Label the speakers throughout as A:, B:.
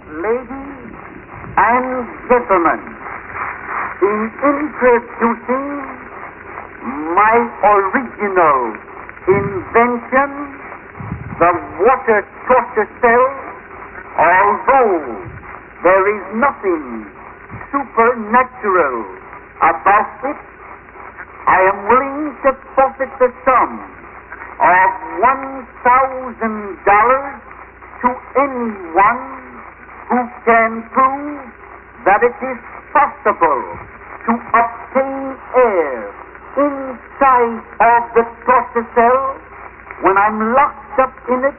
A: ladies and gentlemen, in introducing my original invention, the water torture cell, although there is nothing supernatural about it, I am willing to forfeit the sum of $1,000 to anyone who can prove that it is possible to obtain air inside of the torture cell when I'm locked up in it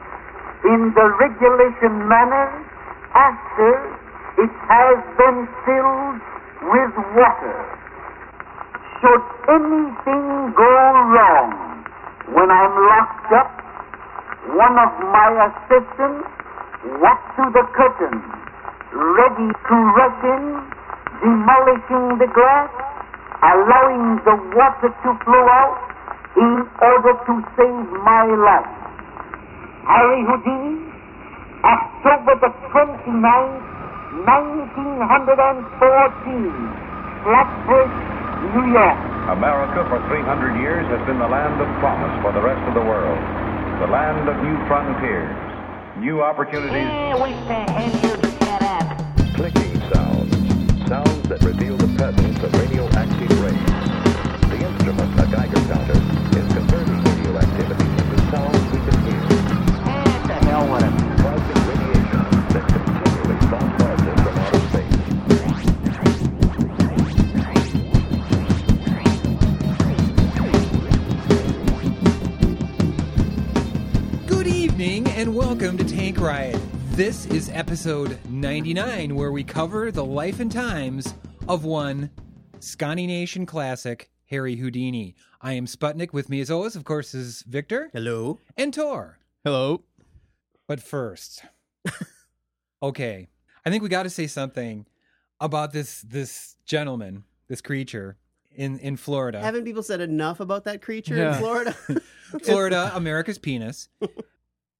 A: in the regulation manner after it has been filled with water. Should anything go wrong when I'm locked up, one of my assistants walked to the curtain, ready to rush in, demolishing the glass, allowing the water to flow out in order to save my life. Harry Houdini, October the 29th, 1914, Flatbush, New York.
B: America for 300 years has been the land of promise for the rest of the world. The land of new frontiers, new opportunities,
C: Yeah, we can hand you the cat app.
D: Clicking sounds. Sounds that reveal the presence of radioactive rays. The instrument, a Geiger counter, is converting radioactivity into sounds we can hear,
C: What the hell with it?
D: causing radiation that continually bombards us from outer space.
E: Good evening and welcome to Tank Riot. This is episode 99, where we cover the life and times of one Scotty Nation classic, Harry Houdini. I am Sputnik. With me, as always, of course, is Victor
F: Hello.
E: and Tor.
F: Hello.
E: But first, okay, I think we got to say something about this this gentleman, this creature in in Florida.
F: Haven't people said enough about that creature
G: Yeah.
F: in Florida?
E: Florida, America's penis.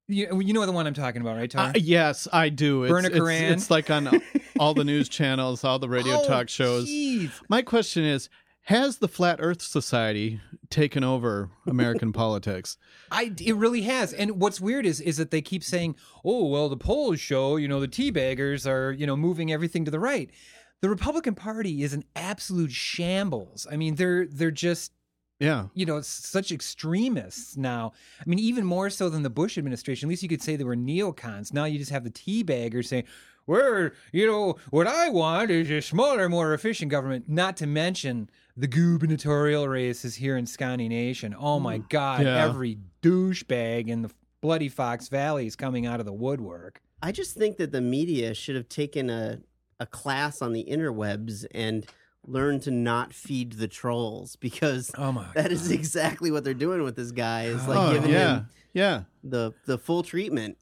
E: You, you know the one I'm talking about, right, Tor?
G: Uh, yes, I do. It's,
E: Verna
G: it's-
E: Karan.
G: it's like on all the news channels, all the radio
E: Oh,
G: talk shows.
E: jeez.
G: My question is Has the Flat Earth Society taken over American politics?
E: I it really has. And what's weird is is that they keep saying, "Oh, well, the polls show, you know, the tea baggers are, you know, moving everything to the right." The Republican Party is an absolute shambles. I mean, they're they're just
G: Yeah.
E: you know, such extremists now. I mean, even more so than the Bush administration. At least you could say they were neocons. Now you just have the teabaggers saying, "We're, you know, what I want is a smaller, more efficient government." Not to mention the gubernatorial races here in Scotty Nation. Oh my God!
G: Yeah.
E: Every douchebag in the bloody Fox Valley is coming out of the woodwork.
F: I just think that the media should have taken a, a class on the interwebs and learned to not feed the trolls because
E: Oh my!
F: that is exactly what they're doing with this guy. Is like
G: oh,
F: giving
G: yeah.
F: him
G: Yeah.
F: the, the full treatment.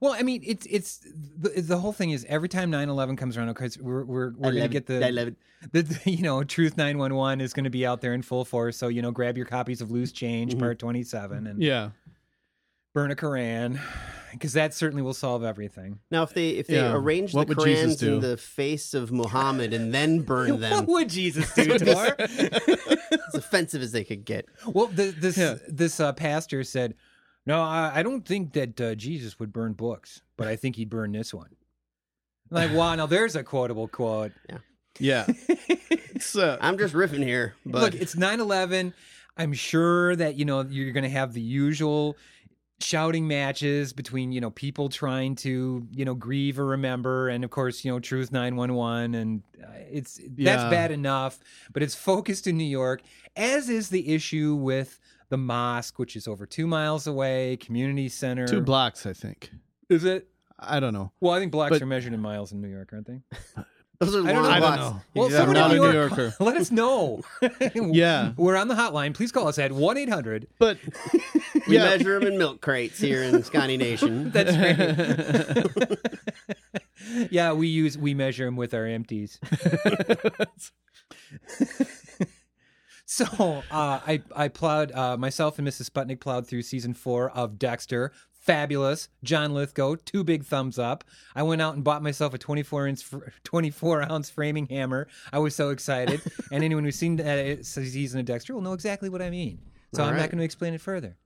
E: Well, I mean, it's it's the, the whole thing is every time 9-11 comes around, because we're we're, we're
F: I
E: gonna
F: love
E: get
F: it.
E: the
F: I love it.
E: the, the- you know truth 911 is going to be out there in full force so you know grab your copies of loose change part 27 and
G: Mm-hmm. Yeah.
E: burn a koran because that certainly will solve everything
F: Now, if they if they
G: Yeah.
F: arrange the
G: What would Jesus
F: Korans in
G: do?
F: the face of Muhammad and then burn
E: what
F: them,
E: would jesus do Tor?
F: as offensive as they could get.
E: well the, this
G: Yeah.
E: this uh, pastor said no I, I don't think that uh, jesus would burn books but i think he'd burn this one like wow now there's a quotable quote
G: Yeah. it's, uh,
F: I'm just riffing here, but
E: Look, it's 9 11. I'm sure that, you know, you're going to have the usual shouting matches between, you know, people trying to, you know, grieve or remember. And of course, you know, Truth 911. And uh, it's that's
G: Yeah.
E: bad enough, but it's focused in New York, as is the issue with the mosque, which is over two miles away, community center.
G: two blocks, I think.
E: Is it?
G: I don't know.
E: Well, I think blocks
G: But-
E: are measured in miles in New York, aren't they?
F: those are long
E: I don't know.
G: I don't
F: walks.
G: know.
E: Well,
G: Yeah, I'm
E: someone
G: not
E: in New
G: a
E: York,
G: New Yorker.
E: let us know.
G: Yeah.
E: We're on the hotline. Please call us at 1 800
G: But
F: We
G: yeah.
F: measure them in milk crates here in Scotty Nation.
E: That's right. yeah, we use we measure them with our empties. so uh, I I plowed uh, myself and Mrs. Sputnik plowed through season four of Dexter. Fabulous. John Lithgow, two big thumbs up. I went out and bought myself a 24 inch, fr- 24 ounce framing hammer. I was so excited. and anyone who's seen that season of Dexter will know exactly what I mean. So
F: All
E: I'm
F: right.
E: not going to explain it further.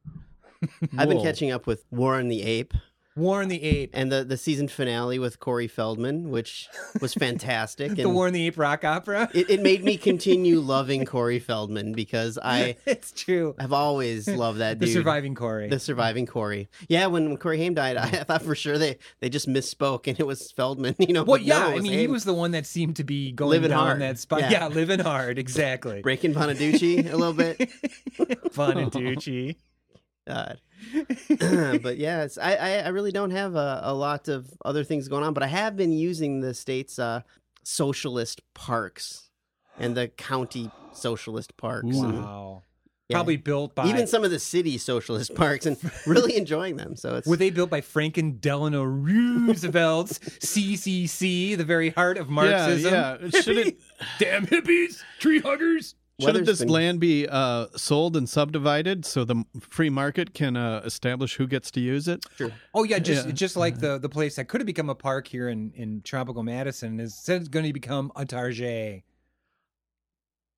F: I've been
G: Whoa.
F: catching up with Warren the Ape
E: Warren the Ape.
F: and the, the season finale with Corey Feldman, which was fantastic.
E: The
F: and
E: Warren the Ape rock opera.
F: it, it made me continue loving Corey Feldman because I
E: it's true.
F: have always loved that
E: The
F: dude.
E: surviving Corey.
F: The surviving Corey. Yeah, when, when Corey Haim died, I, thought for sure they, they just misspoke and it was Feldman. You know,
E: well,
F: but
E: yeah,
F: no, it
E: I mean, he
F: Haim.
E: was the one that seemed to be going
F: Living
E: down
F: hard.
E: that spot.
F: Yeah.
E: Yeah, living hard, exactly.
F: breaking Bonaducci a little bit.
E: Bonaducci.
F: God. but yeah, it's, I, I I really don't have a, a lot of other things going on, but I have been using the state's uh, socialist parks and the county socialist parks,
G: Ooh.
F: and
E: Wow.
F: Yeah.
E: Probably built by
F: even some of the city socialist parks, and really enjoying them. So it's
E: Were they built by Franklin Delano Roosevelt's CCC, the very heart of Marxism?
G: Yeah, yeah. Should it
E: Damn hippies, tree huggers.
F: Weather's
G: Shouldn't this
F: been-
G: land be uh, sold and subdivided so the m- free market can uh, establish who gets to use it?
F: Sure.
E: Oh yeah, just
G: Yeah.
E: just like the the place that could have become a park here in in tropical Madison is said it's going to become a target.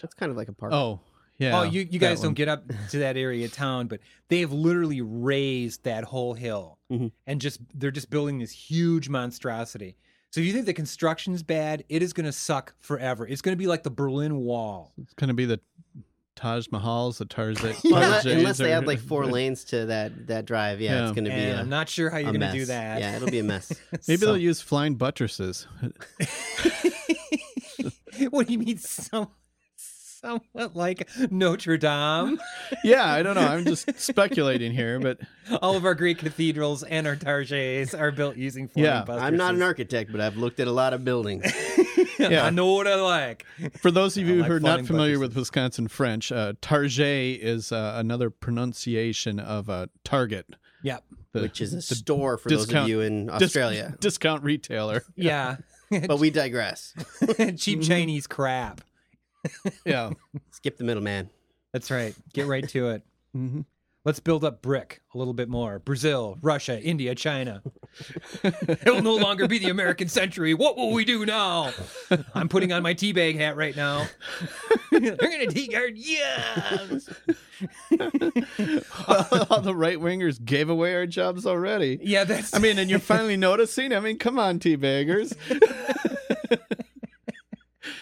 F: that's kind of like a park.
G: Oh, yeah.
E: oh, you you
G: that
E: guys
G: one.
E: don't get up to that area of town, but they have literally raised that whole hill,
F: Mhm.
E: and just they're just building this huge monstrosity. So if you think the construction's bad, it is going to suck forever. It's going to be like the Berlin Wall.
G: It's going to be the Taj Mahals, the Tarzan.
F: Well, unless, unless they add like four lanes to that that drive, yeah, it's
G: Yeah.
F: going to be
E: And
F: a,
E: I'm not sure how
F: a
E: you're going to
F: mess.
E: do that.
F: Yeah, it'll be a mess.
G: Maybe
F: So-
G: they'll use flying buttresses.
E: what do you mean some somewhat like Notre Dame?
G: yeah, I don't know. I'm just speculating here, but
E: All of our great cathedrals and our targes are built using flying
G: Yeah,
E: buttresses.
F: I'm not an architect, but I've looked at a lot of buildings.
G: Yeah.
E: I know what I like.
G: for those of you
E: like
G: who are
E: flying
G: not familiar
E: buttresses.
G: with Wisconsin French, uh, Target is uh, another pronunciation of uh, Target.
E: Yep.
G: the
F: which is a store for those of
G: discount-
F: you in
G: dis-
F: Australia.
G: discount retailer.
E: Yeah.
F: but we digress.
G: Mm-hmm.
E: Cheap Chinese crap.
G: Yeah.
F: Skip the middleman.
E: That's right. Get right to it.
G: hmm
E: Let's build up brick a little bit more. Brazil, Russia, India, China. it will no longer be the American century. What will we do now? I'm putting on my teabag hat right now. They're gonna tea guard. Yeah.
G: All the right wingers gave away our jobs already.
E: Yeah, that's.
G: I mean, and you're finally noticing. I mean, come on, teabaggers.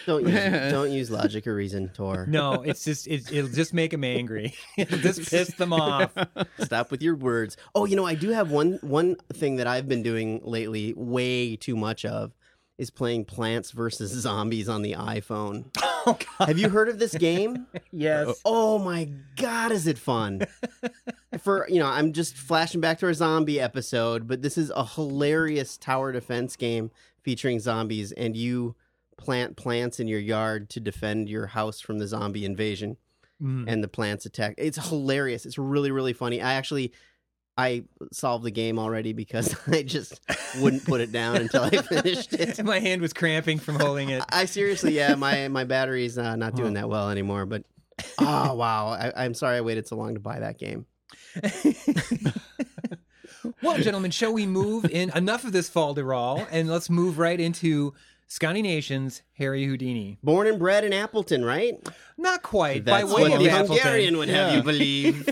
F: Don't use,
G: Man.
F: don't use logic or reason, Tor.
E: no, it's just it, it'll just make them angry. it'll just piss them off.
F: Stop with your words. Oh, you know, I do have one one thing that I've been doing lately, way too much of, is playing Plants vs Zombies on the iPhone.
E: Oh God.
F: Have you heard of this game?
E: Yes.
F: Oh my god, is it fun? For you know, I'm just flashing back to our zombie episode, but this is a hilarious tower defense game featuring zombies, and you plant plants in your yard to defend your house from the zombie invasion
E: Mm.
F: and the plants attack. It's hilarious. It's really really funny. I actually I solved the game already because I just wouldn't put it down until I finished it.
E: My hand was cramping from holding it.
F: I seriously, yeah, my my battery's uh, not doing that well anymore. But oh wow, I, I'm sorry I waited so long to buy that game.
E: well, gentlemen, shall we move in? Enough of this falderall, and let's move right into Scotty Nation's Harry Houdini.
F: Born and bred in Appleton, right?
E: Not quite.
F: That's
E: by way
F: what
E: of
F: the
E: Appleton.
F: Hungarian would have
G: Yeah.
F: you believe.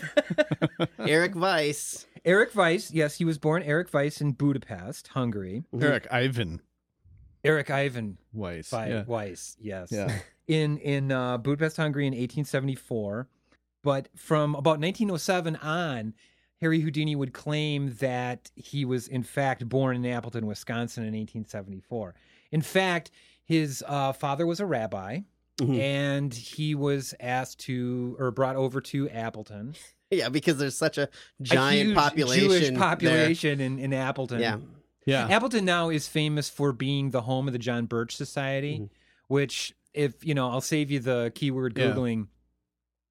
F: Eric Weiss.
E: Eric Weiss. Yes, he was born Eric Weiss in Budapest, Hungary.
G: Eric Ivan
E: Eric Ivan
G: Weiss.
E: Wei-
G: yeah.
E: Weiss. Yes.
G: Yeah.
E: in in uh, Budapest, Hungary in 1874. But from about 1907 on, Harry Houdini would claim that he was in fact born in Appleton, Wisconsin in 1874. In fact, his uh, father was a rabbi,
F: Mhm.
E: and he was asked to or brought over to Appleton,
F: Yeah, because there's such a
E: A
F: giant
E: huge
F: population.
E: Jewish
F: there.
E: population in, in Appleton.
F: Yeah.
G: Yeah.
E: Appleton now is famous for being the home of the John Birch Society,
F: Mhm.
E: which if you know, I'll save you the keyword
G: Yeah.
E: googling.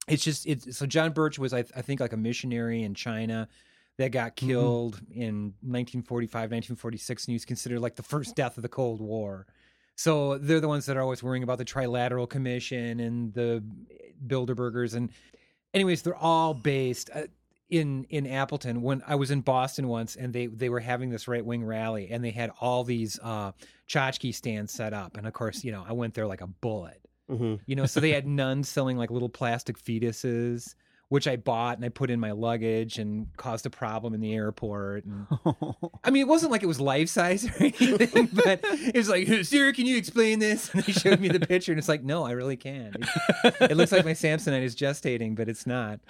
E: It's just it's so John Birch was I, I think like a missionary in China that got killed in 1945, 1946, and he was considered like the first death of the Cold War. So they're the ones that are always worrying about the Trilateral Commission and the Bilderbergers and anyways, they're all based. Uh, in in Appleton when I was in Boston once, and they they were having this right wing rally, and they had all these uh, tchotchke stands set up, and of course, you know, I went there like a bullet.
F: hmm
E: You know, so they had nuns selling like little plastic fetuses, which I bought and I put in my luggage and caused a problem in the airport. And I mean, it wasn't like it was life size or anything, but it was like, Sarah, can you explain this? And they showed me the picture, and it's like, no, I really can't. It, it looks like my Samsonite is gestating, but it's not.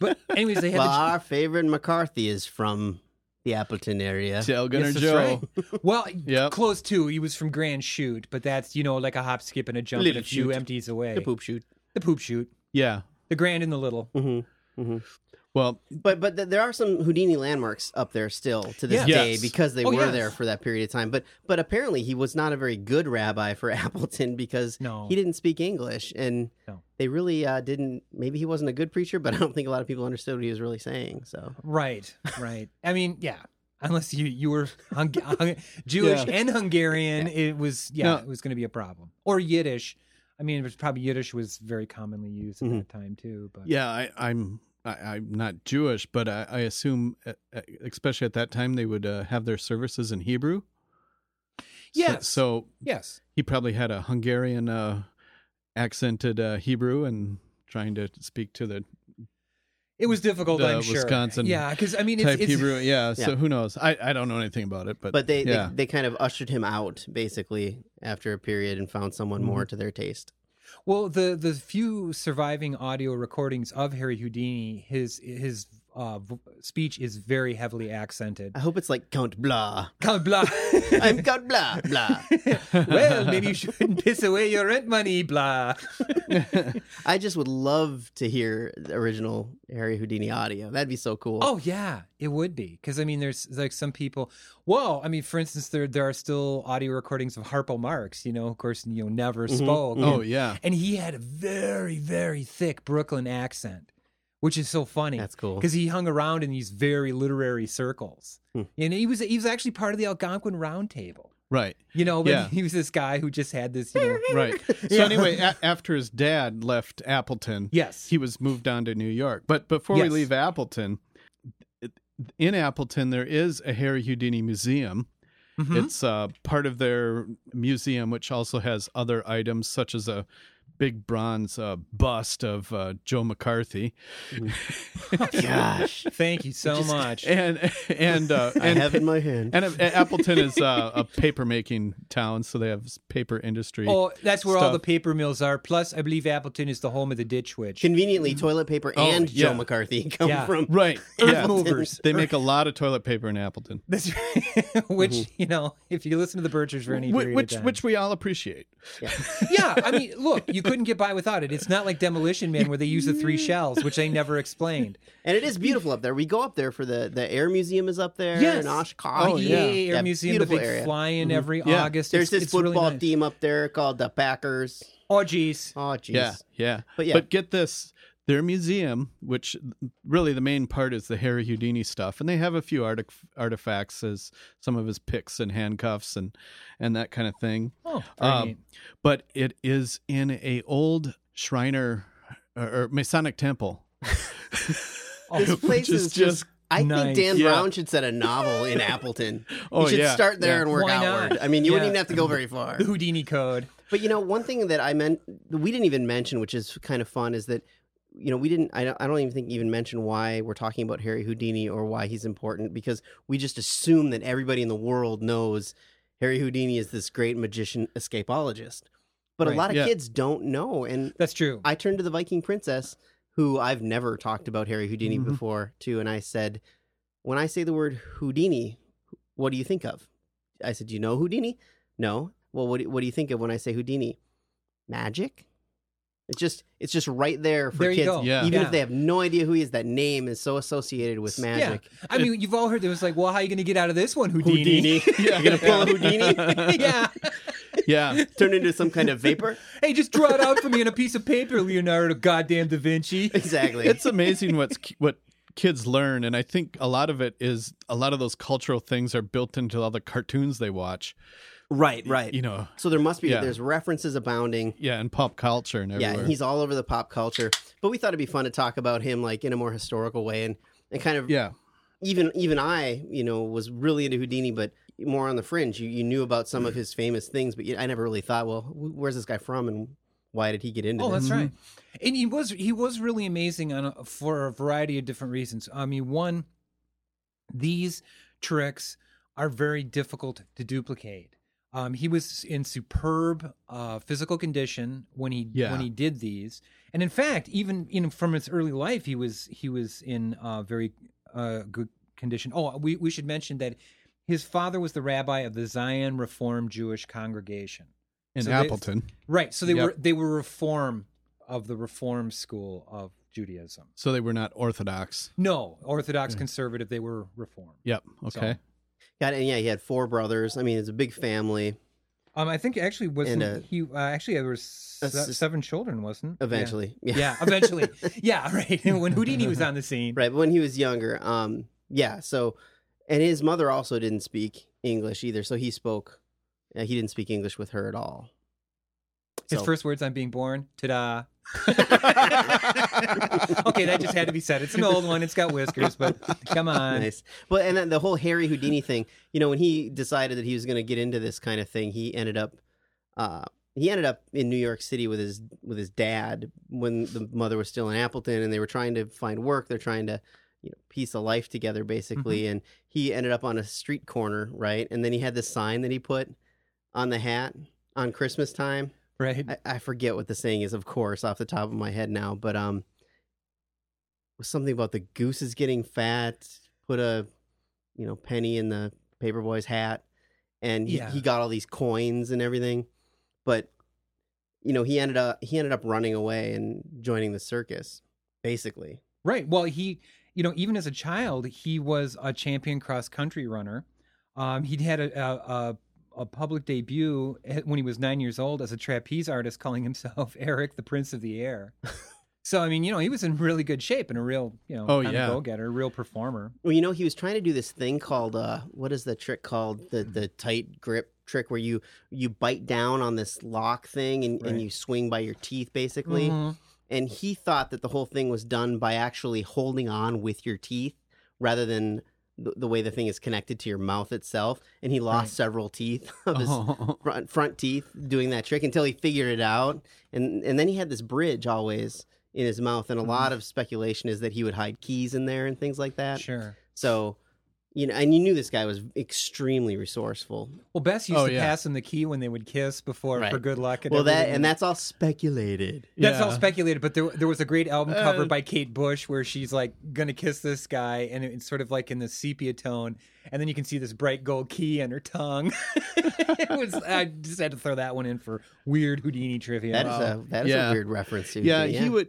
E: But anyways, they had
F: Well,
E: the,
F: our favorite McCarthy is from the Appleton area.
G: Tell Gunner
E: Yes, that's
G: Joe.
E: right. Well,
G: Yep.
E: close too. He was from Grand Chute, but that's you know like a hop, skip, and a jump, and
F: Little
E: a few
F: chute.
E: empties away.
F: The poop shoot.
E: The poop shoot.
G: Yeah.
E: The grand and the little.
G: Well,
F: But but th- there are some Houdini landmarks up there still to this
E: Yeah.
F: day
G: Yes.
F: because they
E: Oh,
F: were
E: yes.
F: there for that period of time. But but apparently he was not a very good rabbi for Appleton because
E: No.
F: he didn't speak English and
E: No.
F: they really uh, didn't. Maybe he wasn't a good preacher, but I don't think a lot of people understood what he was really saying. So
E: Right. Right. I mean, yeah. Unless you you were hung, hung, Jewish
G: Yeah.
E: and Hungarian, it was yeah,
G: No.
E: it was going to be a problem. Or Yiddish. I mean, it was probably Yiddish was very commonly used at
F: Mhm.
E: that time too. But
G: Mm-hmm. yeah, I, I'm I, I'm not Jewish, but I, I assume, uh, uh, especially at that time, they would uh, have their services in Hebrew. Yeah. So,
E: yes, yes,
G: he probably had a Hungarian uh, accented uh, Hebrew and trying to speak to the
E: it was difficult.
G: The
E: I'm sure.
G: Wisconsin
E: yeah, because I mean, it's,
G: type
E: it's
G: Hebrew. Yeah,
F: Yeah.
G: So who knows? I, I don't know anything about it, but
F: but they,
G: yeah.
F: they they kind of ushered him out basically after a period and found someone more to their taste.
E: Well, the the few surviving audio recordings of Harry Houdini, his his uh, v- speech is very heavily accented.
F: I hope it's like Count Blah.
E: Count blah.
F: I'm Count Blah Blah.
E: well, maybe you shouldn't piss away your rent money, blah.
F: I just would love to hear the original Harry Houdini audio. That'd be so cool.
E: Oh yeah, it would be because I mean, there's like some people. Well, I mean, for instance, there there are still audio recordings of Harpo Marx. You know, of course, you know, never spoke.
G: oh yeah,
E: and he had a very very thick Brooklyn accent, which is so funny.
F: That's cool.
E: because he hung around in these very literary circles,
G: Hmm.
E: and he was he was actually part of the Algonquin Round Table.
G: right,
E: You know, but
G: Yeah.
E: he was this guy who just had this. You know,
G: right. So anyway, a- after his dad left Appleton,
E: yes,
G: he was moved on to New York. But before we
E: Yes.
G: leave Appleton, in Appleton there is a Harry Houdini museum.
E: Mhm.
G: It's uh, part of their museum, which also has other items such as a big bronze uh, bust of uh, Joe McCarthy,
F: gosh.
E: thank you so much.
G: and and uh,
F: I
G: and
F: have in my hand.
G: And uh, Appleton is uh, a paper making town, so they have s- paper industry.
E: Oh, that's where all
G: stuff.
E: the paper mills are. Plus, I believe Appleton is the home of the ditch witch.
F: Conveniently, toilet paper
G: Oh,
F: and Joe
G: yeah.
F: McCarthy come
E: Yeah.
F: from.
G: right, yeah.
E: movers.
G: They make a lot of toilet paper in Appleton,
E: That's right. which you know, if you listen to the Birchers for any
G: Mm-hmm. Wh-
E: period of
G: which
E: time.
G: which we all appreciate.
E: yeah, I mean, look, you couldn't get by without it. It's not like Demolition Man where they use the three shells, which they never explained.
F: And it is beautiful up there. We go up there for the the air museum is up there.
E: Yes.
F: in Oshkosh.
E: Oh, yeah. Air
F: Yeah,
E: Museum, the
F: beautiful
E: big
F: area. Mm-hmm.
E: flying every
G: Yeah.
E: August.
F: There's
E: It's-
F: this
E: it's really
F: football
E: nice.
F: team up there called the Packers.
E: Oh, geez.
F: Oh, jeez.
G: Yeah, yeah.
F: But yeah.
G: get this, their museum, which really the main part is the Harry Houdini stuff, and they have a few artic- artifacts as some of his picks and handcuffs and and that kind of thing.
E: Oh, very
G: Um,
E: neat.
G: but it is in a old Shriner or, or Masonic temple.
F: This place
G: Which is
F: is just.
G: just
F: I
E: nice.
F: think Dan
G: Yeah.
F: Brown should set a novel in Appleton.
G: Oh,
F: you should
G: yeah,
F: start there
G: yeah.
F: and work
E: Why not?
F: outward. I mean, you
E: Yeah.
F: wouldn't even have to go very far.
E: the Houdini code.
F: But you know, one thing that I meant we didn't even mention, which is kind of fun, is that you know we didn't. I don't, I don't even think even mention why we're talking about Harry Houdini or why he's important because we just assume that everybody in the world knows Harry Houdini is this great magician escapologist. But
E: Right,
F: a lot of
G: yeah.
F: kids don't know, and
E: That's true.
F: I turned to the Viking princess, who I've never talked about Harry Houdini
E: Mm-hmm.
F: before, too, and I said, When I say the word Houdini, what do you think of? I said, Do you know Houdini? No. Well, what do, what do you think of when I say Houdini? Magic? It's just it's just right there for
E: There you
F: kids.
E: go.
G: Yeah.
F: Even
E: Yeah.
F: if they have no idea who he is, that name is so associated with magic.
E: Yeah. I mean, you've all heard it was like, well, how are you going to get out of this one, Houdini?
F: You're gonna pull a Houdini,
E: yeah.
G: Yeah.
F: turn into some kind of vapor.
E: Hey, just draw it out for me on a piece of paper, Leonardo goddamn da Vinci.
F: Exactly.
G: it's amazing what's what kids learn and i think a lot of it is a lot of those cultural things are built into all the cartoons they watch
F: right, right.
G: you know
F: so there must be
G: Yeah.
F: there's references abounding.
G: yeah and pop culture and
F: Yeah,
G: everywhere
F: and he's all over the pop culture. But we thought it'd be fun to talk about him like in a more historical way. And and kind of
G: Yeah.
F: even even I, you know, was really into Houdini, but more on the fringe. You you knew about some of his famous things, but you, I never really thought, well, wh- where's this guy from, and why did he get into
E: Oh,
F: this?
E: that's right. And he was he was really amazing on a, for a variety of different reasons. I mean, one, these tricks are very difficult to duplicate. Um, he was in superb uh, physical condition when he
G: Yeah.
E: when he did these, and in fact, even you know from his early life, he was he was in uh, very uh, good condition. Oh, we we should mention that his father was the rabbi of the Zion Reform Jewish congregation.
G: In
E: So they-
G: Appleton.
E: Right. So they
G: Yep.
E: were they were reform of the reform school of Judaism.
G: so they were not Orthodox.
E: No, Orthodox conservative. They were reform.
G: Yep. Okay.
F: Got it. And yeah, he had four brothers. I mean, it's a big family.
E: Um, I think actually wasn't
F: And, uh,
E: he? Uh, actually, there were se-
F: s-
E: seven children, wasn't? Yeah.
F: Eventually,
E: Yeah. eventually. yeah, right. when Houdini was on the scene,
F: right. But when he was younger, um, yeah. So, and his mother also didn't speak English either, so he spoke. Uh, he didn't speak English with her at all.
E: his
F: So-
E: first words on being born, ta-da. okay, that just had to be said. It's an old one. It's got whiskers, but come on.
F: nice. Well, and then the whole Harry Houdini thing. You know, when he decided that he was going to get into this kind of thing, he ended up, uh, he ended up in New York City with his with his dad when the mother was still in Appleton, and they were trying to find work. They're trying to, you know, piece a life together basically. And he ended up on a street corner, right? And then he had this sign that he put on the hat on Christmas time.
E: Right.
F: I, I forget what the saying is, of course, off the top of my head now, but um, was something about the goose is getting fat. Put a, you know, penny in the paperboy's hat, and he,
E: Yeah.
F: he got all these coins and everything. But, you know, he ended up he ended up running away and joining the circus, basically.
E: Right. Well, he, you know, even as a child, he was a champion cross country runner. Um, he'd had a, a, a, a public debut at- when he was nine years old as a trapeze artist, calling himself Eric the Prince of the Air. So I mean, you know, he was in really good shape and a real, you know,
G: Oh,
E: kind
G: yeah.
E: of go-getter, real performer.
F: Well, you know, he was trying to do this thing called uh, what is the trick called
E: Hmm.
F: the the tight grip trick where you you bite down on this lock thing and,
E: Right.
F: and you swing by your teeth basically.
G: Mm-hmm.
E: Mhm.
F: and he thought that the whole thing was done by actually holding on with your teeth rather than the, the way the thing is connected to your mouth itself and he lost
E: Right.
F: several teeth of
G: Uh-huh.
F: his front, front teeth doing that trick until he figured it out and and then he had this bridge always in his mouth
G: Mm-hmm.
F: and a lot of speculation is that he would hide keys in there and things like that
E: Sure.
F: so you know and you knew this guy was extremely resourceful
E: Well, Bess used
G: Oh,
E: to
G: yeah.
E: pass him the key when they would kiss before
F: Right.
E: for good luck. And
F: well that
E: everything.
F: and that's all speculated
E: That's all
G: Yeah.
E: speculated, but there there was a great album cover
G: Uh,
E: by Kate Bush where she's like gonna kiss this guy, and it's sort of like in the sepia tone, and then you can see this bright gold key on her tongue. it was I just had to throw that one in for weird Houdini trivia.
F: That is a that is
G: Yeah.
F: a weird reference to
G: yeah, he would.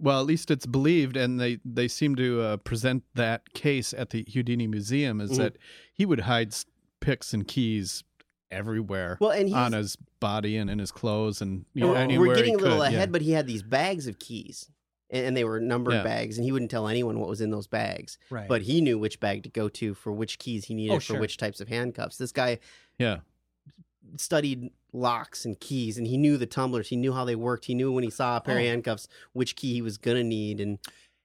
G: Well, at least it's believed, and they they seem to uh, present that case at the Houdini Museum is
F: Mhm.
G: that he would hide s- picks and keys everywhere
F: well and he's,
G: on his body and in his clothes and you know,
F: We're-
G: anywhere
F: we're getting
G: he
F: a little
G: could, yeah.
F: ahead, but he had these bags of keys, and, and they were numbered
G: Yeah.
F: bags, and he wouldn't tell anyone what was in those bags.
E: right.
F: But he knew which bag to go to for which keys he needed
E: Oh,
F: for
E: sure.
F: which types of handcuffs. This guy
G: yeah,
F: studied locks and keys, and he knew the tumblers. He knew how they worked. He knew when he saw a pair of
E: Oh.
F: handcuffs which key he was gonna need, and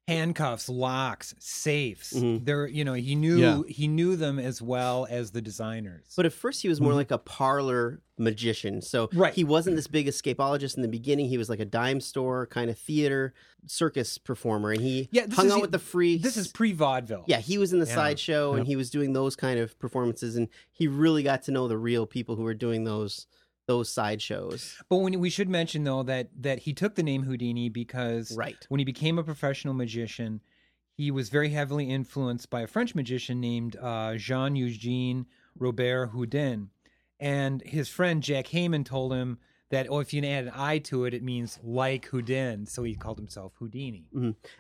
E: handcuffs, locks, safes.
F: Mhm.
E: There, you know, he knew
G: Yeah.
E: he knew them as well as the designers.
F: But at first, he was more like a parlor magician. So
E: Mm-hmm. Right.
F: he wasn't this big escapologist in the beginning. He was like a dime store kind of theater circus performer, and he
E: Yeah, this
F: hung
E: is
F: out
E: the-
F: with the freaks.
E: this is pre vaudeville.
F: yeah, he was in the
E: Yeah.
F: sideshow, and
G: Yep.
F: he was doing those kind of performances, and he really got to know the real people who were doing those those sideshows.
E: But when we should mention though that that he took the name Houdini because
F: Right.
E: when he became a professional magician, he was very heavily influenced by a French magician named uh, Jean Eugene Robert Houdin. And his friend Jack Heyman told him that, oh, if you add an I to it, it means like Houdin. So he called himself Houdini.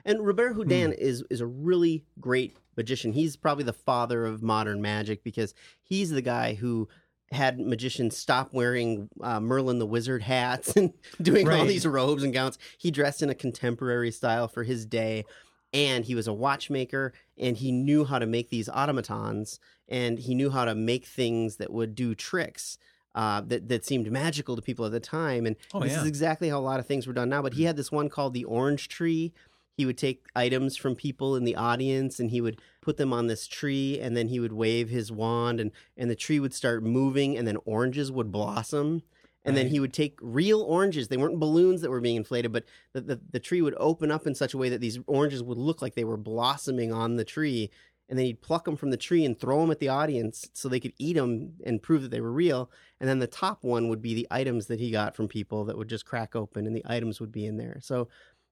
F: And Robert Houdin is is a really great magician. He's probably the father of modern magic because he's the guy who had magicians stop wearing uh, Merlin the Wizard hats and doing all
E: Right.
F: these robes and gowns. He dressed in a contemporary style for his day, and he was a watchmaker and he knew how to make these automatons and he knew how to make things that would do tricks. Uh, that that seemed magical to people at the time, and
E: Oh,
F: this
E: yeah. Mm.
F: is exactly how a lot of things were done now. But he had this one called the Orange Tree, he would take items from people in the audience and he would put them on this tree and then he would wave his wand and and the tree would start moving and then oranges would blossom and then he would take real oranges they weren't balloons that were being inflated but the, the, the tree would open up in such a way that these oranges would look like they were blossoming on the tree and then he'd pluck them from the tree and throw them at the audience so they could eat them and prove that they were real and then the top one would be the items that he got from people that would just crack open and the items would be in there so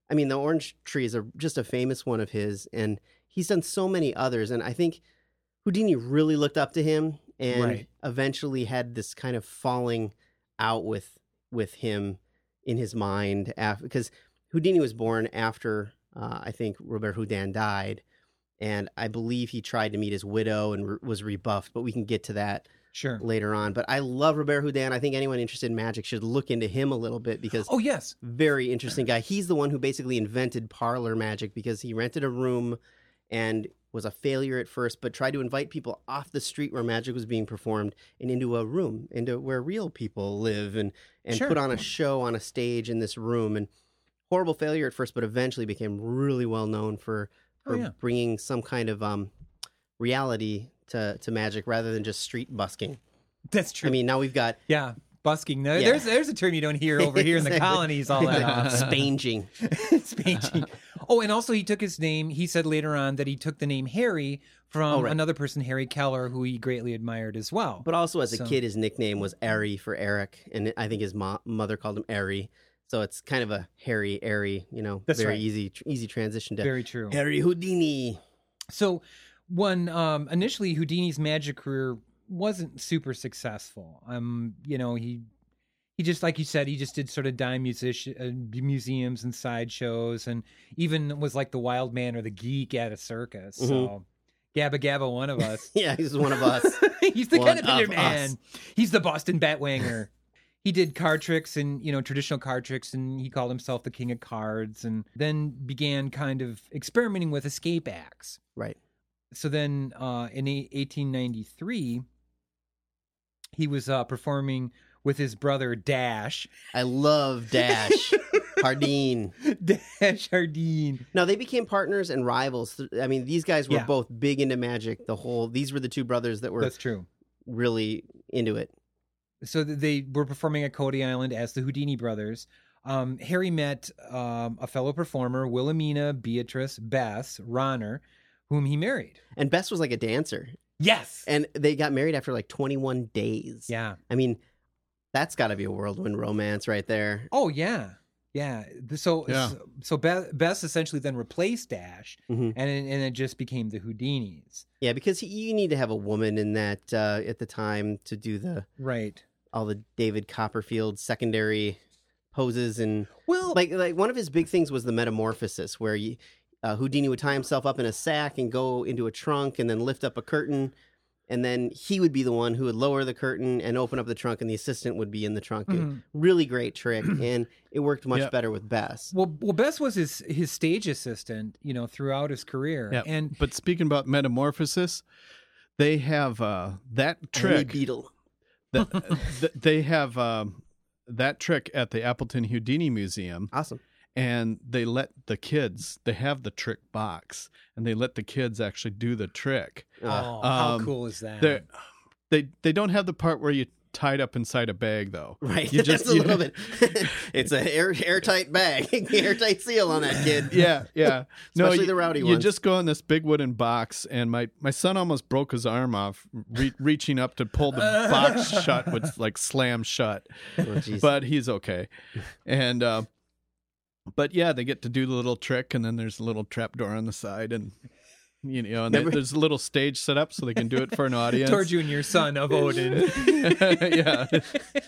F: i mean the orange tree is a, just a famous one of his and he's done so many others and i think houdini really looked up to him and
G: Right.
F: eventually had this kind of falling out with with him in his mind af- because houdini was born after uh, i think robert houdin died and i believe he tried to meet his widow and re- was rebuffed but we can get to that
E: Sure.
F: later on. But I love Robert Houdin. I think anyone interested in magic should look into him a little bit because
E: Oh yes.
F: very interesting guy. He's the one who basically invented parlor magic because he rented a room and was a failure at first, but tried to invite people off the street where magic was being performed and into a room, into where real people live and and
E: Sure.
F: put on a show on a stage in this room and horrible failure at first, but eventually became really well known for
E: Oh,
F: for
E: yeah.
F: bringing some kind of um reality to, to magic rather than just street busking.
E: That's true.
F: I mean, now we've got
E: yeah. Busking. Now,
F: Yeah.
E: There's there's a term you don't hear over here in the
F: Exactly.
E: colonies. All that.
F: like,
E: often.
F: spanging.
E: It's Beijing. Oh, and also he took his name. He said later on that he took the name Harry from
F: Oh, right.
E: another person, Harry Keller, who he greatly admired as well.
F: But also, as a
E: So-
F: kid, his nickname was Airy for Eric, and I think his mo- mother called him Airy. So it's kind of a Harry Airy, you know,
E: That's
F: very
E: right.
F: easy tr- easy transition to
E: Very true.
F: Harry Houdini.
E: So, when um, initially Houdini's magic career wasn't super successful, um, you know, he he just like you said, he just did sort of dime music- uh, museums and sideshows, and even was like the wild man or the geek at a circus.
F: Mm-hmm.
E: So, Gabba Gabba, one of us.
F: Yeah, he's one of us.
E: He's the
F: One
E: Caterpillar
F: of
E: Man.
F: us.
E: He's the Boston Batwanger. he did card tricks and you know traditional card tricks, and he called himself the King of Cards, and then began kind of experimenting with escape acts.
F: right.
E: So then, uh, in a- 1893, he was uh, performing with his brother Dash
F: I love Dash Hardin.
E: Dash Hardin.
F: Now they became partners and rivals. Th- I mean, these guys were
E: Yeah.
F: both big into magic. The whole these were the two brothers that were
E: That's true.
F: really into it.
E: so th- they were performing at Cody Island as the Houdini brothers. Um, Harry met um, a fellow performer, Wilhelmina Beatrice Bess Ronner, whom he married.
F: And Bess was like a dancer,
E: Yes.
F: and they got married after like 21 days.
E: Yeah.
F: I mean, that's got to be a whirlwind romance right there.
E: Oh, yeah. Yeah. Th- So,
G: Yeah.
E: so, so Be- Bess essentially then replaced Dash,
F: Mhm.
E: and it, and it just became the Houdinis.
F: Yeah, because he, you need to have a woman in that uh, at the time to do the
E: Right.
F: all the David Copperfield secondary poses and
E: Well,
F: like like one of his big things was the metamorphosis where you, uh, Houdini would tie himself up in a sack and go into a trunk and then lift up a curtain and then he would be the one who would lower the curtain and open up the trunk and the assistant would be in the trunk.
E: Mhm.
F: Really great trick and it worked much
G: Yep.
F: better with Bess.
E: well, well, Bess was his his stage assistant, you know, throughout his career,
G: Yeah.
E: and
G: But speaking about metamorphosis, they have uh, that
F: Honey
G: trick.
F: Beetle.
G: that, th- they have um, that trick at the Appleton Houdini Museum,
F: Awesome.
G: and they let the kids. They have the trick box, and they let the kids actually do the trick.
E: oh,
F: Uh,
E: how
G: um,
E: cool is that?
G: They they they don't have the part where you tied up inside a bag though.
F: Right.
G: You
F: That's
G: just-
F: a
G: you-
F: little bit. it's an air, airtight bag, airtight seal on that kid.
G: Yeah, yeah.
F: Especially
G: you,
F: the rowdy
G: You
F: ones.
G: just go in this big wooden box, and my, my son almost broke his arm off re- reaching up to pull the box shut, with like slam shut.
F: Oh, geez.
G: but he's okay. And uh, but yeah, they get to do the little trick, and then there's a little trap door on the side, and you know, and
F: Remember-
G: there's a little stage set up so they can do it for an audience.
E: Toward you and your son of Odin.
G: yeah,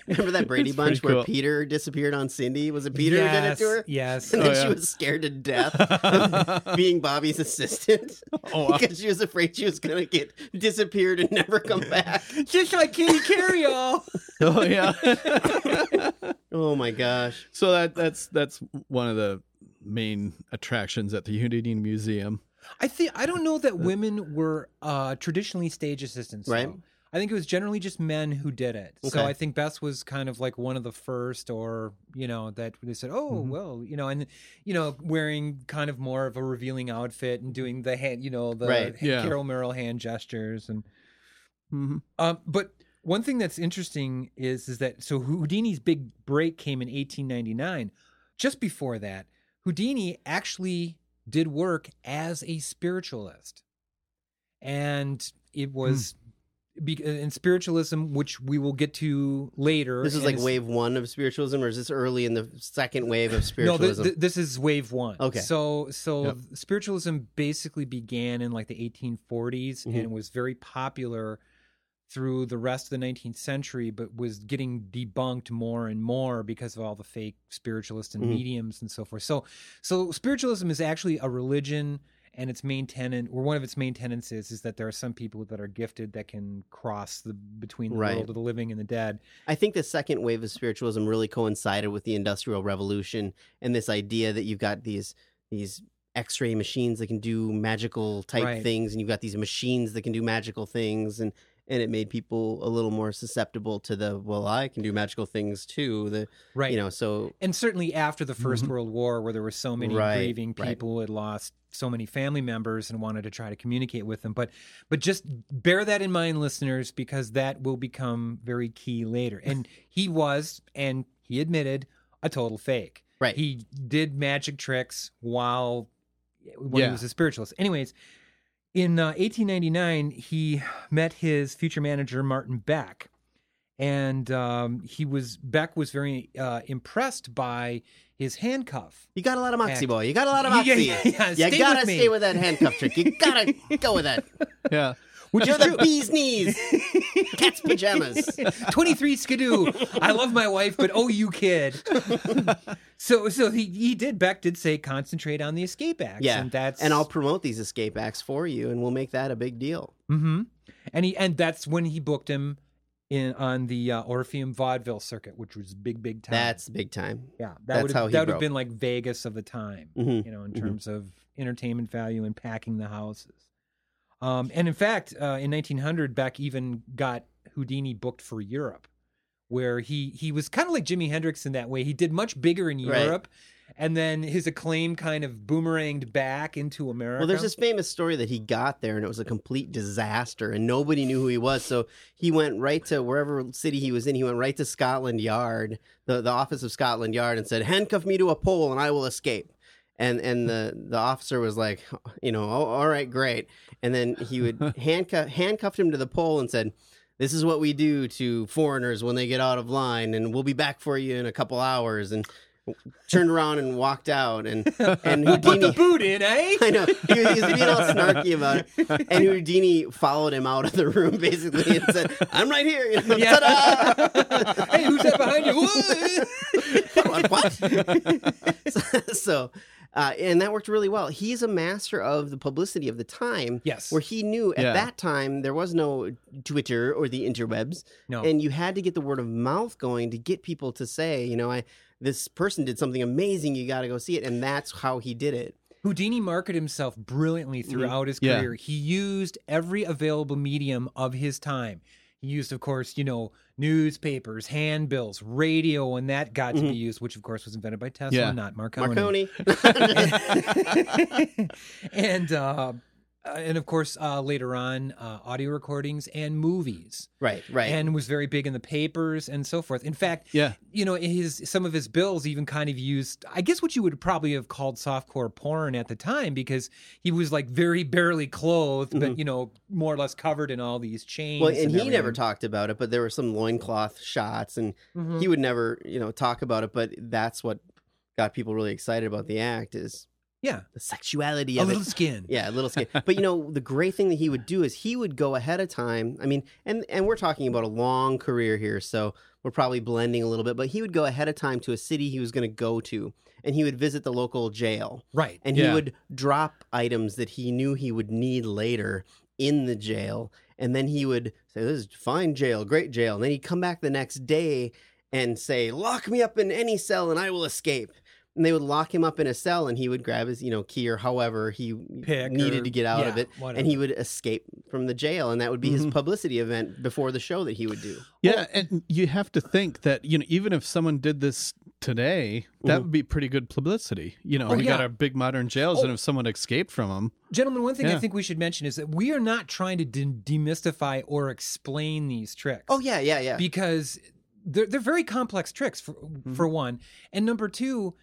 F: Remember that Brady
G: It's
F: Bunch
G: pretty
F: where
G: cool.
F: Peter disappeared on Cindy? Was it Peter who did it
E: Yes,
F: to her?
E: Yes.
F: And then
G: Oh,
F: she
G: yeah.
F: was scared to death of being Bobby's assistant
G: Oh, wow.
F: because she was afraid she was going to get disappeared and never come back.
E: Just like Kitty Carryall.
G: oh yeah.
F: Oh my gosh.
G: So that that's that's one of the main attractions at the Houdini Museum.
E: I think I don't know that women were uh, traditionally stage assistants. though.
F: Right.
E: I think it was generally just men who did it. So
F: Okay.
E: I think Bess was kind of like one of the first, or you know, that they said, "Oh,
F: Mm-hmm.
E: well," you know, and you know, wearing kind of more of a revealing outfit and doing the hand, you know, the
F: Right.
G: Yeah.
E: Carol Merrill hand gestures, and
G: Mhm.
E: um, but one thing that's interesting is is that so Houdini's big break came in 1899. Just before that, Houdini actually did work as a spiritualist, and it was.
F: Hmm.
E: be- uh, And spiritualism, which we will get to later.
F: This is
E: and
F: like
E: it's-
F: wave one of spiritualism, or is this early in the second wave of
E: No, this,
F: spiritualism?
E: this is wave one.
F: Okay.
E: So, so
G: Yep.
E: spiritualism basically began in like the 1840s
F: Mm-hmm.
E: and was very popular through the rest of the 19th century, but was getting debunked more and more because of all the fake spiritualists and
F: Mhm.
E: mediums and so forth. So, so spiritualism is actually a religion. And its main tenant, or one of its main tenets, is is that there are some people that are gifted that can cross the between the
F: Right.
E: world of the living and the dead.
F: I think the second wave of spiritualism really coincided with the Industrial Revolution and this idea that you've got these these X-ray machines that can do magical type
E: Right.
F: things, and you've got these machines that can do magical things, and and it made people a little more susceptible to the well, I can do magical things too. The
E: Right.
F: you know, so
E: and certainly after the 1st World War, where there were so many
F: Mm-hmm. Right,
E: grieving
F: right.
E: people who had lost so many family members and wanted to try to communicate with them. But but just bear that in mind, listeners, because that will become very key later. And he was, and he admitted, a total fake.
F: Right.
E: He did magic tricks while when he
G: Yeah.
E: was a spiritualist. Anyways, in uh, 1899, he met his future manager Martin Beck, and um, he was Beck was very uh, impressed by his handcuff.
F: you got a lot of moxie,
E: Heck.
F: boy. You got a lot of moxie.
E: Yeah, yeah, yeah,
F: you
E: stay
F: gotta
E: with me.
F: stay with that handcuff trick. You gotta go with that.
G: Yeah.
E: Which
F: You're
E: is
F: the
E: true.
F: bee's knees. Cat's pajamas.
E: 23 Skidoo. I love my wife, but oh, you kid. so, so he, he did. Beck did say concentrate on the escape acts.
F: Yeah,
E: and that's
F: and I'll promote these escape acts for you, and we'll make that a big deal.
E: hmm And he and that's when he booked him in on the uh, Orpheum Vaudeville circuit, which was big, big time.
F: That's big time.
E: yeah, that
F: that's
E: would've-
F: how he
E: that would have
F: broke.
E: been like Vegas of the time,
F: Mhm,
E: you know, in
F: mhm.
E: terms of entertainment value and packing the houses. Um, and in fact, uh, in 1900, Beck even got Houdini booked for Europe, where he he was kind of like Jimi Hendrix in that way. He did much bigger in
F: Right.
E: Europe, and then his acclaim kind of boomeranged back into America.
F: Well, there's this famous story that he got there, and it was a complete disaster, and nobody knew who he was. So he went right to wherever city he was in. He went right to Scotland Yard, the the office of Scotland Yard, and said, "Handcuff me to a pole, and I will escape." And and the the officer was like, you know, oh, all right, great. And then he would handcuff handcuffed him to the pole and said. This is what we do to foreigners when they get out of line, and we'll be back for you in a couple hours. And turned around and walked out, and and
E: put the
F: Houdini.
E: boot in, eh?
F: I know. He was, he was being all snarky about it. And Houdini followed him out of the room basically and said, I'm right here. You know,
E: Yeah.
F: Ta-da!
E: hey, who's that behind you? Whoa!
F: What? what? so, so, uh, and that worked really well. He's a master of the publicity of the time.
E: Yes.
F: Where he knew at
G: Yeah.
F: that time there was no Twitter or the interwebs.
E: No.
F: And you had to get the word of mouth going to get people to say, you know, I this person did something amazing. You got to go see it. And that's how he did it.
E: Houdini marketed himself brilliantly throughout his
G: Yeah.
E: career. He used every available medium of his time. He used, of course, you know, newspapers, handbills, radio, and that got to be used, which of course was invented by Tesla,
G: Yeah.
E: not Marconi.
F: Marconi.
E: and uh, and of course, uh, later on, uh, audio recordings and movies.
F: right, right.
E: and was very big in the papers and so forth. In fact,
G: Yeah.
E: you know, his some of his bills even kind of used, I guess, what you would probably have called softcore porn at the time because he was like very barely clothed, but you know, more or less covered in all these chains.
F: Mm-hmm. Well, and he never
E: everything.
F: talked about it, but there were some loincloth shots, and
E: Mhm.
F: he would never, you know, talk about it. But that's what got people really excited about the act is
E: Yeah,
F: the sexuality
E: a
F: of
E: little
F: it.
E: skin.
F: Yeah, a little scary. but you know, the great thing that he would do is he would go ahead of time. I mean, and and we're talking about a long career here, so we're probably blending a little bit. But he would go ahead of time to a city he was going to go to, and he would visit the local jail
E: Right.
F: and he
G: Yeah.
F: would drop items that he knew he would need later in the jail and then he would say this is fine jail great jail and then he'd come back the next day and say lock me up in any cell and i will escape and they would lock him up in a cell and he would grab his you know key or however he
E: Pick
F: needed
E: or-
F: to get out of
E: yeah,
F: it and
E: whatever.
F: he would escape from the jail and that would be his publicity event before the show that he would do
G: Yeah, and you have to think that you know even if someone did this today, that would be pretty good publicity. You know,
E: Mm-hmm. Oh,
G: we got
E: yeah.
G: our big modern jails, and
E: Oh.
G: if someone escaped from them,
E: Gentlemen, one thing I
G: Yeah.
E: think we should mention is that we are not trying to de- demystify or explain these tricks.
F: oh yeah yeah yeah Mm-hmm.
E: because they're they're very complex tricks for for one, and number two,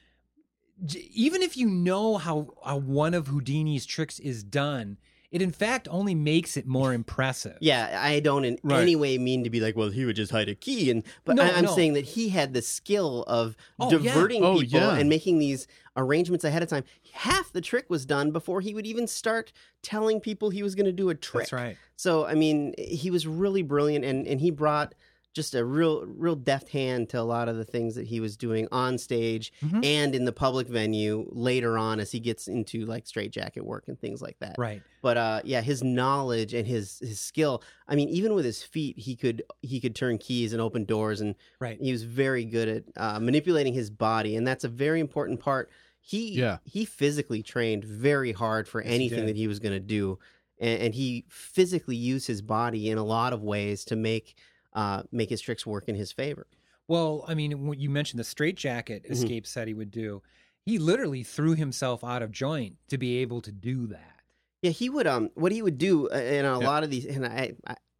E: j- even if you know how, how one of Houdini's tricks is done, it in fact only makes it more impressive.
F: yeah i don't in
G: Right.
F: any way mean to be like well he would just hide a key and but
E: No,
F: I, i'm
E: no.
F: saying that he had the skill of
E: Oh, yeah.
F: diverting
G: Oh,
F: people
G: yeah.
F: and making these arrangements ahead of time half the trick was done before he would even start telling people he was going to do a trick
E: that's right.
F: So I mean, he was really brilliant, and and he brought just a real real deft hand to a lot of the things that he was doing on stage
E: Mhm.
F: and in the public venue later on as he gets into like straight jacket work and things like that.
E: Right.
F: But uh, yeah, his knowledge and his his skill. I mean, even with his feet, he could he could turn keys and open doors, and
E: Right.
F: he was very good at uh, manipulating his body, and that's a very important part. He
G: Yeah.
F: he physically trained very hard for
E: Yes, he
F: anything
E: did.
F: that he was going to do, and, and he physically used his body in a lot of ways to make uh, make his tricks work in his favor.
E: Well, I mean, when you mentioned the straitjacket
F: Mm-hmm.
E: escape set he would do. He literally threw himself out of joint to be able to do that.
F: Yeah, he would. Um, what he would do, uh, in a
G: Yeah.
F: lot of these, and I,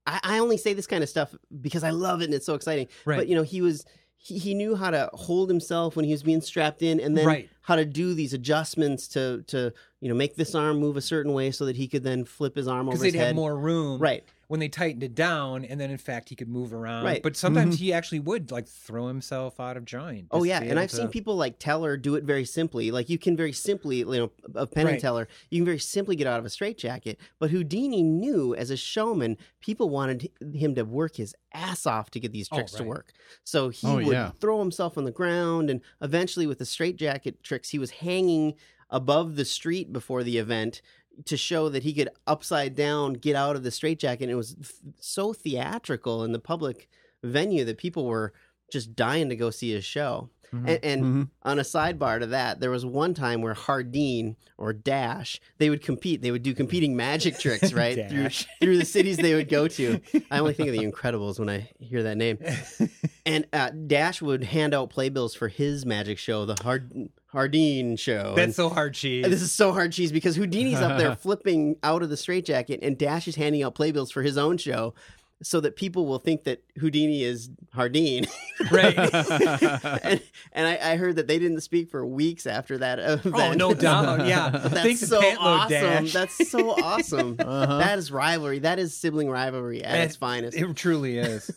F: I, I only say this kind of stuff because I love it and it's so exciting.
E: Right.
F: But you know, he was. He, he knew how to hold himself when he was being strapped in, and then
E: Right.
F: how to do these adjustments to to you know make this arm move a certain way so that he could then flip his arm
E: because
F: over
E: they'd
F: his
E: have
F: head.
E: more room
F: Right.
E: when they tightened it down and then in fact he could move around
F: Right. Mm-hmm.
E: but sometimes he actually would like throw himself out of joint
F: Oh
E: just
F: yeah,
E: to be
F: and
E: able
F: I've seen
E: to-
F: people like Teller do it very simply. Like you can very simply, you know, a Penn
E: Right.
F: and Teller, you can very simply get out of a straitjacket. But Houdini knew as a showman, people wanted h- him to work his ass off to get these
E: Oh,
F: tricks to
E: right.
F: work. So he
G: Oh,
F: would
G: yeah.
F: throw himself on the ground, and eventually with the straitjacket tricks, he was hanging above the street before the event to show that he could upside down get out of the straitjacket. And it was f- so theatrical in the public venue that people were just dying to go see his show.
E: Mm-hmm.
F: And, and
G: Mhm.
F: on a sidebar to that, there was one time where Hardeen or Dash they would compete. They would do competing magic tricks right through
E: Dash.
F: through the cities they would go to. I only think of the Incredibles when I hear that name. And uh, Dash would hand out playbills for his magic show, the Hard Hardeen show. And-
E: Oh, that's so hard cheese
F: this is so hard cheese because Houdini's up there flipping out of the straitjacket, and Dash is handing out playbills for his own show, so that people will think that Houdini is Hardin.
E: right
F: and and I, I heard that they didn't speak for weeks after that event.
E: oh no doubt yeah
F: That's
E: thanks to
F: so
E: Pantlow
F: awesome.
E: Dash.
F: That's so awesome. That is rivalry. That is sibling rivalry at
E: That-
F: its finest.
E: Uh-huh. It truly is.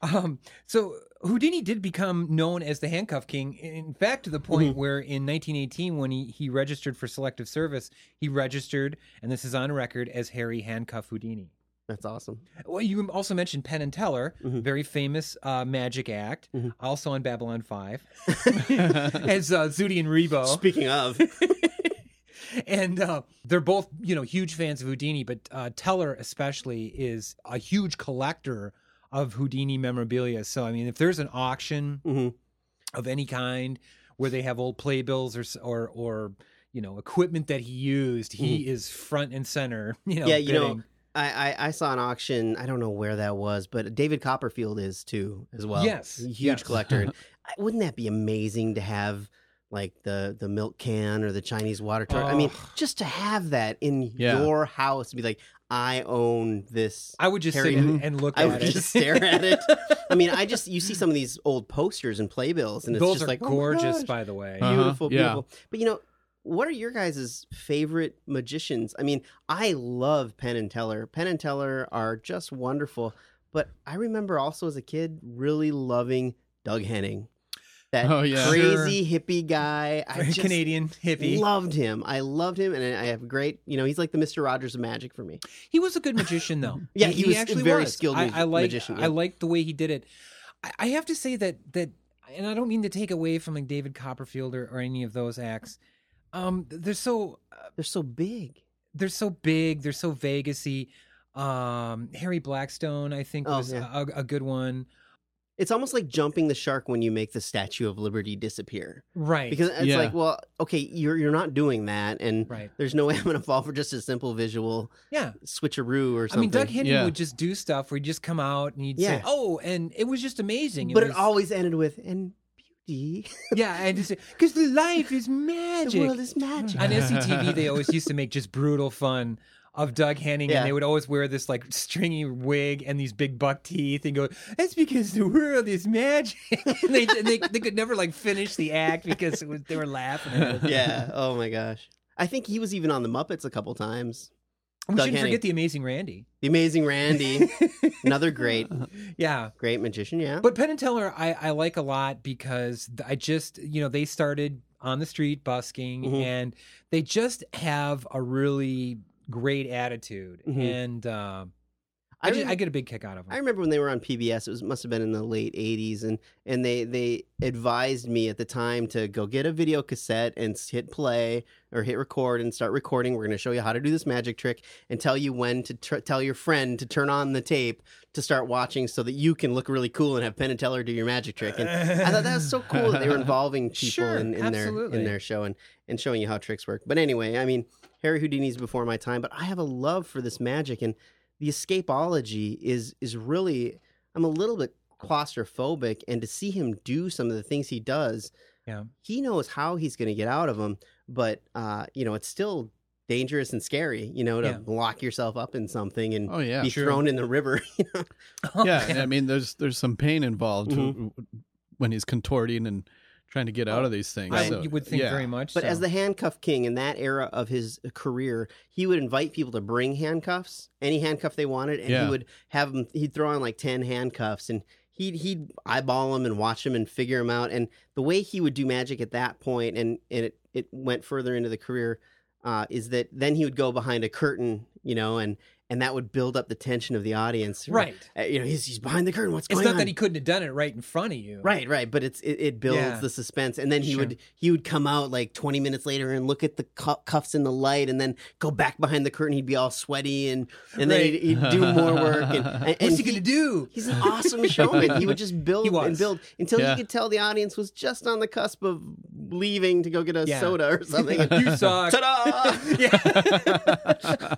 E: um, so Houdini did become known as the handcuff king. In fact, to the point
F: Mm-hmm.
E: where in 1918, when he, he registered for selective service, he registered, and this is on record, as Harry Handcuff Houdini.
F: That's awesome.
E: Well, you also mentioned Penn and Teller,
F: Mm-hmm.
E: very famous uh, magic act, also on Babylon 5, as uh, Zudi and Rebo
F: Speaking of,
E: and uh, they're both you know huge fans of Houdini, but uh, Teller especially is a huge collector of Houdini memorabilia. So I mean, if there's an auction
F: Mhm.
E: of any kind where they have old playbills or s- or or you know equipment that he used, he is front and center. You know,
F: Mm-hmm. yeah, you know.
E: bidding.
F: I, I, I saw an auction. I don't know where that was, but David Copperfield is too, as well.
E: Yes,
F: huge
E: yes.
F: collector. And I- Wouldn't that be amazing to have, like the the milk can or the Chinese water tower? I mean,
E: Oh.
F: just to have that in
G: Yeah.
F: your house and be like, I own this.
E: I would just
F: Harry-
E: sit and, and look
F: I
E: at
F: would
E: it.
F: just stare at it. I mean, I just you see some of these old posters and playbills, and it's
E: Those
F: just
E: are
F: like oh my
E: gorgeous,
F: gosh.
E: by the way.
G: Uh, Uh-huh,
F: Beautiful,
G: yeah.
F: beautiful. But you know, what are your guys' favorite magicians? I mean, I love Penn and Teller. Penn and Teller are just wonderful. But I remember also as a kid really loving Doug Henning. That
G: Oh, yeah.
F: crazy hippie guy. I just
E: Canadian hippie.
F: loved him. I loved him, and I have great. You know, he's like the Mister Rogers of magic for me.
E: He was a good magician, though.
F: Yeah, he was a very skilled
E: I,
F: magi-
E: I like.
F: magician, yeah.
E: I like the way he did it. I, I have to say that that, and I don't mean to take away from like David Copperfield or, or any of those acts. Um, they're so
F: They're so big.
E: they're so big. They're so Vegasy. Um, Harry Blackstone, I think,
F: Oh,
E: was
F: yeah.
E: a, a good one.
F: It's almost like jumping the shark when you make the Statue of Liberty disappear.
E: Right.
F: Because it's
G: Yeah.
F: like, well, okay, you're you're not doing that, and
E: Right.
F: there's no way I'm going to fall for just a simple visual
E: yeah.
F: switcheroo or
E: I mean,
F: something.
E: Doug Hidden
G: Yeah.
E: would just do stuff where he'd just come out and he'd
F: Yeah.
E: say, "Oh," and it was just amazing.
F: but
E: was-
F: it always ended with and beauty.
E: yeah, and just because the life is magic.
F: The world is magic.
E: on SCTV, they always used to make just brutal fun of Doug Henning,
F: Yeah.
E: and they would always wear this like stringy wig and these big buck teeth, and go, "That's because the world is magic." and they, and they they could never like finish the act because it was, they were laughing. At it.
F: yeah. Oh my gosh. I think he was even on the Muppets a couple times.
E: We
F: Doug
E: shouldn't
F: Henning.
E: forget the Amazing Randy.
F: The Amazing Randy, another great,
E: Yeah.
F: great magician. Yeah.
E: But Penn and Teller, I, I like a lot because th- I just, you know, they started on the street busking
G: Mm-hmm.
F: Mhm.
E: and they just have a really great attitude.
G: Mm-hmm.
F: Mhm.
E: And uh, I,
F: I,
E: ju-
F: rem-
E: I get a big kick out of
F: I
E: them.
F: remember when they were on PBS. It was must have been in the late '80s, and and they they advised me at the time to go get a video cassette and s- hit play or hit record and start recording. We're going to show you how to do this magic trick and tell you when to tr- tell your friend to turn on the tape to start watching, so that you can look really cool and have Penn and Teller do your magic trick. And I thought that was so cool that they were involving people
E: Sure,
F: in, in their in
E: absolutely.
F: their show and, and showing you how tricks work. But anyway, I mean, Harry Houdini's before my time, but I have a love for this magic and the escapology is is really I'm a little bit claustrophobic and to see him do some of the things he does,
E: Yeah.
F: he knows how he's going to get out of them, but uh, you know, it's still dangerous and scary, you know, to
E: Yeah.
F: lock yourself up in something and
G: Oh yeah.
F: be thrown in the river. you know?
G: yeah, and I mean, there's there's some pain involved
F: Mhm.
E: Mm-hmm.
G: w- w- when he's contorting and trying to get out of these things.
E: I
G: so,
E: you would think
G: yeah.
E: very much.
F: But
E: so.
F: as the handcuff king in that era of his uh, career, he would invite people to bring handcuffs, any handcuff they wanted, and
G: Yeah.
F: he would have them. He'd throw on like ten handcuffs, and he'd he'd eyeball them and watch them and figure them out. And the way he would do magic at that point, and and it it went further into the career, uh, is that then he would go behind a curtain, you know, and and that would build up the tension of the audience.
E: right.
F: Uh, you know, he's he's behind the curtain. What's
E: It's
F: going
E: not
F: on?
E: that he couldn't have done it right in front of you.
F: Right, right, but it's it, it builds
E: Yeah.
F: the suspense, and then he
E: Sure.
F: would he would come out like twenty minutes later and look at the cu- cuffs in the light, and then go back behind the curtain. He'd be all sweaty, and and then
E: Right.
F: he'd, he'd do more work. And, and, and
E: What's he, going to do?
F: He's an awesome showman. He would just build
E: He was.
F: and build until
G: Yeah.
F: he could tell the audience was just on the cusp of leaving to go get a
E: Yeah.
F: soda or something. And
E: you suck.
F: Ta-da!
E: Yeah.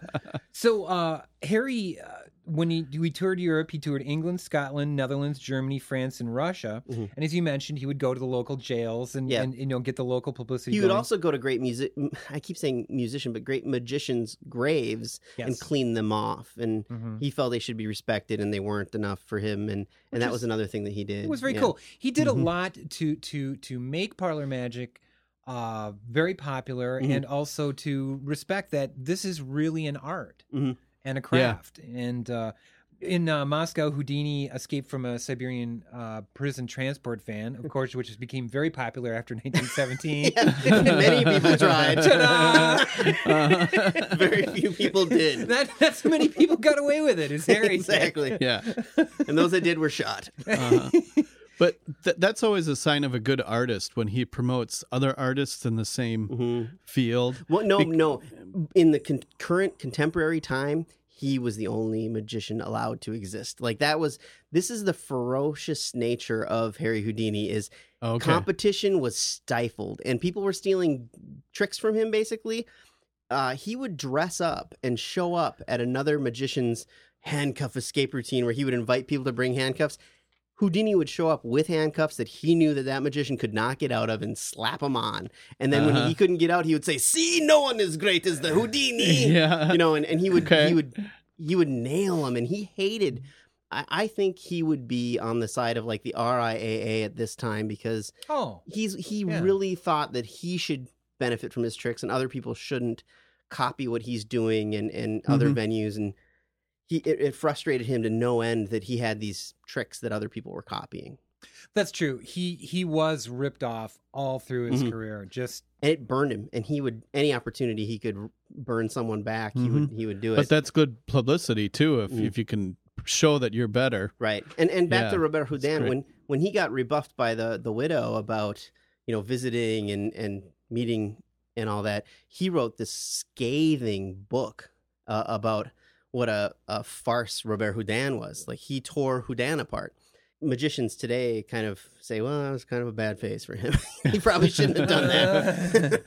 E: so uh, Harry, uh, when he we toured Europe, he toured England, Scotland, Netherlands, Germany, France, and Russia.
F: Mhm.
E: And as you mentioned, he would go to the local jails and,
F: Yeah.
E: and you know get the local publicity.
F: He would
E: going.
F: also go to great music. I keep saying musician, but great magicians' graves and
E: Yes.
F: clean them off. And
E: Mhm.
F: he felt they should be respected and they weren't enough for him and and that
E: is-
F: was another thing that he did
E: It was very
F: Yeah. Mm-hmm.
E: cool. He did
G: Mhm.
E: a lot to to to make parlor magic uh very popular
F: Mhm.
E: and also to respect that this is really an art
F: Mhm.
E: and a craft. And uh in uh, Moscow, Houdini escaped from a Siberian uh, prison transport van, of course, which became very popular after 1917.
F: yeah, many people tried
G: Ta-da!
F: very few people did
E: Not, not so many people got away with it, as Harry said.
F: exactly
G: yeah.
F: and those that did were shot
G: Uh-huh. But th- that's always a sign of a good artist when he promotes other artists in the same
E: Mm-hmm.
G: field.
F: well no
G: Bec-
F: no in the con- current contemporary time he was the only magician allowed to exist like that was this is the ferocious nature of harry houdini is
G: Okay.
F: competition was stifled and people were stealing tricks from him basically uh, he would dress up and show up at another magician's handcuff escape routine where he would invite people to bring handcuffs houdini would show up with handcuffs that he knew that that magician could not get out of and slap him on and then when
G: Uh-huh.
F: he couldn't get out he would say see no one is great as the houdini
G: yeah.
F: you know, and, and he would
G: Okay.
F: he would he would nail him, and he hated. I, I think he would be on the side of like the RIAA at this time because
E: Oh,
F: he's he
E: Yeah.
F: really thought that he should benefit from his tricks and other people shouldn't copy what he's doing and and other
G: Mhm.
F: venues and he it, it frustrated him to no end that he had these tricks that other people were copying
E: that's true. He he was ripped off all through his
F: Mhm.
E: career. Just
F: and it burned him and he would any opportunity he could burn someone back he would he would do it
G: but that's good publicity too if
F: Mm.
G: if you can show that you're better.
F: Right. And and back to
G: Yeah,
F: Roberto Houdin
G: great.
F: when when he got rebuffed by the the widow about, you know, visiting and and meeting and all that, he wrote this scathing book uh, about what a, a farce Robert Houdin was. Like he tore Houdin apart. magicians today kind of say, "Well, that was kind of a bad phase for him. he probably shouldn't have done that."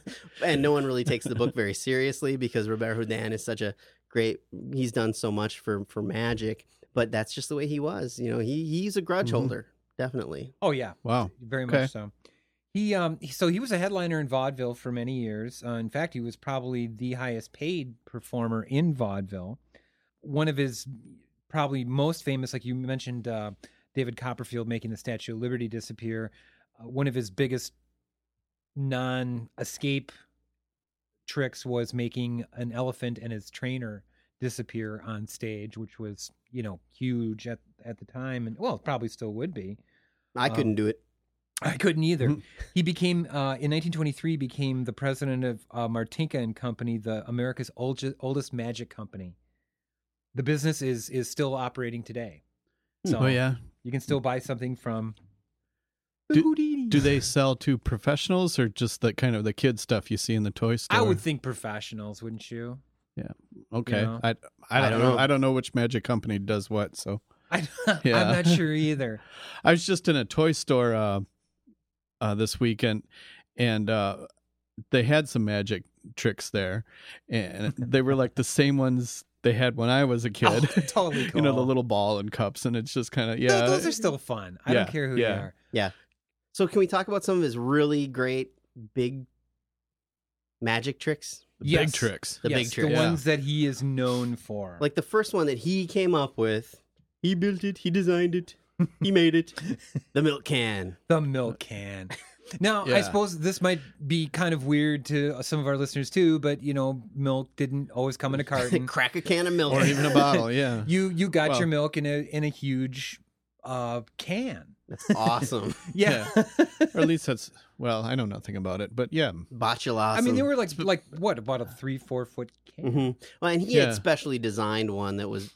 F: and no one really takes the book very seriously because Robert Houdin is such a great. He's done so much for for magic, but that's just the way he was. You know, he he's a grudge
G: Mhm.
F: holder, definitely.
E: Oh yeah,
G: Wow.
E: very
G: Okay.
E: much so. He um he- so he was a headliner in vaudeville for many years. Uh, in fact, he was probably the highest paid performer in vaudeville. One of his probably most famous, like you mentioned, uh, David Copperfield making the Statue of Liberty disappear. Uh, one of his biggest non-escape tricks was making an elephant and his trainer disappear on stage, which was you know huge at at the time, and well, probably still would be.
F: I
E: Wow.
F: couldn't do it.
E: I couldn't either.
G: Mhm.
E: he became uh, in 1923 became the president of uh, Martinka and Company, the America's oldest, oldest magic company. The business is is still operating today. So
G: oh yeah.
E: you can still buy something from.
G: Do- Do they sell to professionals or just the kind of the kid stuff you see in the toy store?
E: I would think professionals, wouldn't you?
G: Okay.
E: you know.
G: I, I,
F: I
G: don't
F: don't
G: know.
F: know.
G: I don't know which magic company does what. So
E: I,
G: Yeah.
E: I'm not sure either.
G: I was just in a toy store uh, uh, this weekend, and uh, they had some magic tricks there, and they were like the same ones they had when I was a kid.
E: Oh, totally
G: you know the
E: cool.
G: little ball and cups, and it's just kind of
E: Th-
G: yeah.
E: those are still fun. I don't
G: Yeah,
E: care who
G: yeah.
E: they are.
F: So, can we talk about some of his really great big magic tricks?
G: big
E: Yes.
G: tricks.
F: The
E: yes,
F: big tricks.
E: the
G: Yeah.
E: ones that he is known for.
F: Like the first one that he came up with, he built it, he designed it, he made it. the milk can.
E: The milk can. Now, I
G: Yeah.
E: suppose this might be kind of weird to some of our listeners too, but you know, milk didn't always come in a carton.
F: Crack a can of milk.
G: or even a bottle. Yeah.
E: you you got
G: Well-
E: your milk in a in a huge uh can.
F: That's awesome.
E: Yeah.
G: or at least that's well. I know nothing about it, but yeah.
F: Botulism.
E: I mean, they were like like what about a three four foot can?
G: Mm-hmm.
F: hmm Well, and he
G: Yeah.
F: had specially designed one that was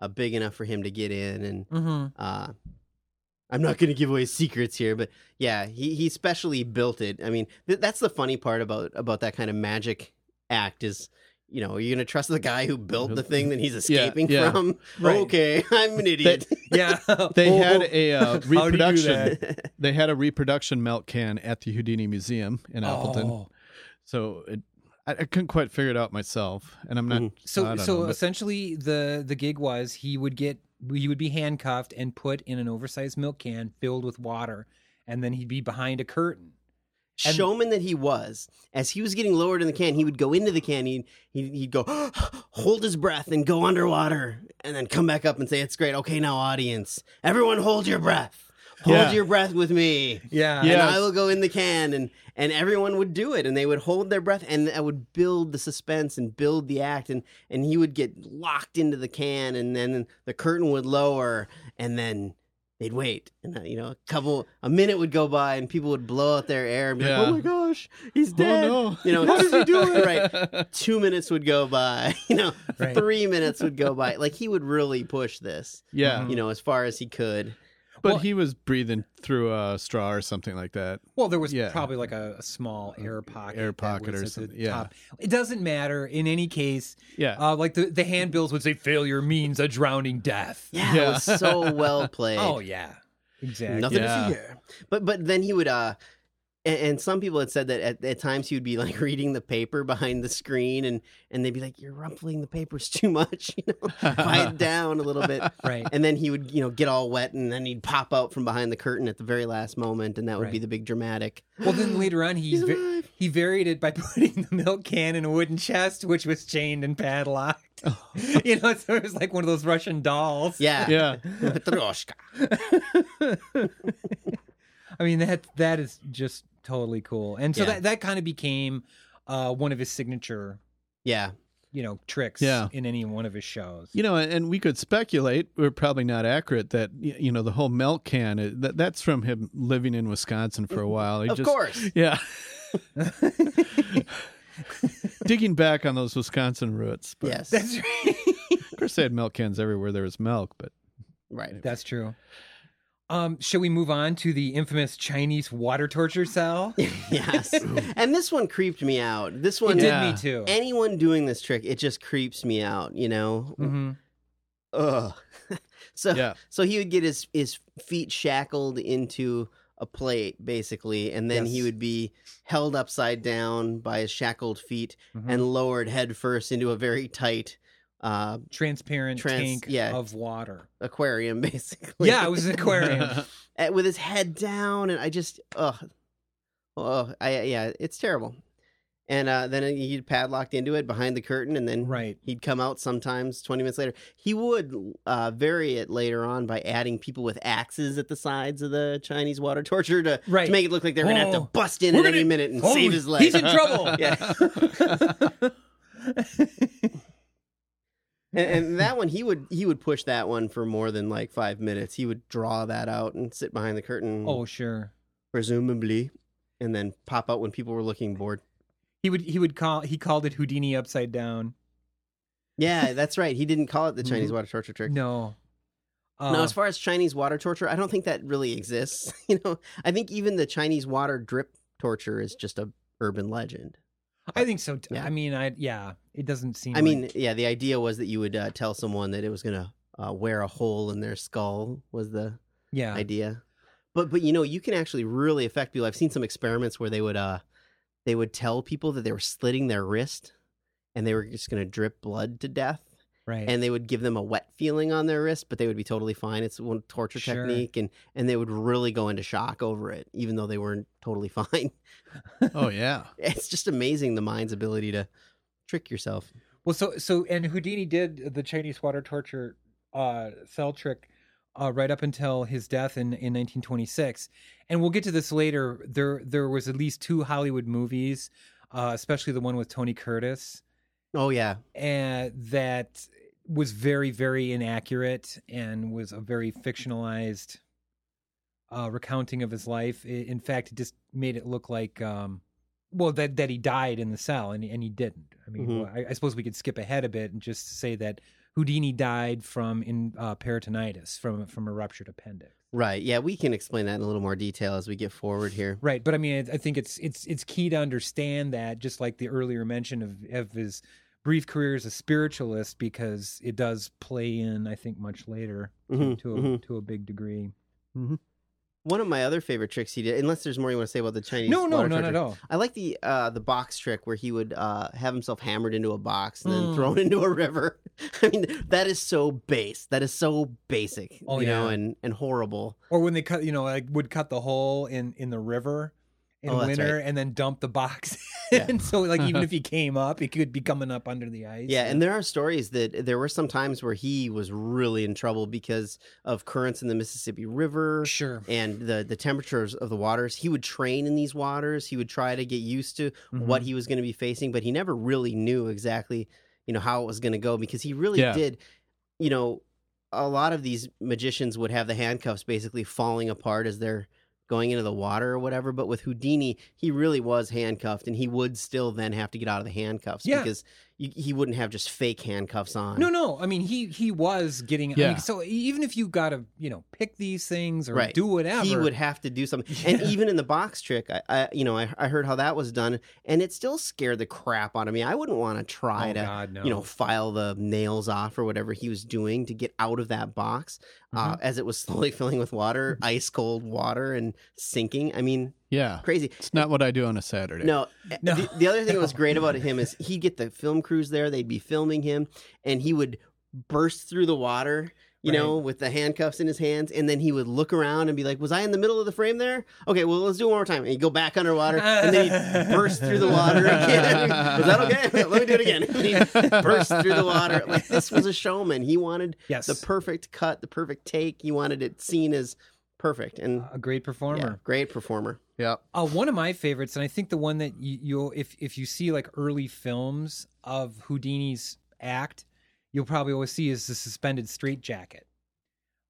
F: uh, big enough for him to get in. And
E: Mhm.
F: uh, I'm not going to give away secrets here, but yeah, he, he specially built it. I mean, th- that's the funny part about about that kind of magic act is. You know, are you going to trust the guy who built the thing that he's escaping
G: yeah.
F: from?
E: Right.
F: Okay, I'm an idiot.
E: Yeah.
G: They
E: Oh,
G: had a uh,
E: do you do
G: reproduction.
E: that?
G: They had a reproduction milk can at the Houdini Museum in Appleton.
E: oh.
G: so it, I, I couldn't quite figure it out myself, and I'm not I
E: So
G: don't
E: so
G: know, but-
E: essentially the the gig was he would get he would be handcuffed and put in an oversized milk can filled with water and then he'd be behind a curtain. And-
F: showman that he was, as he was getting lowered in the can, he would go into the can. He'd, he'd, he'd go, hold his breath and go underwater, and then come back up and say, "It's great. Okay, now audience, everyone, hold your breath. Hold
G: Yeah.
F: your breath with me."
E: Yeah.
F: And
G: Yes.
F: I will go in the can, and and everyone would do it, and they would hold their breath, and I would build the suspense and build the act, and and he would get locked into the can, and then the curtain would lower, and then they'd wait, and uh, you know, a couple, a minute would go by, and people would blow out their air and be
G: Yeah.
F: like, "Oh my gosh, he's
G: Oh,
F: dead!"
G: no.
F: You know, what is he doing? Right. Two minutes would go by, you know,
E: Right.
F: three minutes would go by. Like he would really push this,
G: Yeah,
E: Mhm.
F: you know, as far as he could.
G: but
E: Well-
G: he was breathing through a straw or something like that.
E: Well, there was
G: Yeah.
E: probably like a, a small air pocket,
G: air
E: that
G: pocket
E: was
G: or
E: at the
G: something, yeah.
E: top. It doesn't matter. In any case,
G: Yeah,
E: uh, like the the handbills would say, "Failure means a drowning death."
F: Yeah,
G: Yeah.
F: it was so well played.
E: Oh yeah, exactly.
F: Nothing
G: Yeah.
F: to see here. But but then he would uh and, and some people had said that at, at times he would be like reading the paper behind the screen and and they'd be like, You're rumpling the papers too much, you know.
E: Uh,
F: Quiet down a little bit.
E: Right.
F: And then he would, you know, get all wet and then he'd pop out from behind the curtain at the very last moment and that would be
E: Right.
F: the big dramatic.
E: Well, then later on, he
F: He's
E: va-
F: alive.
E: he varied it by putting the milk can in a wooden chest, which was chained and padlocked. you know, so it was like one of those Russian dolls.
F: Oh. Yeah.
G: yeah.
F: Petrushka.
E: I mean that that is just totally cool, and so
F: Yeah.
E: that that kind of became uh, one of his signature,
F: Yeah.
E: you know, tricks
G: Yeah.
E: in any one of his shows.
G: You know, and we could speculate. We're probably not accurate that y- you know the whole milk can. uh, That that's from him living in Wisconsin for a while. He
F: Of
G: just,
F: course.
G: Yeah. Digging back on those Wisconsin roots, but
F: Yes.
E: That's right.
G: of course they had milk cans everywhere there was milk. But
F: right.
E: That's true. Um, shall we move on to the infamous Chinese water torture cell? It
F: yes. and this one creeped me out. This one
E: did
G: Yeah.
E: me too. Mm-hmm.
F: anyone doing this trick, it just creeps me out, you know?
E: Mhm.
F: Ugh. So
G: Yeah.
F: so he would get his his feet shackled into a plate basically, and then he
E: Yes.
F: would be held upside down by his shackled feet
E: Mhm.
F: and lowered headfirst into a very tight uh,
E: transparent
F: Trans-
E: tank
F: yeah.
E: of water.
F: aquarium, basically.
E: yeah, it was an aquarium.
F: Uh, with his head down, and I just ugh, oh, I yeah, it's terrible. And uh, then he'd padlocked into it behind the curtain, and then
E: right.
F: He'd come out sometimes 20 minutes later. He would uh, vary it later on by adding people with axes at the sides of the Chinese water torture to,
E: Right.
F: to make it look like they're going to have to
E: Oh,
F: bust in
E: we're
F: at any
E: gonna-
F: minute and
E: oh,
F: save his life.
E: He's in trouble.
F: yeah. and, and that one, he would he would push that one for more than like five minutes. He would draw that out and sit behind the curtain,
E: oh, sure.
F: presumably, and then pop out when people were looking bored.
E: He would he would call he called it Houdini upside down.
F: Yeah, that's right. He didn't call it the Chinese
E: Mm-hmm.
F: water torture trick.
E: No. Uh,
F: now, as far as Chinese water torture, I don't think that really exists. You know, I think even the Chinese water drip torture is just a urban legend.
E: I think so. T-
F: Yeah.
E: I mean, I yeah, it doesn't seem.
F: I
E: like-
F: mean, yeah, the idea was that you would uh, tell someone that it was going to uh, wear a hole in their skull was the
E: yeah,
F: idea. But but you know, you can actually really affect people. I've seen some experiments where they would uh they would tell people that they were slitting their wrist and they were just going to drip blood to death
E: right.
F: and they would give them a wet feeling on their wrist, but they would be totally fine. It's one torture
E: Sure.
F: technique, and and they would really go into shock over it, even though they weren't totally fine.
G: oh yeah.
F: It's just amazing the mind's ability to trick yourself.
E: Well, so so and Houdini did the Chinese water torture uh, cell trick uh, right up until his death in, in 1926, and we'll get to this later. There there was at least two Hollywood movies, uh, especially the one with Tony Curtis,
F: Oh yeah,
E: and that was very very inaccurate and was a very fictionalized uh, recounting of his life. I- In fact, it just made it look like. Um, well, that that he died in the cell, and and he didn't. I mean,
F: Mhm.
E: well, I, I suppose we could skip ahead a bit and just say that Houdini died from in uh, peritonitis from from a ruptured appendix.
F: right. Yeah, we can explain that in a little more detail as we get forward here.
E: Right, but I mean, I, I think it's it's it's key to understand that, just like the earlier mention of of his brief career as a spiritualist, because it does play in, I think, much later to-
F: Mhm,
E: to a,
F: mhm.
E: to a big degree.
F: One of my other favorite tricks he did, unless there's more you want to say about the Chinese.
E: No, no,
F: water
E: no,
F: torture.
E: not at all.
F: I like the uh, the box trick where he would uh, have himself hammered into a box and then
E: Mm.
F: thrown into a river. I mean, that is so base. That is so basic,
E: Oh,
F: you know,
E: yeah.
F: and and horrible.
E: Or when they cut, you know, like would cut the hole in in the river in
F: Oh, that's
E: winter and then dump the box.
F: Yeah.
E: and so, like, even if he came up, he could be coming up under the ice.
F: Yeah, and there are stories that there were some times where he was really in trouble because of currents in the Mississippi River
E: sure.
F: and the the temperatures of the waters. He would train in these waters. He would try to get used to
E: Mm-hmm.
F: what he was going to be facing, but he never really knew exactly, you know, how it was going to go because he really
G: Yeah.
F: did, you know, a lot of these magicians would have the handcuffs basically falling apart as they're going into the water or whatever. But with Houdini, he really was handcuffed, and he would still then have to get out of the handcuffs
E: Yeah.
F: because you, he wouldn't have just fake handcuffs on.
E: No, no. I mean, he he was getting. I mean,
G: Yeah.
E: so even if you got to, you know, pick these things or
F: Right.
E: do whatever,
F: He would have to do something. And
E: Yeah.
F: even in the box trick, I, I you know, I, I heard how that was done, and it still scared the crap out of me. I wouldn't want to try
E: Oh,
F: to,
E: God, no.
F: you know, file the nails off or whatever he was doing to get out of that box uh, as it was slowly filling with water, ice cold water, and sinking. I mean,
G: Yeah.
F: crazy.
G: It's not what I do on a Saturday.
F: No,
E: No.
F: The, the other thing that was great about him is he'd get the film crews there, they'd be filming him, and he would burst through the water, you know, with the handcuffs in his hands, and then he would look around and be like, Was I in the middle of the frame there? Okay, well, let's do it one more time. And he'd go back underwater, and then he'd burst through the water again. Was that okay? Let me do it again. And he'd burst through the water. Like, this was a showman. He wanted
E: yes,
F: the perfect cut, the perfect take. He wanted it seen as perfect. And
E: a great
F: yeah,
E: Uh, performer.
F: great performer.
G: Yeah.
E: Uh, one of my favorites, and I think the one that you, you'll if if you see like early films of Houdini's act, you'll probably always see is the suspended straitjacket.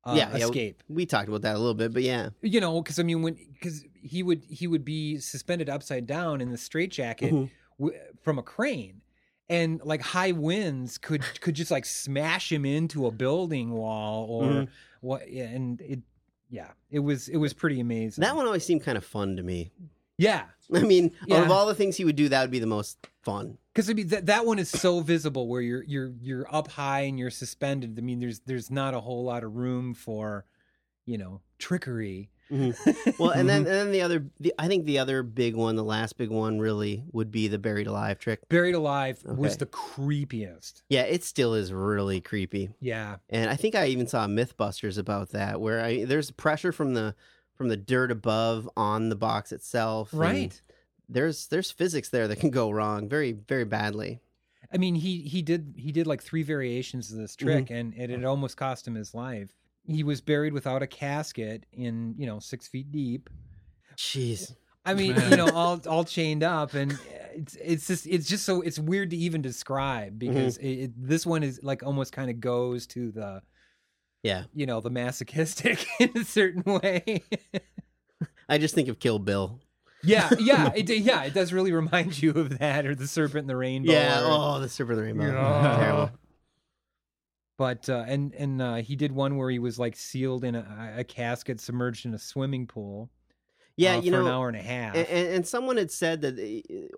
E: Uh,
F: Yeah, yeah.
E: escape.
F: We talked about that a little bit, but yeah.
E: you know because i mean when because he would he would be suspended upside down in the straitjacket
F: Mhm.
E: w- from a crane and like high winds could could just like smash him into a building wall or
F: Mhm.
E: what yeah, and it yeah it was it was pretty amazing
F: That one always seemed kind of fun to me.
E: Yeah.
F: I mean, out
E: Yeah.
F: of all the things he would do, that would be the most fun.
E: Because I mean that that one is so visible where you're you're you're up high and you're suspended. I mean, there's there's not a whole lot of room for, you know, trickery.
F: Well, and then and then the other, the, I think the other big one, the last big one, really would be the buried alive trick.
E: Buried Alive was
F: Okay.
E: the creepiest.
F: Yeah, it still is really creepy.
E: Yeah,
F: and I think I even saw MythBusters about that, where I there's pressure from the from the dirt above on the box itself. and
E: right.
F: There's there's physics there that can go wrong very very badly.
E: I mean, he he did he did like three variations of this trick, and it had almost cost him his life. He was buried without a casket in you know six feet deep.
F: Jeez.
E: I mean, you know, all all chained up, and uh, it's it's just it's just so it's weird to even describe because it, it, this one is like almost kind of goes to the
F: Yeah.
E: you know the masochistic in a certain way.
F: I just think of Kill Bill.
E: yeah, yeah, it, yeah. It does really remind you of that, or the serpent and the rainbow.
F: Yeah.
E: or-
F: Oh, the Serpent of the Rainbow.
E: Yeah.
F: Terrible.
E: But uh, and and uh, he did one where he was like sealed in a, a casket, submerged in a swimming pool.
F: Yeah,
E: uh,
F: you
E: for
F: know,
E: an hour and a half.
F: and, and, and someone had said that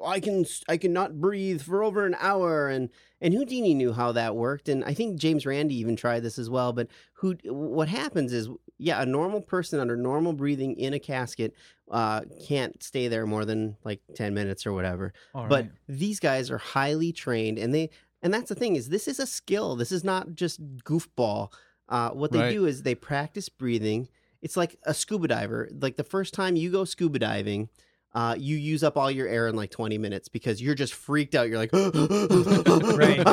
F: uh, I can I cannot breathe for over an hour, and and Houdini knew how that worked, and I think James Randi even tried this as well. But who? What happens is, yeah, a normal person under normal breathing in a casket uh, can't stay there more than like ten minutes or whatever.
E: All
F: but
E: right.
F: these guys are highly trained, and they and that's the thing is this is a skill. This is not just goofball. Uh, what they
G: Right.
F: do is they practice breathing. It's like a scuba diver. Like the first time you go scuba diving, uh, you use up all your air in like 20 minutes because you're just freaked out. You're like, I'm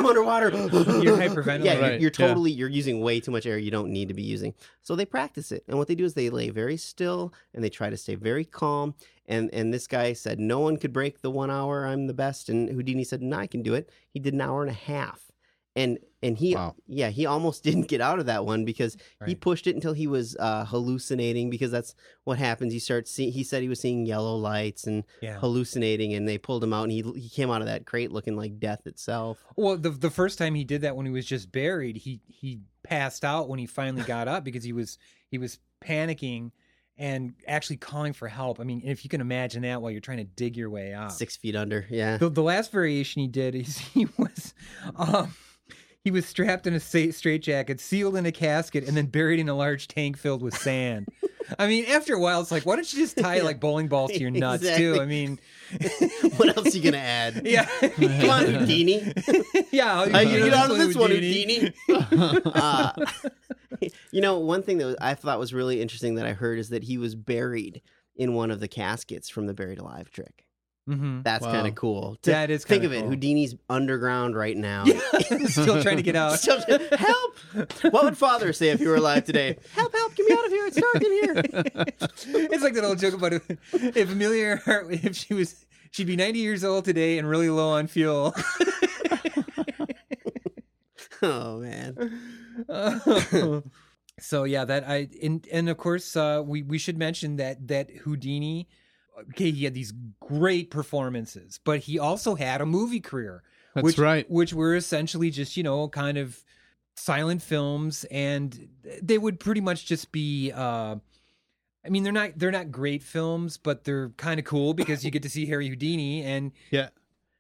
F: underwater.
E: You're hyperventilating.
F: Yeah, you're,
G: Right,
F: you're
G: yeah.
F: totally, you're using way too much air you don't need to be using. So they practice it. And what they do is they lay very still and they try to stay very calm. And, and this guy said, no one could break the one hour. I'm the best. And Houdini said, no, I can do it. He did an hour and a half. And, and he,
G: Wow.
F: yeah, he almost didn't get out of that one because he
E: Right.
F: pushed it until he was uh, hallucinating because that's what happens. He starts see he said he was seeing yellow lights and
E: Yeah.
F: hallucinating, and they pulled him out, and he he came out of that crate looking like death itself.
E: Well, the the first time he did that when he was just buried, he he passed out when he finally got up because he was he was panicking and actually calling for help. I mean, if you can imagine that while you're trying to dig your way up.
F: Six feet under, yeah.
E: The, the last variation he did is he was um he was strapped in a sa- straitjacket, sealed in a casket, and then buried in a large tank filled with sand. I mean, after a while, it's like, why don't you just tie like bowling balls to your nuts too?
F: Exactly.
E: I mean,
F: what else are you gonna add?
E: yeah,
F: Come on, Houdini.
E: yeah.
F: I can
E: you know,
F: get out of
E: that's
F: this
E: what
F: one, Houdini. uh, you know, one thing that was, I thought was really interesting that I heard is that he was buried in one of the caskets from the buried alive trick.
E: Mhm.
F: That's
G: Wow.
F: kind of cool. To
E: That is
F: think
E: kinda
F: of it.
E: cool.
F: Houdini's underground right now.
E: still trying to get out.
F: Still- help! What would father say if he were alive today? Help, help, get me out of here. It's dark in here.
E: it's like that old joke about if, if Amelia Earhart, if she was, she'd be 90 years old today and really low on fuel.
F: Oh, man.
E: so yeah, that I and and of course uh, we we should mention that that Houdini, okay, he had these great performances, but he also had a movie career.
G: That's
E: which,
G: right.
E: Which were essentially just you know kind of silent films, and they would pretty much just be. Uh, I mean, they're not they're not great films, but they're kind of cool because you get to see Harry Houdini, and
G: Yeah.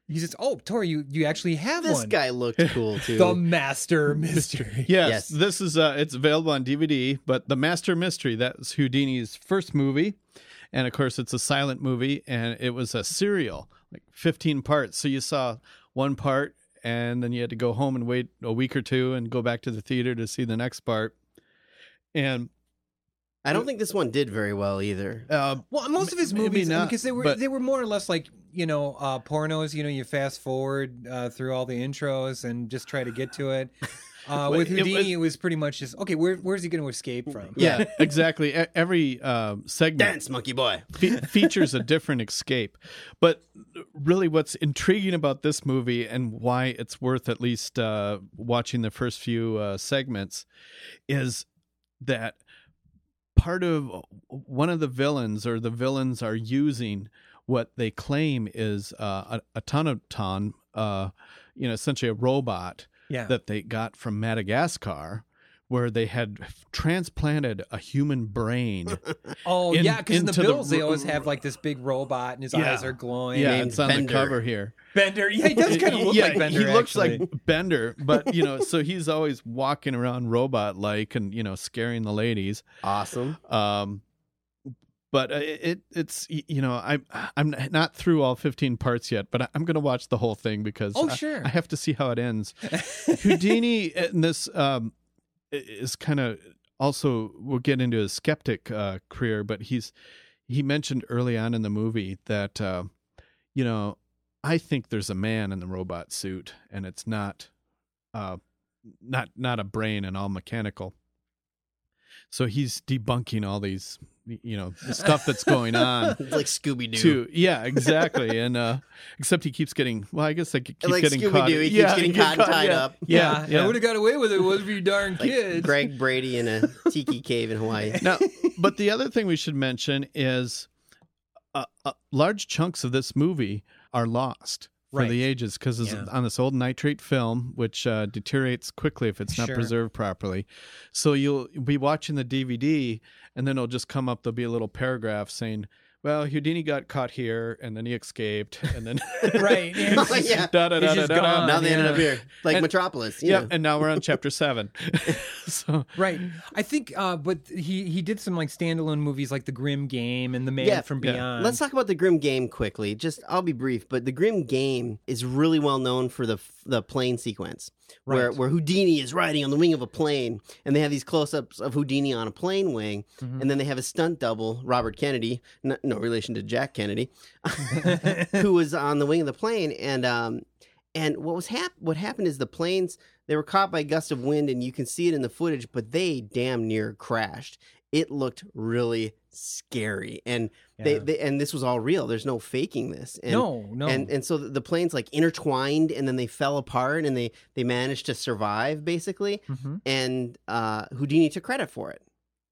E: he says, "Oh, Tori, you you actually have
F: This
E: one."
F: guy looked cool, too.
E: the Master Mystery.
G: Yes,
F: Yes.
G: this is uh, it's available on DVD. But The Master Mystery that's Houdini's first movie, and of course it's a silent movie, and it was a serial, like fifteen parts. So you saw one part, and then you had to go home and wait a week or two, and go back to the theater to see the next part. And
F: I don't think this one did very well either.
G: uh,
E: Well, most of his
G: Maybe
E: movies,
G: not,
E: because they were
G: but-
E: they were more or less like you know uh, pornos. You know, you fast forward uh, through all the intros and just try to get to it. Uh, with
G: It was-
E: Houdini, it was, pretty much just okay. Where, where's he going to escape from?
G: yeah, exactly. E- Every uh, segment
F: Dance, monkey boy.
G: fe- features a different escape. But really, what's intriguing about this movie and why it's worth at least uh, watching the first few uh, segments is that part of one of the villains or the villains are using what they claim is uh, a, a automaton, uh, you know, essentially a robot
E: yeah.
G: that they got from Madagascar, where they had transplanted a human brain.
E: Oh
G: In-
E: yeah, because in the
G: into the
E: bills they
G: ro-
E: always have like this big robot and his
G: Yeah.
E: eyes are glowing.
G: yeah,
F: named
G: it's on
F: Bender.
G: the cover here.
E: Bender. Yeah, he does kind of look
G: yeah,
E: like Bender.
G: He looks
E: actually.
G: like Bender, but you know, so he's always walking around robot like and you know, scaring the ladies.
F: Awesome.
G: Um, but uh, it it's y- you know I'm I'm not through all 15 parts yet, but I- I'm gonna watch the whole thing because
E: Oh,
G: I-
E: sure.
G: I have to see how it ends. Houdini in this um, i- is kind of also we'll get into his skeptic uh, career, but he's he mentioned early on in the movie that uh, you know I think there's a man in the robot suit, and it's not uh, not not a brain and all mechanical. So he's debunking all these you know stuff that's going on.
F: It's like Scooby Doo.
G: Too. Yeah, exactly. And uh except he keeps getting well, I guess I keep
F: Like
G: getting
F: Scooby-Doo,
G: caught.
F: he keeps
G: yeah,
F: getting
G: he gets
F: caught and tied
G: yeah.
F: up.
G: Yeah, yeah.
E: I would have got away with it. What if you darn
F: Like
E: kids?
F: Greg Brady in a tiki cave in Hawaii.
G: now, but the other thing we should mention is uh, uh, large chunks of this movie are lost for
E: Right.
G: the ages because it's
E: Yeah.
G: on this old nitrate film, which uh, deteriorates quickly if it's not
E: Sure.
G: preserved properly. So you'll be watching the DVD, and then it'll just come up. There'll be a little paragraph saying. Well, Houdini got caught here, and then he escaped, and then
E: Right. and it's
F: Oh,
E: just-
F: yeah.
G: da da
E: He's
G: da da
E: just
G: da.
E: gone.
F: Now they ended up here, like
G: And-
F: Metropolis. Yeah.
G: Yep, and now we're on chapter seven. so
E: Right. I think uh but he he did some like standalone movies like The Grim Game and The Man
F: Yeah.
E: from
G: Yeah.
E: Beyond.
F: Let's talk about the Grim Game quickly. Just I'll be brief, but the Grim Game is really well known for the the plane sequence where
E: Right.
F: where Houdini is riding on the wing of a plane, and they have these close ups of Houdini on a plane wing,
E: Mm.
F: and then they have a stunt double, Robert Kennedy, no, no relation to Jack Kennedy,
E: Mm-hmm.
F: who was on the wing of the plane, and um and what was hap- what happened is the planes they were caught by a gust of wind, and you can see it in the footage, but they damn near crashed. It looked really scary, and they,
E: Yeah.
F: they and this was all real. There's no faking this. And,
E: no, no.
F: And and so the the planes like intertwined, and then they fell apart, and they they managed to survive basically.
E: Mhm.
F: And uh, Houdini took credit for it.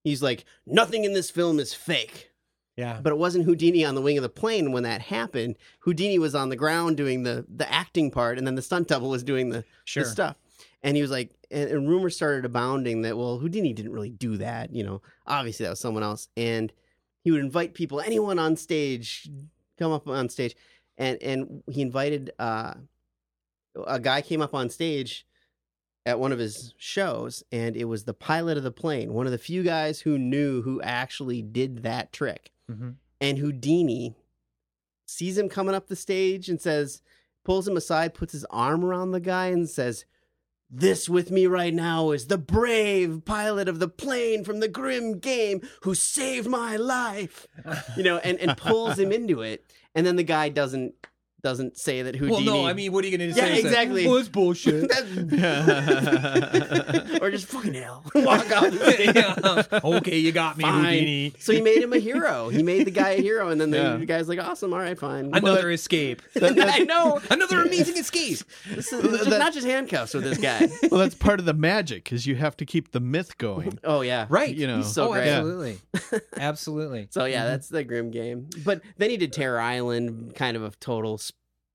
F: He's like, nothing in this film is fake.
E: Yeah.
F: But it wasn't Houdini on the wing of the plane when that happened. Houdini was on the ground doing the the acting part, and then the stunt double was doing the,
E: Sure.
F: the stuff. And he was like, and, and rumors started abounding that well, Houdini didn't really do that. You know, obviously that was someone else. And he would invite people, anyone on stage, come up on stage, and and he invited uh, a guy came up on stage at one of his shows, and it was the pilot of the plane, one of the few guys who knew who actually did that trick
E: Mhm.
F: and Houdini sees him coming up the stage and says, pulls him aside, puts his arm around the guy, and says, This with me right now is the brave pilot of the plane from the grim game who saved my life. You know, and, and pulls him into it. And then the guy doesn't doesn't say that
E: Well,
F: Houdini.
E: no, I mean, what are you going to
F: Yeah,
E: say? It's like,
F: exactly.
E: Well, it's bullshit.
F: or just fucking hell. Walk out.
E: Yeah. Okay, you got me,
F: Fine.
E: Houdini.
F: So he made him a hero. He made the guy a hero, and then the
G: Yeah.
F: guy's like, "Awesome, all right, fine."
E: Another escape.
F: I know.
E: Another amazing escape.
F: This is it's not just handcuffs with this guy.
G: well, that's part of the magic is you have to keep the myth going.
F: Oh yeah,
E: Right.
G: You know.
F: He's so
E: oh,
F: great.
E: absolutely. absolutely.
F: So yeah, that's the grim game. But then he did Terror Island, kind of a total spoof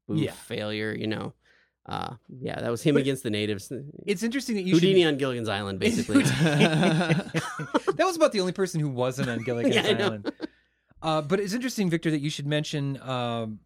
E: Yeah.
F: failure. You know, uh, yeah, that was him against the natives.
E: It's interesting that you
F: Houdini
E: should.
F: on Gilligan's Island, basically.
E: that was about the only person who wasn't on Gilligan's
F: Yeah, I know.
E: Island. Uh, but it's interesting, Victor, that you should mention um,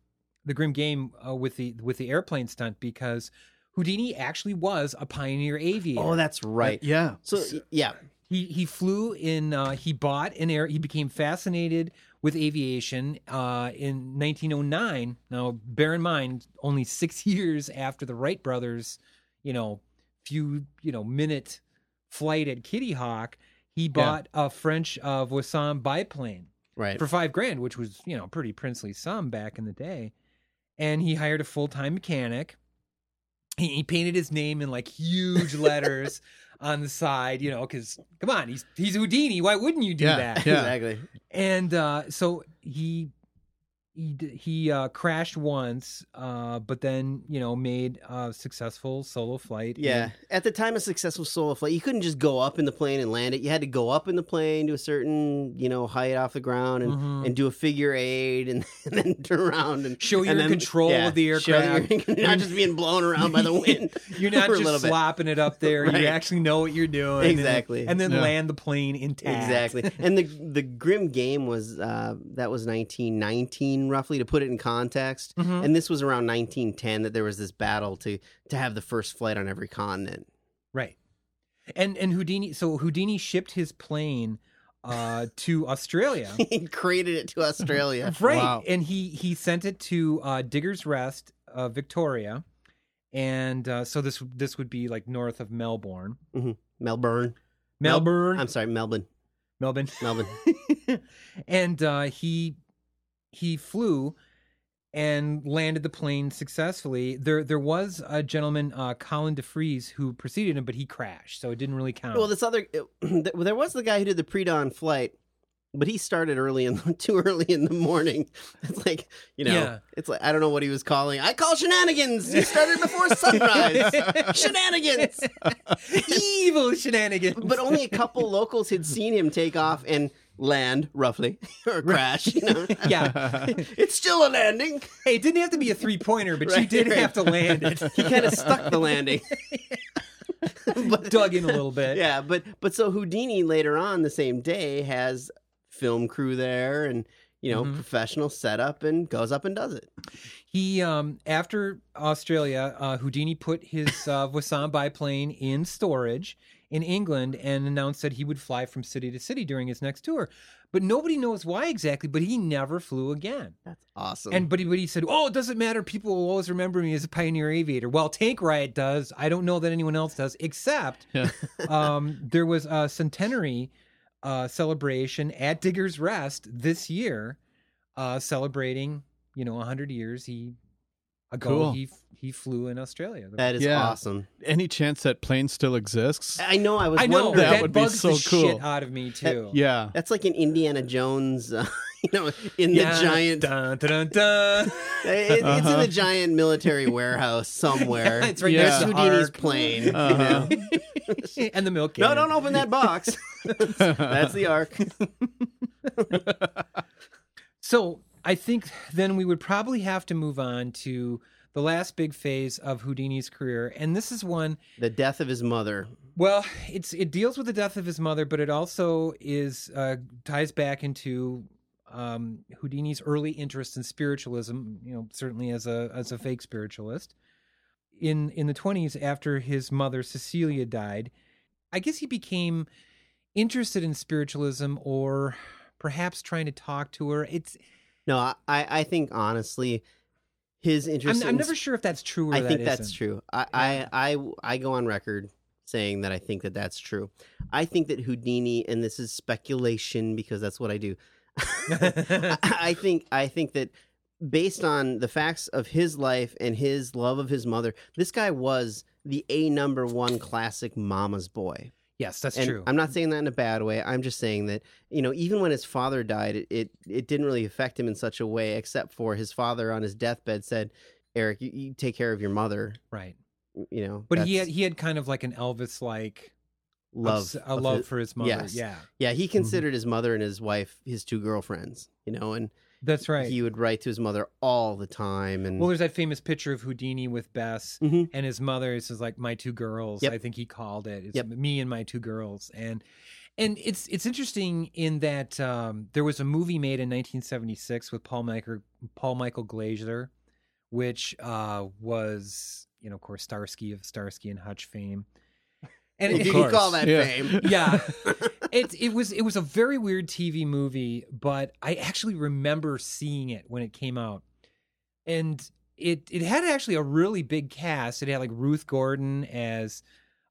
E: the Grim Game uh, with the with the airplane stunt because Houdini actually was a pioneer aviator.
F: oh, that's right.
G: Yeah.
F: So yeah,
E: He he flew in. Uh, he bought an air. He became fascinated with aviation uh, in 1909. Now, bear in mind, only six years after the Wright brothers, you know, few you know minute flight at Kitty Hawk, he bought a French uh, Voisin biplane
F: right.
E: for five grand, which was you know a pretty princely sum back in the day. And he hired a full time mechanic. He, he painted his name in like huge letters on the side, you know, because come on, he's he's Houdini. Why wouldn't you do
G: Yeah,
E: that?
G: yeah.
F: Exactly.
E: And uh, so he he d- he uh, crashed once, uh, but then you know made a successful solo flight. and-
F: Yeah. At the time of successful solo flight, you couldn't just go up in the plane and land it. You had to go up in the plane to a certain, you know, height off the ground and,
E: Mhm.
F: and do a figure eight and, then turn around and
E: Show
F: and
E: you're in
F: then-
E: control of the
F: show that
E: aircraft.
F: You're, you're not just being blown around by the wind.
E: You're not
F: for a little
E: just
F: bit.
E: slopping it up there.
F: Right.
E: You actually know what you're doing. and-
F: Exactly.
E: And then
G: Yeah.
E: land the plane intact.
F: Exactly. And the the grim game was uh, that was 1919 roughly to put it in context.
E: Mhm.
F: And this was around 1910 that there was this battle to to have the first flight on every continent.
E: Right. And and Houdini so Houdini shipped his plane uh to Australia.
F: he created it to Australia.
E: right.
G: Wow.
E: And he he sent it to uh Digger's Rest, uh Victoria. And uh so this this would be like north of Melbourne.
F: Melbourne. Mel-
E: Melbourne.
F: I'm sorry, Melbourne.
E: Melbourne.
F: Melbourne.
E: and uh, he he flew and landed the plane successfully. There there was a gentleman, uh, Colin DeFries, who preceded him, but he crashed, so it didn't really count.
F: Well, this other there was the guy who did the pre-dawn flight, but he started early in too early in the morning. It's like you know,
E: Yeah.
F: it's like I don't know what he was calling. I call shenanigans. You started before sunrise. shenanigans.
E: Evil shenanigans.
F: But only a couple locals had seen him take off and land roughly or crash. You know,
E: yeah,
F: it's still a landing.
E: hey, it didn't have to be a three pointer, but you
F: Right,
E: did
F: right.
E: have to land it.
F: He kind of stuck the landing. but,
E: Dug in a little bit.
F: yeah, but but so Houdini later on the same day has film crew there and you know
E: Mhm.
F: professional setup and goes up and does it.
E: He um after Australia, uh, Houdini put his uh, Wasan biplane in storage in England and announced that he would fly from city to city during his next tour. But nobody knows why exactly. But he never flew again.
F: That's awesome.
E: And but he, but he said, "Oh, it doesn't matter. People will always remember me as a pioneer aviator." Well, Tank Riot does. I don't know that anyone else does, except
G: Yeah.
E: um, there was a centenary uh, celebration at Digger's Rest this year, uh, celebrating you know 100 years he ago
G: Cool.
E: he he flew in Australia.
F: that is
G: Yeah.
F: awesome.
G: Any chance that plane still exists?
F: I know. I was
E: I know
F: wondering.
G: That
E: that,
G: would be
E: bugs
G: so
E: the
G: cool.
E: shit out of me too.
G: Yeah.
F: That's like an Indiana Jones, uh, you know, in
E: Yeah.
F: the giant.
E: Dun, dun, dun, dun.
F: it- it's in
G: Uh-huh.
F: the giant military warehouse somewhere.
E: it's right
G: Yeah.
E: next
F: There's
E: to the
F: Houdini's
E: Ark.
F: plane. you
G: Uh-huh.
F: know?
E: and the milk.
F: No,
E: can.
F: don't open that box. That's the arc.
E: So I think then we would probably have to move on to the last big phase of Houdini's career, and this is one.
F: The death of his mother.
E: Well, it's it deals with the death of his mother, but it also is uh, ties back into um, Houdini's early interest in spiritualism. You know, certainly as a as a fake spiritualist. In in the twenties, after his mother Cecilia died, I guess he became interested in spiritualism, or perhaps trying to talk to her. It's
F: No, I, I I think honestly, his interest.
E: I'm,
F: in
E: I'm never sure if that's true or
F: I
E: that
F: think that's
E: isn't.
F: true. I, I, I, I go on record saying that I think that that's true. I think that Houdini, and this is speculation because that's what I do. I, I think I think that based on the facts of his life and his love of his mother, this guy was the a number one classic mama's boy.
E: Yes, that's
F: and
E: true. Mm.
F: I'm not saying that in a bad way. I'm just saying that you know even when his father died, it, it it didn't really affect him in such a way, except for his father on his deathbed said. Eric, you, you take care of your mother Mm,
E: right,
F: you know.
E: but he had
F: that's
E: he had kind of like an Elvis like
F: love,
E: a love
F: of
E: Mm-hmm.
F: his-
E: for his mother.
F: yes.
E: Yeah,
F: yeah, he considered his mother and his wife his two girlfriends, you know, and
E: that's right.
F: he would write to his mother all the time. And
E: well, there's that famous picture of Houdini with Bess
F: Mhm.
E: and his mother. It's just like my two girls.
F: Yep.
E: I think he called it. It's
F: Yep.
E: me and my two girls. And and it's it's interesting in that um, there was a movie made in 1976 with Paul Michael Paul Michael Glazer, which uh, was you know of course Starsky of Starsky and Hutch fame. And
F: you
E: it-
F: can call
E: course.
F: that
G: Yeah.
F: fame.
E: yeah it it was it was a very weird tv movie but i actually remember seeing it when it came out and it it had actually a really big cast it had like ruth gordon as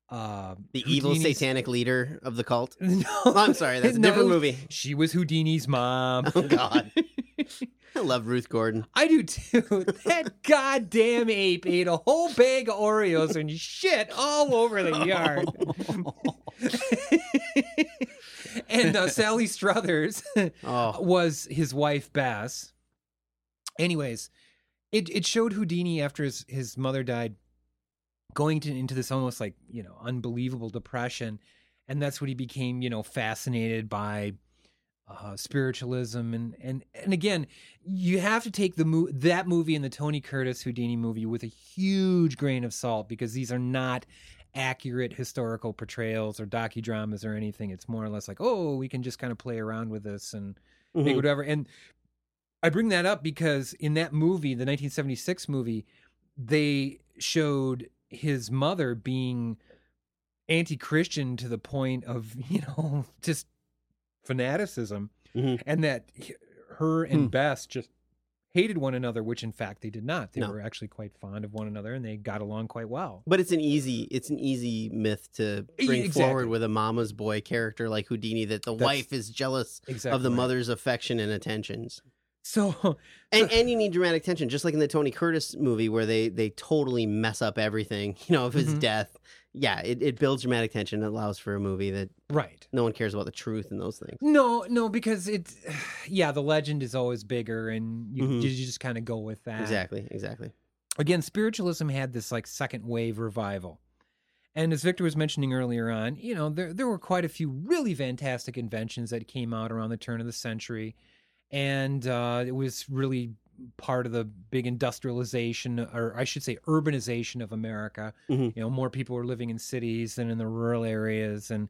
E: uh
F: The evil
E: Houdini's-
F: satanic leader of the cult.
E: no
F: Oh, I'm sorry, that's a
E: No,
F: different movie.
E: she was houdini's mom
F: Oh God, I love Ruth Gordon.
E: I do too. That goddamn ape ate a whole bag of Oreos and shit all over the yard. and uh, Sally Struthers
F: Oh,
E: was his wife Bass, Anyways, it it showed Houdini after his his mother died, going to, into this almost like you know unbelievable depression, and that's what he became you know fascinated by uh, spiritualism and and and again you have to take the mo- that movie and the Tony Curtis Houdini movie with a huge grain of salt because these are not accurate historical portrayals or docudramas or anything. It's more or less like oh we can just kind of play around with this and make
F: Mhm.
E: whatever. And I bring that up because in that movie, the 1976 movie, they showed his mother being anti-Christian to the point of you know just fanaticism,
F: Mhm.
E: and that he- her and
G: Hmm.
E: Bess just hated one another, which in fact they did not. They
F: No.
E: were actually quite fond of one another, and they got along quite well.
F: But it's an easy it's an easy myth to
E: E-
F: bring
E: exactly.
F: forward with a mama's boy character like Houdini that the
E: That's
F: wife is jealous
E: Exactly
F: of the mother's affection and attentions.
E: So
F: And and you need dramatic tension, just like in the Tony Curtis movie where they they totally mess up everything, you know, of his
E: Mhm.
F: death. Yeah, it, it builds dramatic tension. It allows for a movie that
E: right.
F: no one cares about the truth and those things.
E: No, no, because it's yeah, the legend is always bigger, and you,
F: Mhm.
E: you just kind of go with that.
F: Exactly, exactly.
E: Again, spiritualism had this like second wave revival, and as Victor was mentioning earlier on, you know there there were quite a few really fantastic inventions that came out around the turn of the century, and uh, it was really part of the big industrialization, or I should say, urbanization of America.
F: Mhm.
E: You know, more people were living in cities than in the rural areas, and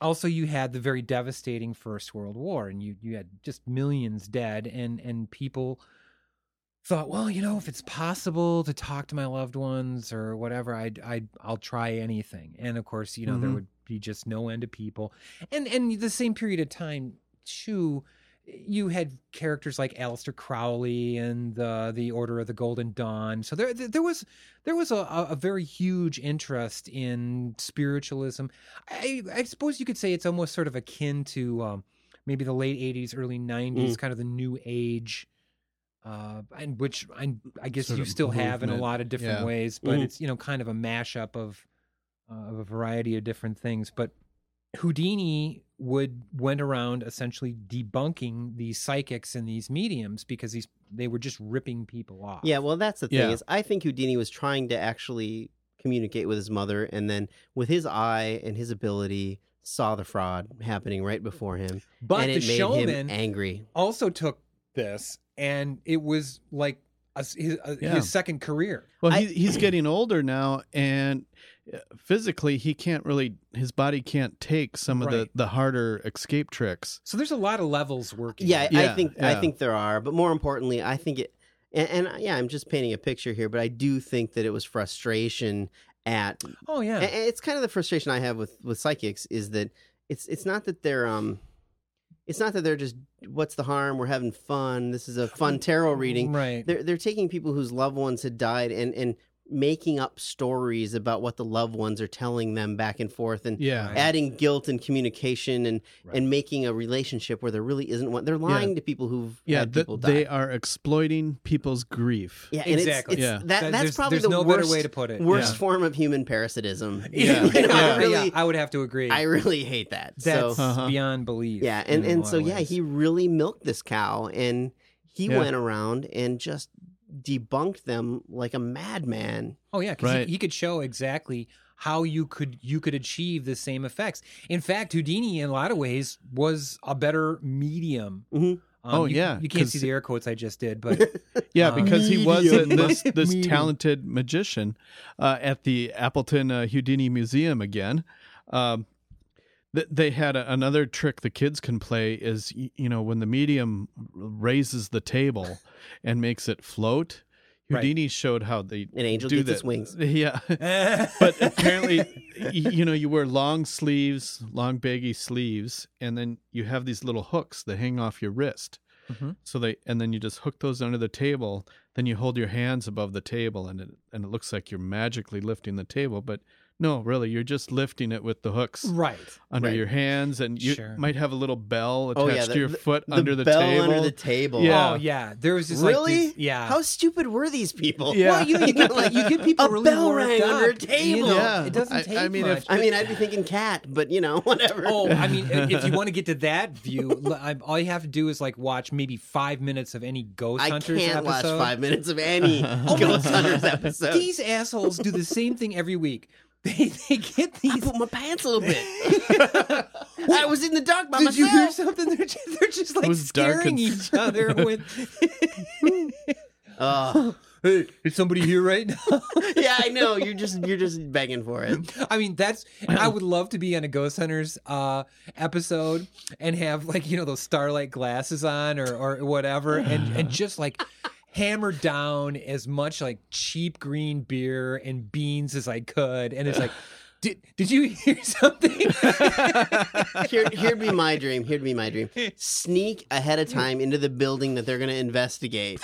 E: also you had the very devastating First World War, and you you had just millions dead, and and people thought, well, you know, if it's possible to talk to my loved ones or whatever, I I I'll try anything. And of course, you know, there
G: Mhm.
E: would be just no end to people, and and the same period of time too. You had characters like Aleister Crowley and the the Order of the Golden Dawn. So there there was there was a, a a very huge interest in spiritualism. I, I suppose you could say it's almost sort of akin to um, maybe the late '80s, early '90s,
G: Mm.
E: kind of the new age, uh, and which I, I guess
G: Sort
E: you
G: of
E: still have in a
G: movement.
E: lot of different
G: Yeah. Mm-hmm.
E: ways, but
F: Mhm.
E: it's you know kind of a mashup of uh, of a variety of different things. But Houdini would went around essentially debunking these psychics and these mediums because these they were just ripping people off.
F: Yeah, well, that's the thing
G: Yeah.
F: is, I think Houdini was trying to actually communicate with his mother, and then with his eye and his ability, saw the fraud happening right before him,
E: but
F: and
E: the
F: it made
E: showman
F: him angry.
E: also took this, and it was like a, his, a,
G: Yeah.
E: his second career.
G: Well,
F: I-
G: he, he's getting older now, and uh, physically, he can't really. His body can't take some of the
E: Right.
G: the harder escape tricks.
E: So there's a lot of levels working.
F: Yeah, I- I
G: Yeah,
F: think I
G: yeah.
F: think there are, but more importantly, I think it. And, and yeah, I'm just painting a picture here, but I do think that it was frustration at
E: Oh yeah.
F: A- and it's kind of the frustration I have with with psychics is that it's it's not that they're um it's not that they're just what's the harm we're having fun this is a fun tarot reading
E: Right.
F: they're they're taking people whose loved ones had died and and making up stories about what the loved ones are telling them back and forth and
G: Yeah,
E: Right.
F: adding guilt and communication and and making a relationship where there really isn't one they're lying to people who've
G: yeah.
F: had
G: th-
F: people die
G: they are exploiting people's grief.
F: yeah, and
E: Exactly.
F: It's,
G: Yeah.
F: it's, that,
E: That-
F: that's
E: there's-
F: probably
E: there's
F: the
E: no
F: worst,
E: better way to put it.
F: worst
G: Yeah.
F: form of human parasitism.
G: Yeah.
F: You know, I
E: Yeah,
F: really-
E: yeah, I would have to agree.
F: I really hate that.
E: That's
F: so
G: Uh-huh.
E: beyond belief.
F: yeah,
E: in
F: and
E: a
F: and
E: lot
F: so
E: of
F: yeah,
E: ways.
F: he really milked this cow, and he
G: Yeah.
F: went around and just debunked them like a madman.
E: Oh yeah, because
G: Right.
E: he, he could show exactly how you could you could achieve the same effects. In fact, Houdini, in a lot of ways, was a better medium.
F: Mhm.
E: Um,
G: Oh,
E: you-
G: yeah,
E: you can't
G: 'cause-
E: see the air quotes I just did, but
G: Yeah,
E: Uh,
G: because he was a,
F: Medium.
G: this this
F: Medium.
G: talented magician uh, at the Appleton uh, Houdini Museum again. Um, th- they had a, another trick the kids can play is y- you know when the medium raises the table and makes it float.
E: Right.
G: Houdini showed how they
F: An angel
G: do
F: gets
G: that.
F: its wings.
G: Yeah, but apparently, y- you know, you wear long sleeves, long baggy sleeves, and then you have these little hooks that hang off your wrist.
E: Mhm.
G: So they, and then you just hook those under the table. Then you hold your hands above the table, and it and it looks like you're magically lifting the table, but No, really, you're just lifting it with the hooks
E: Right.
G: under
F: Right.
G: your hands, and you
E: Sure.
G: might have a little bell attached
F: Oh yeah,
G: to your foot under the
F: bell
G: table.
F: under the table.
G: Yeah.
E: Oh yeah. There was just
F: really?
E: Like this, yeah.
F: How stupid were these people?
G: Yeah.
E: Well, you, you get like you get people
F: a
E: really
F: bell
E: worked
F: rang
E: up,
F: under a
E: you
F: table.
E: know?
G: Yeah.
E: It doesn't
G: I-
E: take
G: I mean,
E: much.
G: if-
F: I mean, I'd be thinking cat, but you know, whatever.
E: Oh, I mean, i- if you want to get to that view, l- I'm- all you have to do is like watch maybe five minutes of any Ghost
F: I
E: Hunters
F: can't
E: episode.
F: watch five minutes of any Ghost Hunters episode.
E: These assholes do the same thing every week. They they get
F: I
E: these.
F: put my pants a little bit. I was in the dark by
E: Did
F: myself.
E: you hear something? They're just, they're just like
G: was dark
E: scaring
G: and-
E: each other with.
F: Ugh.
E: hey, is somebody here right now?
F: Oh. yeah, I know. You're just you're just begging for it.
E: I mean, that's. I would love to be on a Ghost Hunters uh, episode and have like you know those starlight glasses on or or whatever, and and just like hammer down as much like cheap green beer and beans as I could, and it's like. Did, did you hear something?
F: Here, here'd be my dream. Here'd be my dream. Sneak ahead of time into the building that they're going to investigate.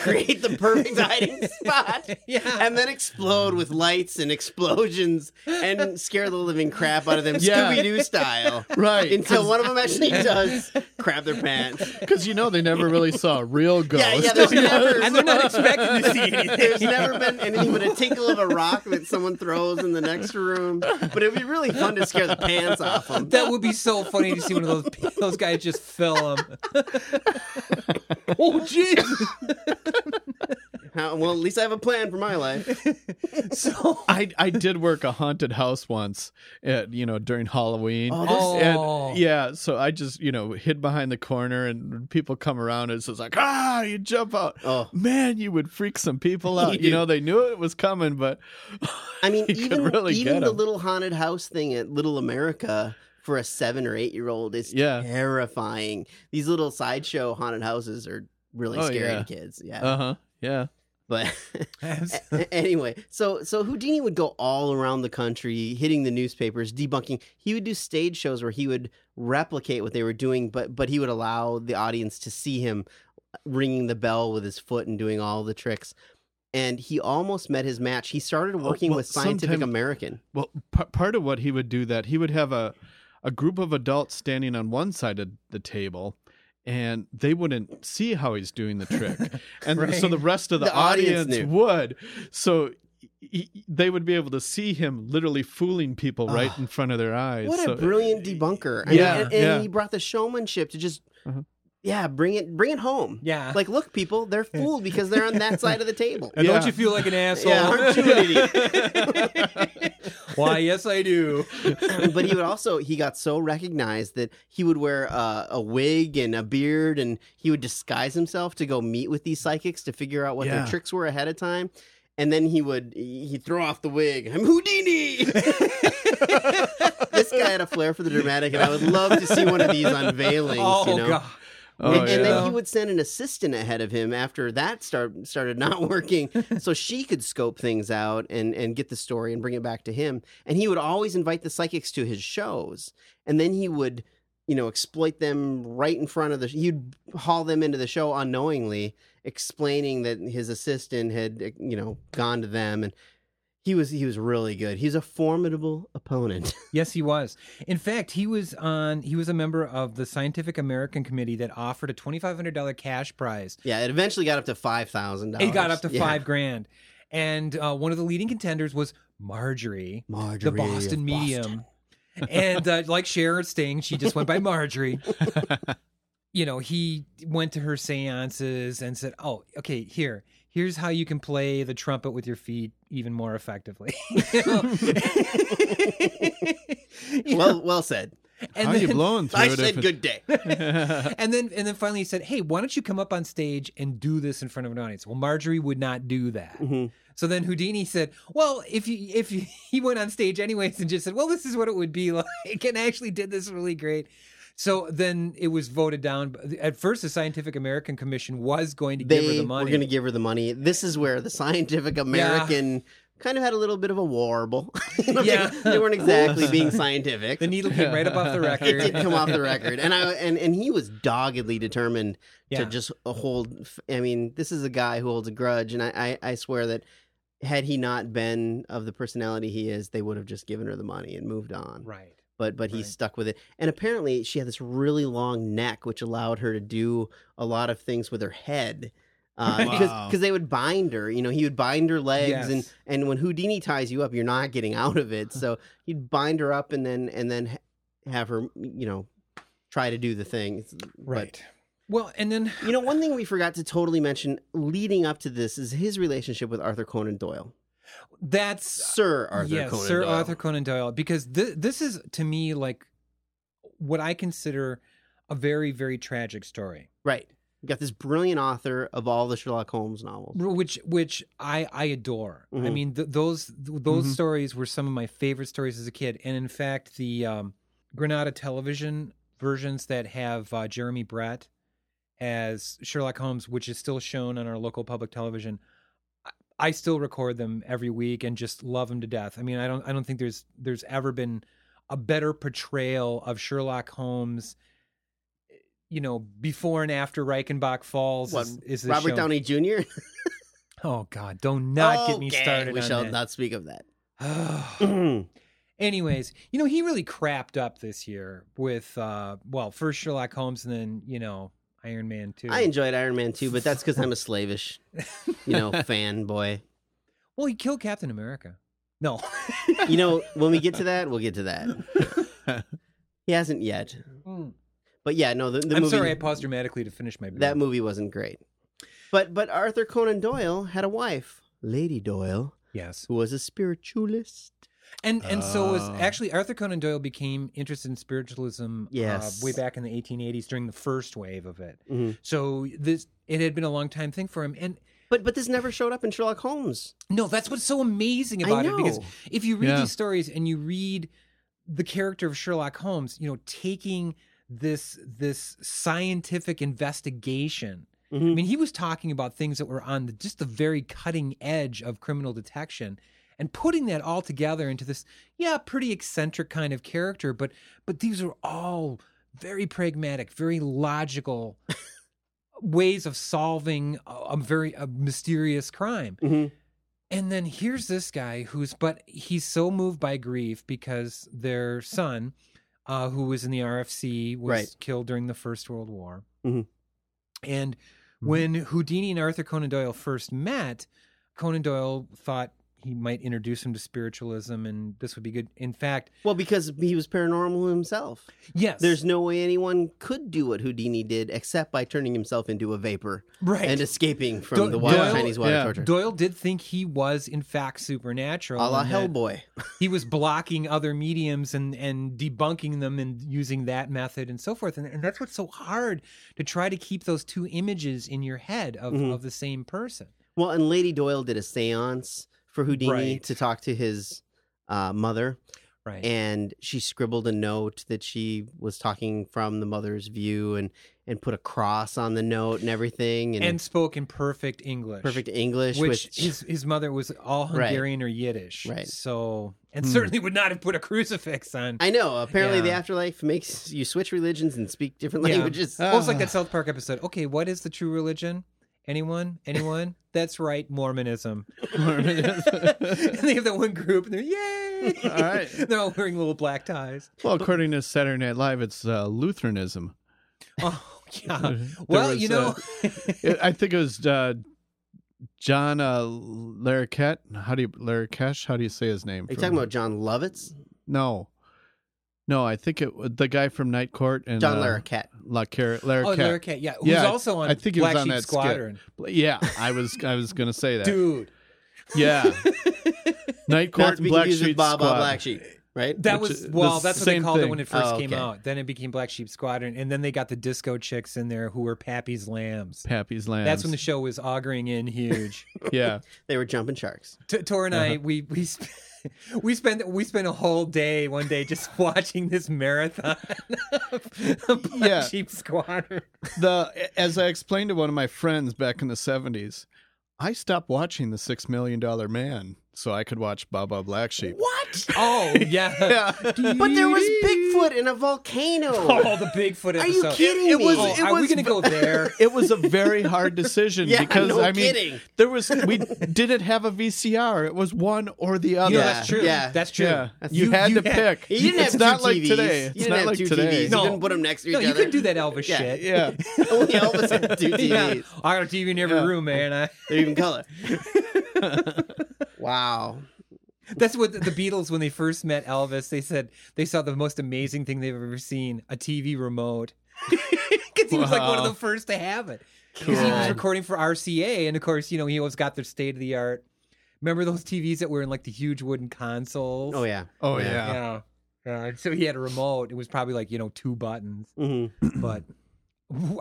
F: Create the perfect hiding spot.
E: Yeah.
F: And then explode with lights and explosions and scare the living crap out of them
G: Yeah.
F: Scooby Doo style.
G: Right,
F: Until one of them actually does crab their pants.
G: because you know they never really saw a real ghost.
F: Yeah, yeah. There's never,
E: and they're not expecting to see anything.
F: There's never been anything but a tinkle of a rock that someone throws in the next room. But it'd be really fun to scare the pants off them.
E: That would be so funny to see one of those those guys just fill them. oh, jeez.
F: How- well, at least I have a plan for my life.
E: So,
G: I I did work a haunted house once, at, you know, during Halloween.
E: oh,
G: And yeah, so I just you know hid behind the corner, and people come around, and it's just like ah, you jump out.
F: Oh.
G: man, you would freak some people out.
F: You-
G: you know, they knew it was coming, but
F: I mean,
G: You could
F: even
G: really
F: even
G: get
F: the
G: 'em.
F: little haunted house thing at Little America for a seven or eight year old is
G: Yeah.
F: terrifying. These little sideshow haunted houses are really
G: Oh,
F: scary
G: yeah.
F: to kids. Yeah,
G: uh huh, yeah.
F: but A- anyway, so so Houdini would go all around the country, hitting the newspapers, debunking. He would do stage shows where he would replicate what they were doing, but but he would allow the audience to see him ringing the bell with his foot and doing all the tricks. And he almost met his match. He started working
G: Oh, well,
F: with Scientific
G: sometime-
F: American.
G: Well, p- part of what he would do that he would have a a group of adults standing on one side of the table. And they wouldn't see how he's doing the trick, and so
E: Right.
G: the rest of the,
F: The audience knew.
G: would. So he, they would be able to see him literally fooling people
F: Ah.
G: right in front of their eyes.
F: What
G: So- eh,
F: a brilliant debunker! I
G: Yeah,
F: mean, and, and
G: yeah.
F: he brought the showmanship to just.
G: Uh-huh.
F: Yeah, bring it, bring it home.
E: Yeah.
F: like look, people, they're fooled because they're on that side of the table.
E: And don't
G: Yeah.
E: you feel like an asshole?
F: Yeah, uh, aren't you an idiot?
E: Why, yes, I do.
F: but he would also he got so recognized that he would wear uh, a wig and a beard and he would disguise himself to go meet with these psychics to figure out what their
G: Yeah.
F: tricks were ahead of time and then he would he'd throw off the wig i'm houdini this guy had a flair for the dramatic and i would love to see one of these unveilings
E: Oh,
F: you know
E: God.
G: Oh,
F: and, and
G: yeah.
F: then he would send an assistant ahead of him after that start started not working, so she could scope things out and and get the story and bring it back to him. And he would always invite the psychics to his shows, and then he would, you know, exploit them right in front of the. He'd haul them into the show unknowingly, explaining that his assistant had, you know, gone to them and. He was he was really good. He's a formidable opponent.
E: Yes, he was. In fact, he was on. He was a member of the Scientific American Committee that offered a twenty-five hundred dollar cash prize
F: yeah, it eventually got up to five thousand dollars.
E: It got up to five grand. And uh, one of the leading contenders was Marjorie,
F: Marjorie
E: the
F: of
E: Boston medium. and uh, like Sharon Sting, she just went by Marjorie. you know, he went to her seances and said, Oh, okay, here. Here's how you can play the trumpet with your feet even more effectively. You know? You know,
F: Well, well said.
E: and
G: How are you
E: then-
G: blowing through
F: I
G: it? if
F: said
G: it-
F: good day.
E: and then and then finally he said, "Hey, why don't you come up on stage and do this in front of an audience?" Well, Marjorie would not do that.
F: Mm-hmm.
E: So then Houdini said, "Well, if you if you, he went on stage anyways and just said, "Well, this is what it would be like." And actually did this really great. So then it was voted down. At first the Scientific American Commission was going to
F: They
E: give her the
F: were
E: money.
F: going to give her the money. This is where the Scientific American kind of had a little bit of a warble. You know, they-
E: Yeah.
F: they, weren't exactly being scientific.
E: the needle came right up off the
F: it did
E: record.
F: come off the record, and I and and he was doggedly determined uh,
E: Yeah.
F: to just hold. I mean, this is a guy who holds a grudge, and I I, I swear that had he not been of the personality he is, they would have just given her the money and moved on.
E: Right.
F: But but he
E: Right.
F: stuck with it. And apparently she had this really long neck, which allowed her to do a lot of things with her head. Uh,
G: Wow.
F: because because they would bind her, you know, he would bind her legs, and
E: Yes.
F: and when Houdini ties you up, you're not getting out of it. So he'd bind her up, and then and then ha- have her, you know, try to do the thing. It's-
E: Right. Well, and then
F: you know, one thing we forgot to totally mention leading up to this is his relationship with Arthur Conan Doyle.
E: that's
F: Sir Arthur
E: yes,
F: Conan
E: Sir
F: Doyle.
E: Arthur Conan Doyle, because th- this is to me like what I consider a very very tragic story.
F: Right. You got this brilliant author of all the Sherlock Holmes novels.
E: which which I I adore. I
F: Mhm.
E: mean, th- those th- those
G: Mhm.
F: Mm-hmm.
E: stories were some of my favorite stories as a kid, and in fact, the um, Granada television versions that have uh, Jeremy Brett as Sherlock Holmes, which is still shown on our local public television. I- I still record them every week and just love them to death. I mean, I don't I don't think there's there's ever been a better portrayal of Sherlock Holmes you know, before and after Reichenbach Falls
F: What,
E: is, is
F: Robert
E: shown.
F: Downey Jr.
E: Oh God, don't not get me
F: Okay,
E: started
F: We
E: on
F: shall
E: that.
F: not speak of that.
E: Anyways, you know he really crapped up this year with uh well first Sherlock Holmes and then you know Iron Man two.
F: I enjoyed Iron Man too, but that's because I'm a slavish, you know, fanboy.
E: well, he killed Captain America. No,
F: You know, when we get to that, we'll get to that. He hasn't yet,
E: Mm.
F: but yeah, no. The, Hmm. the
E: I'm
F: movie,
E: sorry, I paused dramatically to finish my. Beer.
F: That movie wasn't great, but but Arthur Conan Doyle had a wife, Lady Doyle,
E: yes,
F: who was a spiritualist.
E: and and so was
G: Oh.
E: actually Arthur Conan Doyle became interested in spiritualism.
F: Yes.
E: uh, way back in the 1880s during the first wave of it.
F: Mhm.
E: So this it had been a long time thing for him, and
F: But but this never showed up in Sherlock Holmes.
E: No, that's what's so amazing
F: I
E: about it because
F: know.
E: if you read
G: Yeah.
E: these stories and you read the character of Sherlock Holmes, you know, taking this this scientific investigation. I
F: Mhm.
E: mean, he was talking about things that were on the, just the very cutting edge of criminal detection and putting that all together into this yeah, pretty eccentric kind of character, but but these are all very pragmatic, very logical ways of solving a, a very a mysterious crime.
F: Mhm.
E: And then here's this guy who's, but he's so moved by grief because their son, uh, who was in the RFC, was
F: Right.
E: killed during the First World War.
F: Mhm.
E: And
F: Mm-hmm.
E: when Houdini and Arthur Conan Doyle first met, Conan Doyle thought he might introduce him to spiritualism and this would be good. In fact,
F: Well, because he was paranormal himself.
E: yes,
F: There's no way anyone could do what Houdini did except by turning himself into a vapor
E: right.
F: and escaping from
E: Do-
F: the wild
E: Doyle-
F: Chinese water
G: yeah.
F: torture.
E: Doyle did think he was in fact supernatural,
F: a la
E: and that-
F: Hellboy.
E: he was blocking other mediums and and debunking them and using that method and so forth and, and that's what's so hard to try to keep those two images in your head of,
F: Mhm.
E: of the same person
F: Well, and Lady Doyle did a seance for Houdini
E: Right.
F: to talk to his uh, mother,
E: right
F: and she scribbled a note that she was talking from the mother's view and, and put a cross on the note and everything and,
E: and spoke in perfect english
F: perfect English.
E: which
F: Which,
E: his his mother was all
F: Right.
E: Hungarian or Yiddish,
F: Right. Hmm.
E: So and certainly would not have put a crucifix on.
F: I know. Apparently, the
E: Yeah.
F: afterlife makes you switch religions and speak different
E: Yeah. Oh,
F: languages.
E: Almost like that
G: Ah.
E: South Park episode. Okay, what is the true religion? Anyone? Anyone? That's right, Mormonism. and they have that one group, and they're yay!
G: All right.
E: they're all wearing little black ties.
G: Well, according to Saturday Night Live, it's uh, Lutheranism.
E: Oh yeah.
G: There
E: Well,
G: was, uh,
E: you know, oh,
G: it, I think it was uh, John uh, Larroquette. How do you Larroquesh? How do you say his name?
F: Are you
G: from-
F: talking about John Lovitz?
G: No, no. I think it was the guy from Night Court and
F: John
G: uh,
F: Larroquette.
G: Larroquette.
E: oh,
G: Larroquette.
E: Larry Cat, yeah, who's
G: Yeah, I-
E: also on
G: I think he was
E: Black
G: on
E: Sheep
G: that skit.
E: Squadron,
G: Yeah, I was I was gonna say that.
E: dude.
G: Yeah, Night
F: Not
G: Court
F: to
G: and
F: be
G: Black
F: confused
G: Sheep
F: with Bob Bob
G: Squad.
F: Black Sheep, right?
E: That
G: Which
E: was
G: is
E: well.
G: the
E: that's what they
G: same
E: called it
G: thing.
E: when it first
F: Oh,
E: came
F: okay.
E: out. Then it became Black Sheep Squadron, and then they got the disco chicks in there who were Pappy's lambs.
G: Pappy's Land.
E: That's when the show was auguring in huge.
G: yeah.
F: They were jumping sharks.
E: T- Tor and I, we we sp- we spent we spent a whole day one day just watching this marathon of, of Black
G: Yeah.
E: Sheep Squadron.
G: the as I explained to one of my friends back in the seventies, I stopped watching the Six Million Dollar Man so I could watch Baba Black Sheep.
F: What?
E: Oh yeah.
F: But there was Bigfoot in a volcano.
E: Oh, the Bigfoot episode.
F: Are you kidding
G: It
F: me?
G: was-
E: Oh,
G: it
E: are we
G: was-
E: gonna go there?
G: It was a very hard decision
F: Yeah,
G: because
F: no
G: I mean
F: kidding.
G: there was we didn't have a VCR. It was one or the other.
E: No,
F: Yeah.
E: that's true.
F: yeah.
E: That's true.
G: Yeah, you, had to pick.
F: you didn't
G: it's
F: have
G: not
F: two
G: like
F: TVs.
G: today.
F: You
G: It's
F: didn't
G: not
F: have
G: like
F: two
G: today.
F: TVs. You didn't put 'em next to
E: no,
F: each
E: you
F: other.
E: could do that Elvis
F: Yeah.
E: shit.
G: Yeah,
F: Only Elvis had two
E: Yeah.
F: TVs.
E: I got a TV in every
G: Yeah.
E: room, man. I,
F: They're even color. wow.
E: that's what the, the Beatles, when they first met Elvis, they said they saw the most amazing thing they've ever seen a TV remote. Because he was like one of
G: Wow.
E: the first to have it. Because he was
F: God.
E: recording for RCA, and of course, you know, he always got their state of the art. Remember those TVs that were in like the huge wooden consoles?
F: Oh yeah.
G: Oh, yeah.
E: Yeah. Yeah. And so he had a remote. It was probably like, you know, two buttons.
F: hmm
E: But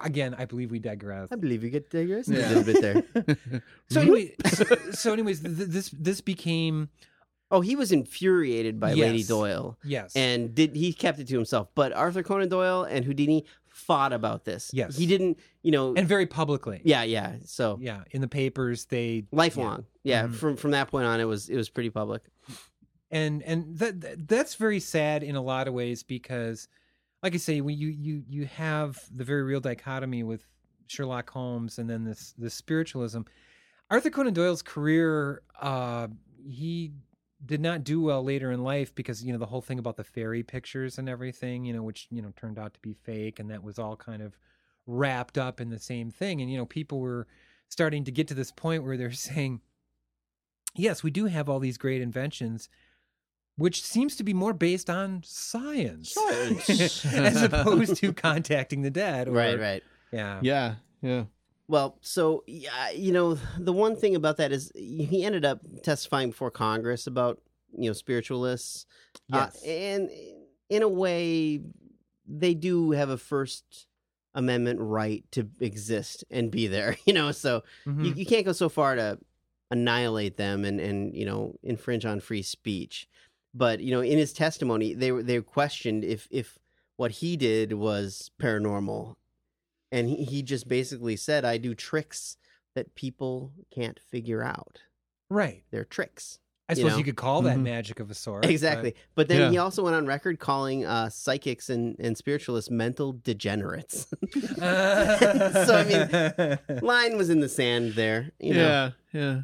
E: again, I believe we digress.
F: I believe you get digressed
G: Yeah.
F: a little bit there.
E: So anyway, so, so anyways, th- this this became
F: Oh, he was infuriated by Lady
E: Yes.
F: Doyle,
E: yes.
F: and did he kept it to himself. But Arthur Conan Doyle and Houdini fought about this.
E: Yes.
F: he didn't. You know.
E: and very publicly.
F: yeah, yeah. So
E: Yeah, in the papers they
F: lifelong. Yeah, Mm-hmm.
E: Mhm.
F: from from that point on, it was it was pretty public.
E: and and that that- that's very sad in a lot of ways because like I say when you you you have the very real dichotomy with Sherlock Holmes and then this this spiritualism Arthur Conan Doyle's career uh he did not do well later in life because you know the whole thing about the fairy pictures and everything you know which you know turned out to be fake and that was all kind of wrapped up in the same thing and you know people were starting to get to this point where they're saying yes we do have all these great inventions which seems to be more based on science as opposed to contacting the dead or-
F: Right, right.
E: yeah
G: yeah, yeah.
F: Well, so yeah, you know, the one thing about that is he ended up testifying before Congress about you know spiritualists, Uh,
E: Yes.
F: and in a way, they do have a First Amendment right to exist and be there. You know, so
E: Mhm.
G: Hmm.
F: you, you can't go so far to annihilate them and and you know infringe on free speech but you know in his testimony they were they questioned if if what he did was paranormal and he, he just basically said i do tricks that people can't figure out
E: right
F: they're tricks
E: i
F: you
E: suppose you,
F: know? Mm-hmm.
E: could call that
G: Mhm.
E: magic of a sort but-
F: exactly but then
G: Yeah.
F: he also went on record calling uh psychics and and spiritualists mental degenerates I
E: mean
F: line was in the sand there you know
G: yeah, yeah.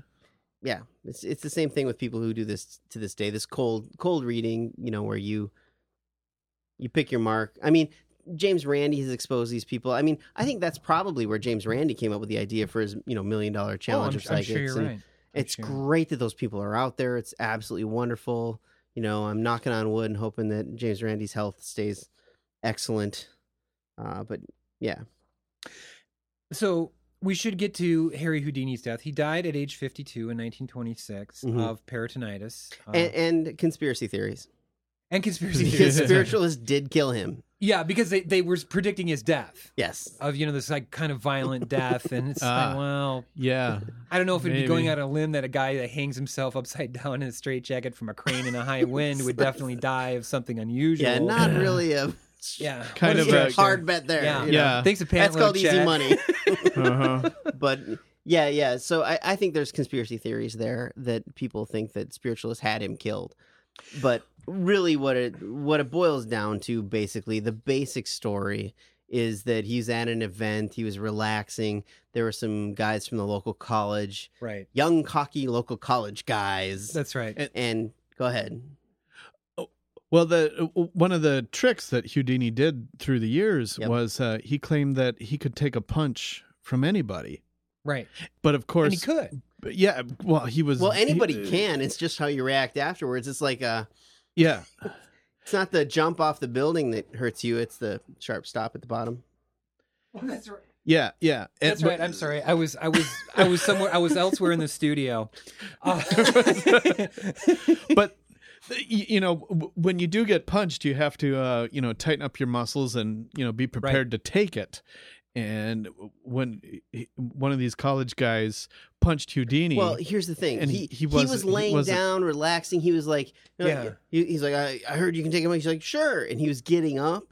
F: yeah, it's it's the same thing with people who do this to this day. This cold cold reading, you know, where you you pick your mark. I mean, James Randi has exposed these people. I mean, I think that's probably where James Randi came up with the idea for his you know million dollar
E: Oh,
F: challenge
E: I'm,
F: of
E: I'm
F: psychics.
E: sure you're
F: and
E: right. I'm
F: It's
E: sure.
F: great that those people are out there. It's absolutely wonderful. You know, I'm knocking on wood and hoping that James Randi's health stays excellent. Uh, but yeah,
E: So we should get to Harry Houdini's death. He died at age 52 in 1926
F: Mhm.
E: of peritonitis uh, and,
F: and, and conspiracy theories
E: conspiracy
F: because
E: theories.
F: spiritualists did kill him.
E: yeah, because they, they were predicting his death
F: Yes,
E: of you know this like kind of violent death, and it's
G: Ah.
E: like well,
G: Yeah.
E: I don't know if it'd be
G: Maybe.
E: going out on a limb that a guy that hangs himself upside down in a straitjacket from a crane in a high wind would definitely die of something unusual.
F: Yeah, not really a
E: yeah,
G: Kind
E: What
G: of
E: a
G: a-
E: stretch.
F: hard bet there.
E: Yeah,
F: you know.
G: Yeah.
E: Thanks to Pantler
F: that's called easy
E: Chad.
F: money.
G: Uh-huh.
F: but yeah, yeah. So I, I think there's conspiracy theories there that people think that spiritualists had him killed, but really what it what it boils down to basically the basic story is that he's at an event he was relaxing there were some guys from the local college
E: Right.
F: young cocky local college guys
E: That's right.
F: and go ahead
G: Well, the uh, one of the tricks that Houdini did through the years
F: Yep.
G: was uh, he claimed that he could take a punch from anybody.
E: Right.
G: But of
E: And
G: course,
E: he could.
G: but yeah. um, Well, he uh, was.
F: well anybody
G: he-
F: can it's just how you react afterwards it's like uh
G: Yeah,
F: It's not the jump off the building that hurts you. It's the sharp stop at the bottom.
E: That's right.
G: yeah, yeah. And-
E: That's
G: but-
E: right. I'm sorry. I was I was I was somewhere I was elsewhere in the studio. Uh,
G: but y- you know w- when you do get punched you have to uh you know tighten up your muscles and you know be prepared to take it and when he- one of these college guys punched houdini
F: Well, here's the thing.
G: And
F: he,
G: he
F: he, was,
G: wasn't- he
F: laying
G: wasn't-
F: down, relaxing. He was like,
E: Yeah.
F: yeah. he's like, I, I heard you can take him. He's like, sure. And he was getting up,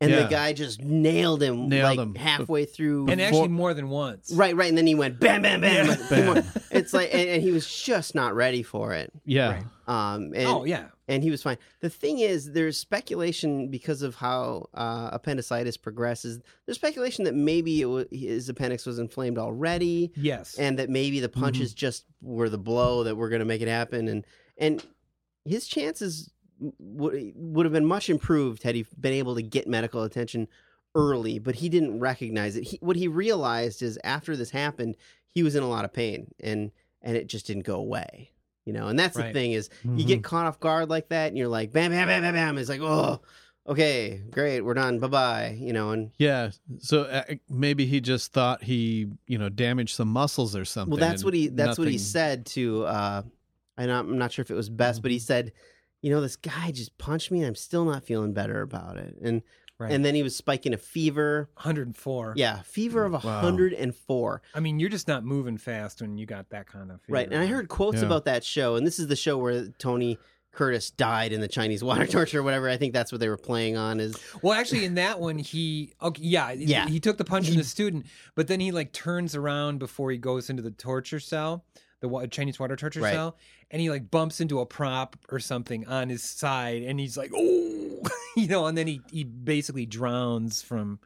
F: and
G: Yeah.
F: the guy just nailed him
G: Nailed
F: like
G: him.
F: halfway through.
E: and actually more than once.
F: right, right. And then he went bam, bam, bam.
G: Bam.
F: It's like, and, and he was just not ready for it.
G: Yeah.
E: Right.
F: Um, and,
E: oh yeah.
F: and he was fine. The thing is, there's speculation because of how uh, appendicitis progresses. There's speculation that maybe it wa his appendix was inflamed already,
E: Yes.
F: and that maybe the punches just were the blow that we're going to make it happen. And and his chances would would have been much improved had he been able to get medical attention early. But he didn't recognize it. He, what he realized is after this happened, he was in a lot of pain, and and it just didn't go away. You know, and that's the
E: Right.
F: thing is
G: Mm-hmm.
F: you get caught off guard like that, and you're like, bam, bam, bam, bam, bam. It's like, oh, okay, great, we're done, bye bye. You know, and
G: Yeah. So uh, maybe he just thought he, you know, damaged some muscles or something.
F: well, that's
G: and
F: what he that's what he
G: nothing-
F: said to. uh I'm not, I'm not sure if it was best, but he
G: Mm-hmm.
F: said, you know, this guy just punched me, and I'm still not feeling better about it. And
E: right.
F: and then he was spiking a fever.
E: 104.
F: Yeah, fever of 104.
E: I mean, you're just not moving fast when you got that kind of fever.
F: Right. And I heard quotes
G: Yeah.
F: about that show, and this is the show where Tony Curtis died in the Chinese water torture or whatever. I think that's what they were playing on is
E: Well, actually, in that one, he okay, yeah,
F: Yeah.
E: he took the punch from the student, but then he like turns around before he goes into the torture cell, the wa- Chinese water torture
F: Right.
E: cell, and he like bumps into a prop or something on his side, and he's like, oh, you know, and then he he basically drowns from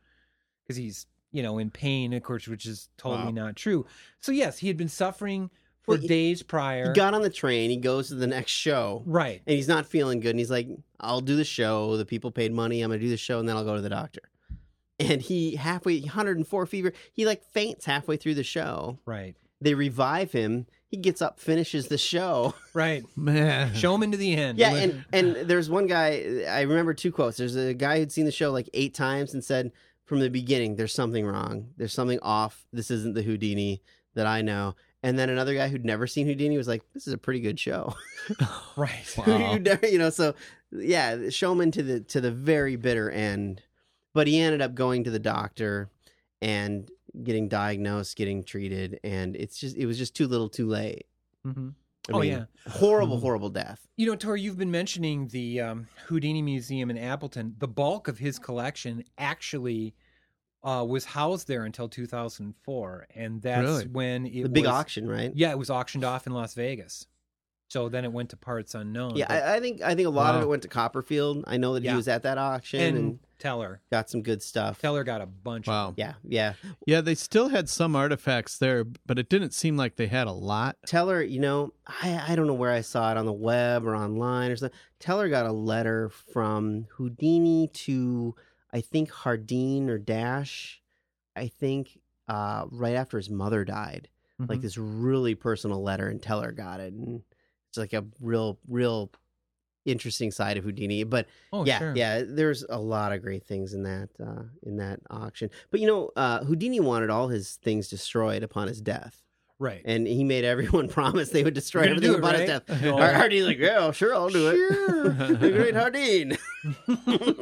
E: because he's you know in pain, of course, which is totally
F: Wow.
E: not true. So yes, he had been suffering for
F: Well, he-
E: days prior.
F: he got on the train, he goes to the next show,
E: right.
F: and he's not feeling good. And he's like, I'll do the show. The people paid money. I'm going to do the show, and then I'll go to the doctor. And he halfway, 104 fever, he like faints halfway through the show.
E: Right.
F: They revive him. He gets up, finishes the show.
E: Right.
G: Man.
E: Show him into the end.
F: Yeah, and and there's one guy I remember two quotes. There's a guy who'd seen the show like eight times and said from the beginning, "There's something wrong. There's something off. This isn't the Houdini that I know." And then another guy who'd never seen Houdini was like, "This is a pretty good show."
E: right.
F: you, never, you know, so yeah, showman to the to the very bitter end, but he ended up going to the doctor and getting diagnosed, getting treated, and it's just it was just too little, too late.
E: Mhm.
F: I
E: Oh,
F: mean,
E: yeah.
F: horrible, horrible death.
E: You know, Tori, you've been mentioning the um, Houdini Museum in Appleton. The bulk of his collection actually uh, was housed there until 2004, and that's
G: Really?
E: when it
F: The big
E: was,
F: auction, right?
E: Yeah, it was auctioned off in Las Vegas. So then it went to parts unknown.
F: Yeah,
E: but-
F: I, I think I think a lot of
G: Wow.
F: it went to Copperfield. I know that
E: Yeah.
F: he was at that auction
E: and,
F: and,
E: Teller,
F: got some good stuff.
E: Teller got a bunch. of-
G: Wow.
F: Yeah, yeah.
G: Yeah, they still had some artifacts there, but it didn't seem like they had a lot.
F: Teller, you know, I, I don't know where I saw it on the web or online or something. Teller got a letter from Houdini to I think Hardin or Dash. I think uh, right after his mother died, like
E: Mhm.
F: this really personal letter, and Teller got it, and it's like a real, real interesting side of Houdini. But
E: Oh,
F: yeah,
E: sure.
F: yeah. There's a lot of great things in that uh, in that auction. But you know, uh, Houdini wanted all his things destroyed upon his death,
E: Right.
F: and he made everyone promise they would destroy
E: You're gonna
F: everything
E: do it, right?
F: upon his
E: Oh,
F: death.
E: No.
F: Har- Hardin's like, yeah, sure, I'll do it. the great Hardin.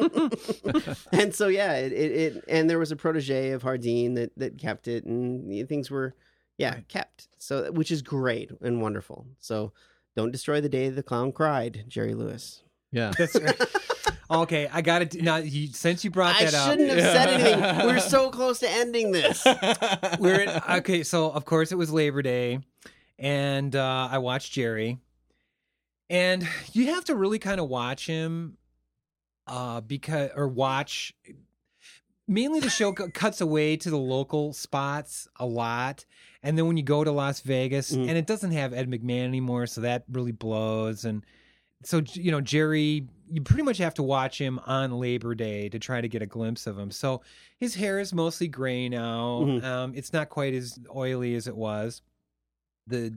F: and so yeah, it, it, it and there was a protege of Hardin that that kept it, and the things were yeah kept. So which is great and wonderful. So don't destroy the day the clown cried, Jerry Lewis.
G: Yeah.
E: That's okay, I got it. Now, you, since you brought
F: I
E: that up,
F: shouldn't have said anything. We're so close to ending this.
E: we're uh, at, okay. So of course it was Labor Day, and uh, I watched Jerry, and you have to really kind of watch him, uh, because or watch. Mainly, the show cu- cuts away to the local spots a lot, and then when you go to Las Vegas,
F: Mhm.
E: and it doesn't have Ed McMahon anymore, so that really blows. And so you know Jerry, you pretty much have to watch him on Labor Day to try to get a glimpse of him. So his hair is mostly gray now.
F: Mhm.
E: Um, it's not quite as oily as it was. The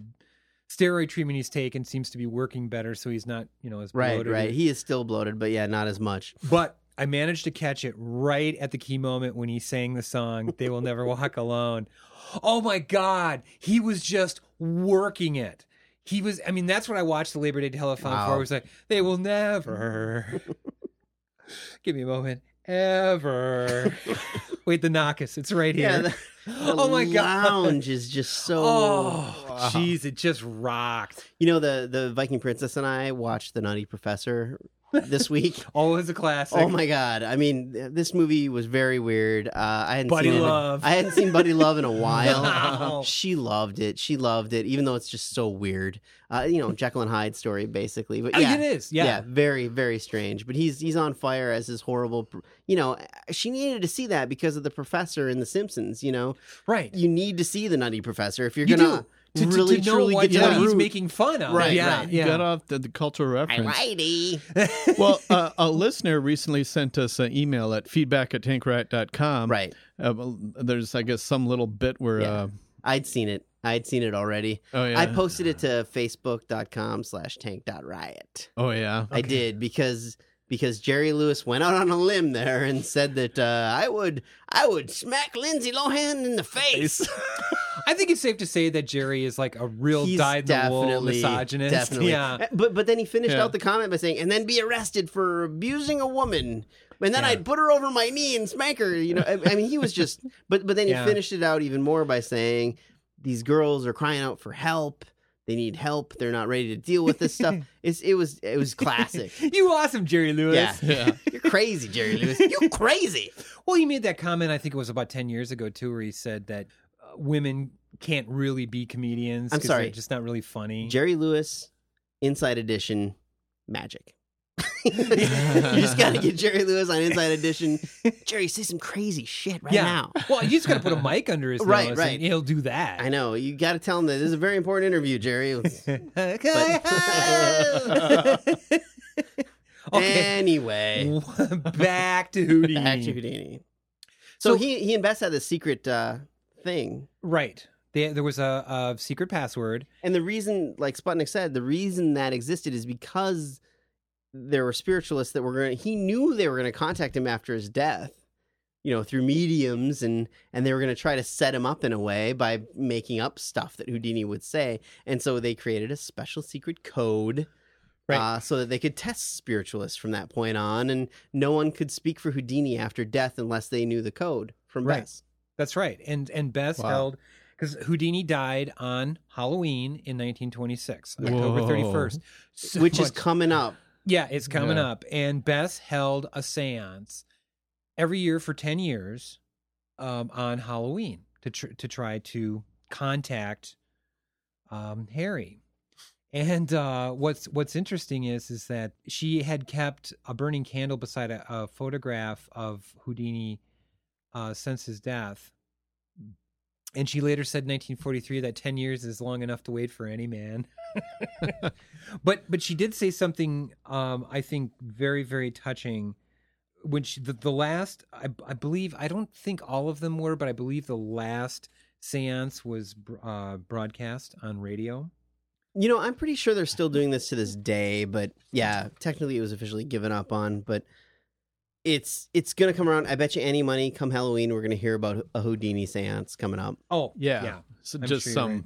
E: steroid treatment he's taken seems to be working better, so he's not you know as
F: Right,
E: bloated.
F: right. He is still bloated, but yeah, not as much.
E: But I managed to catch it right at the key moment when he sang the song "They Will Never Walk Alone." Oh my God, he was just working it. He was. I mean, that's what I watched the Labor Day telethon
F: Wow.
E: for. It was like they will never. Give me a moment. Ever. Wait, the knockus. It's right here.
F: Yeah, the, the
E: oh my God.
F: lounge is just so.
E: Oh,
F: Wow.
E: jeez, it just rocked.
F: You know the the Viking princess and I watched the Nutty Professor this week.
E: Always a classic.
F: Oh my god! I mean, th- this movie was very weird. Uh, I hadn't
E: Buddy
F: seen it-
E: Love.
F: I hadn't seen Buddy Love in a while.
E: Wow.
F: She loved it. She loved it, even though it's just so weird. Uh, you know, Jekyll and Hyde story basically. But
E: Oh,
F: yeah,
E: It is. Yeah.
F: very very strange. But he's he's on fire as his horrible. pr- You know, she needed to see that because of the professor in The Simpsons. You know,
E: Right.
F: you need to see the Nutty Professor if you're
E: You
F: gonna
E: do. To, to-
F: really
E: to know
F: truly
E: what,
F: get
E: what
F: to the
E: he's
F: root.
E: making fun of.
F: Right,
E: Yeah.
F: right.
E: Yeah.
G: Got off the, the cultural reference.
F: Alrighty.
G: well, uh, a listener recently sent us an email at feedback at tankrat.com.
F: Right.
G: Uh, well, there's, I guess, some little bit where.
F: Yeah.
G: Uh,
F: I'd seen it. I'd seen it already.
G: oh, yeah.
F: I posted it to facebook.com slash tank dot riot.
G: oh, yeah.
F: I did because because Jerry Lewis went out on a limb there and said that uh, I would I would smack Lindsay Lohan in the face.
E: I think it's safe to say that Jerry is like a real
F: He's
E: dyed in the wool
F: definitely-
E: misogynist.
F: Definitely. Eh,
E: Yeah.
F: But but then he finished
G: Yeah.
F: out the comment by saying, and then be arrested for abusing a woman. And then I'd put her over my knee and smack her. You know, I, I mean, he was just. But but then he
E: Yeah.
F: finished it out even more by saying, these girls are crying out for help. They need help. They're not ready to deal with this stuff. It's, it was it was classic.
E: You awesome, Jerry Lewis.
F: Yeah.
G: Yeah.
F: You're crazy, Jerry Lewis. You crazy.
E: Well, he made that comment, I think it was about 10 years ago, too, where he said that uh, women can't really be comedians.
F: I'm
E: 'cause they're
F: sorry.
E: just not really funny.
F: Jerry Lewis, Inside Edition, magic. you just got to get Jerry Lewis on Inside Edition. Jerry, say some crazy shit right
E: yeah.
F: now.
E: Well, you just got to put a mic under his
F: Right,
E: nose
F: right.
E: and he'll do that.
F: I know. You got to tell him that this is a very important interview, Jerry. Let's-
E: okay.
F: Anyway,
E: Back to Houdini.
F: back to Houdini. So,
E: So-
F: he he invests out this secret uh, thing.
E: Right. There, there was a, a secret password.
F: And the reason, like Sputnik said, the reason that existed is because there were spiritualists that were going. to He knew they were going to contact him after his death, you know, through mediums, and and they were going to try to set him up in a way by making up stuff that Houdini would say. And so they created a special secret code,
E: Right.
F: uh, so that they could test spiritualists from that point on, and no one could speak for Houdini after death unless they knew the code from
E: Right.
F: Bess.
E: That's right. And and Bess
G: Wow.
E: held because Houdini died on Halloween in 1926, October
G: Whoa.
E: 31st, So
F: which is
E: much-
F: coming up.
E: yeah, it's coming
G: Yeah.
E: up. And Bess held a séance every year for 10 years um, on Halloween to tr- to try to contact um, Harry. And uh, what's what's interesting is is that she had kept a burning candle beside a, a photograph of Houdini uh, since his death. And she later said, in 1943, that 10 years is long enough to wait for any man. but but she did say something um, I think very very touching when she the, the last I, I believe I don't think all of them were, but I believe the last séance was br- uh, broadcast on radio.
F: You know, I'm pretty sure they're still doing this to this day, but yeah, technically it was officially given up on, but it's it's gonna come around. I bet you any money come Halloween we're gonna hear about a Houdini seance coming up.
E: Oh
G: Yeah.
E: yeah.
G: So
E: I'm
G: just
E: sure you're
G: some.
E: right.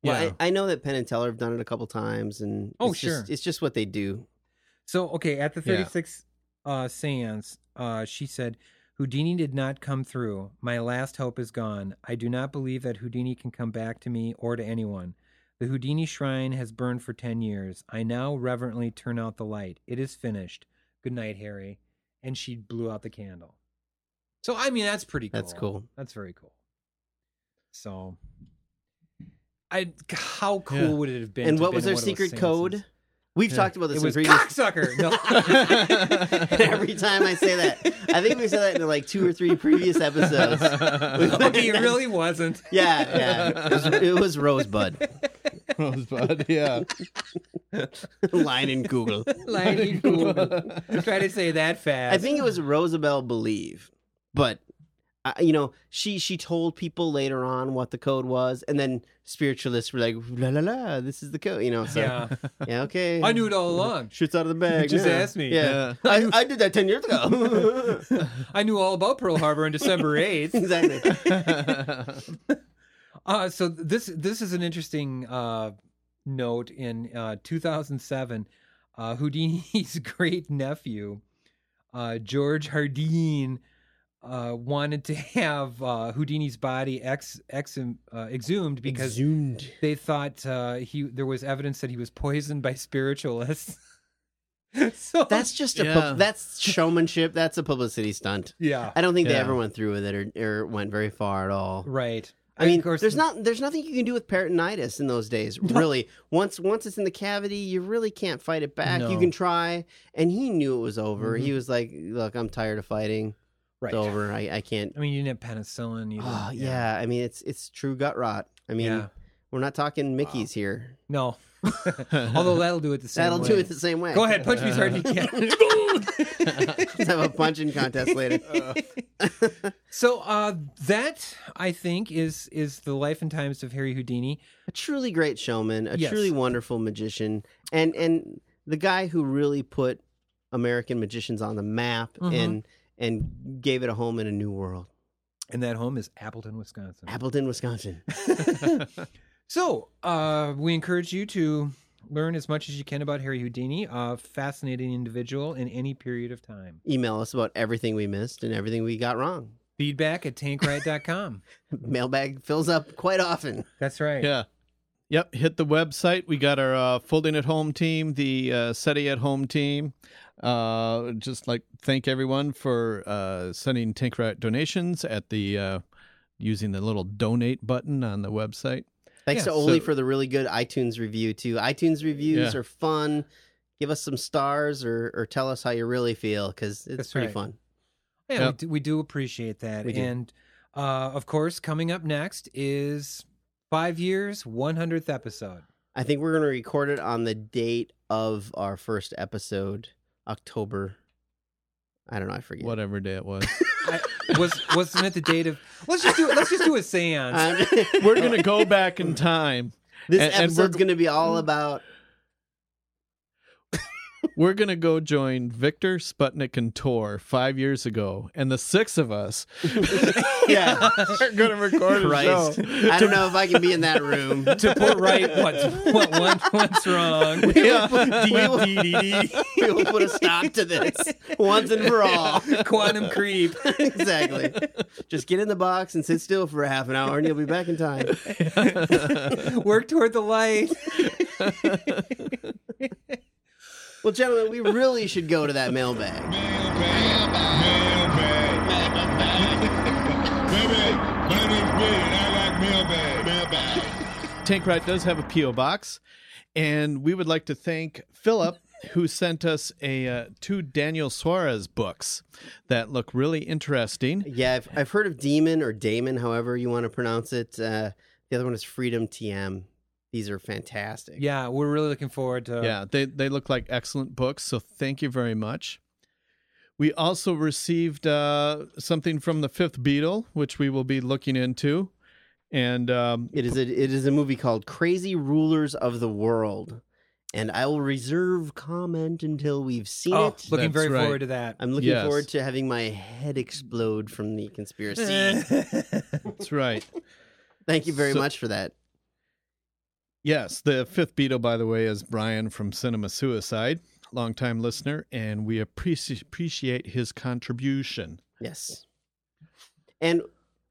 G: Yeah.
F: Well, I, I know that Penn and Teller have done it a couple times and
E: Oh,
F: it's just
E: sure.
F: it's just what they do.
E: So okay, at the
G: Yeah.
E: 36th uh, séance, uh, she said. Houdini did not come through. My last hope is gone. I do not believe that Houdini can come back to me or to anyone. The Houdini shrine has burned for 10 years. I now reverently turn out the light. It is finished. Good night, Harry. And she blew out the candle. So, I mean, that's pretty cool.
F: That's cool.
E: That's very cool. So, I how cool
G: Yeah.
E: would it have been?
F: and
E: to
F: what
E: have
F: was
E: been
F: their
E: one of those
F: secret
E: seances?
F: code? We've
G: Yeah.
F: talked about this
E: It
F: in
E: was
F: previous
E: cocksucker. No.
F: every time I say that. I think we said that in like two or three previous episodes.
E: okay, it Oh, really wasn't.
F: Yeah, yeah. It was, it was Rosebud.
G: Rosebud, yeah.
F: Line in Google.
E: Lightning Google. Try to say that fast.
F: I think it was Rosabelle believe, but uh, you know she she told people later on what the code was, and then spiritualists were like la la la, this is the code, you know. So, yeah.
E: Yeah,
F: okay.
E: I knew it all along.
F: Shit's out of the bag.
E: Just
F: yeah.
E: ask me.
F: Yeah, I, I did that ten years ago.
E: I knew all about Pearl Harbor on December eighth.
F: exactly.
E: Uh, so this this is an interesting uh, note. In uh, 2007, uh, Houdini's great nephew uh, George Hardin uh, wanted to have uh, Houdini's body ex, ex uh, exhumed because
F: Zoomed.
E: they thought uh, he there was evidence that he was poisoned by spiritualists. so
F: That's just a pub-
G: Yeah.
F: that's showmanship. That's a publicity stunt.
E: yeah,
F: I don't think they
G: Yeah.
F: ever went through with it or, or went very far at all.
E: right.
F: I
E: And
F: mean,
E: of course,
F: there's not there's nothing you can do with peritonitis in those days. Really, once once it's in the cavity, you really can't fight it back. You
E: No.
F: can try, and he knew it was over.
E: Mhm.
F: He was like, "Look, I'm tired of fighting.
E: right.
F: It's over. I, I can't."
E: I mean, you didn't have penicillin. You
F: Oh,
E: didn't-
F: yeah. I mean, it's it's true gut rot. I mean,
E: yeah.
F: we're not talking Mickey's here.
E: No. Although that'll do it the same
F: That'll
E: way.
F: do it the same way.
E: Go ahead, punch me as hard as you can.
F: Let's have a punching contest later.
E: Uh, so uh, that I think is is the life and times of Harry Houdini.
F: a truly great showman, a
E: Yes.
F: truly wonderful magician, and and the guy who really put American magicians on the map
E: Mhm.
F: and and gave it a home in a new world.
E: And that home is Appleton, Wisconsin.
F: Appleton, Wisconsin.
E: So uh, we encourage you to learn as much as you can about Harry Houdini, a fascinating individual in any period of time.
F: Email us about everything we missed and everything we got wrong.
E: Feedback at tankright.com.
F: Mailbag fills up quite often.
E: That's right.
G: Yeah. Yep. Hit the website. We got our uh, folding at home team, the uh, SETI at home team. Uh, just like thank everyone for uh, sending Tank Rat donations at the uh, using the little donate button on the website.
F: Thanks
E: Yeah,
F: to Oli
G: so-
F: for the really good iTunes review too. iTunes reviews
G: Yeah.
F: are fun. Give us some stars or or tell us how you really feel because it's
E: That's
F: pretty
E: right.
F: fun.
E: Yeah,
G: Yep.
E: we, do, we do appreciate that.
F: We do.
E: And uh, of course, coming up next is five years, 100th episode.
F: I think we're going to record it on the date of our first episode, October. I don't know. I forget.
G: Whatever day it was.
E: I, was wasn't it the date of? Let's just do it. Let's just do a seance.
F: Um,
G: We're gonna go back in time.
F: this
G: and- and
F: episode's
G: we're-
F: going to be all about.
G: We're gonna go join Victor Sputnik and Tor five years ago, and the six of us
F: Yeah,
G: are gonna record a show.
F: Christ. I don't know if I can be in that room.
E: to put right what what one, what's wrong.
F: we, will, we will put a stop to this once and for all.
E: Quantum creep.
F: exactly. Just get in the box and sit still for a half an hour, and you'll be back in time.
E: Work toward the light.
F: Well, gentlemen, we really should go to that mailbag.
G: Tank Rat does have a P.O. box, and we would like to thank Philip, who sent us a uh, two Daniel Suarez books that look really interesting.
F: Yeah, I've, I've heard of Demon or Damon, however you want to pronounce it. Uh, the other one is Freedom TM. These are fantastic.
E: Yeah, we're really looking forward to.
G: Yeah, they, they look like excellent books, so thank you very much. We also received uh, something from the Fifth Beetle, which we will be looking into. And um,
F: It is a it is a movie called Crazy Rulers of the World, and I will reserve comment until we've seen
E: Oh,
F: it.
E: looking
G: That's
E: very
G: right.
E: forward to that.
F: I'm looking
G: Yes.
F: forward to having my head explode from the conspiracy.
G: that's right.
F: Thank you very
G: So-
F: much for that.
G: Yes, the fifth beetle, by the way, is Brian from Cinema Suicide, longtime listener, and we appreci- appreciate his contribution.
F: Yes. And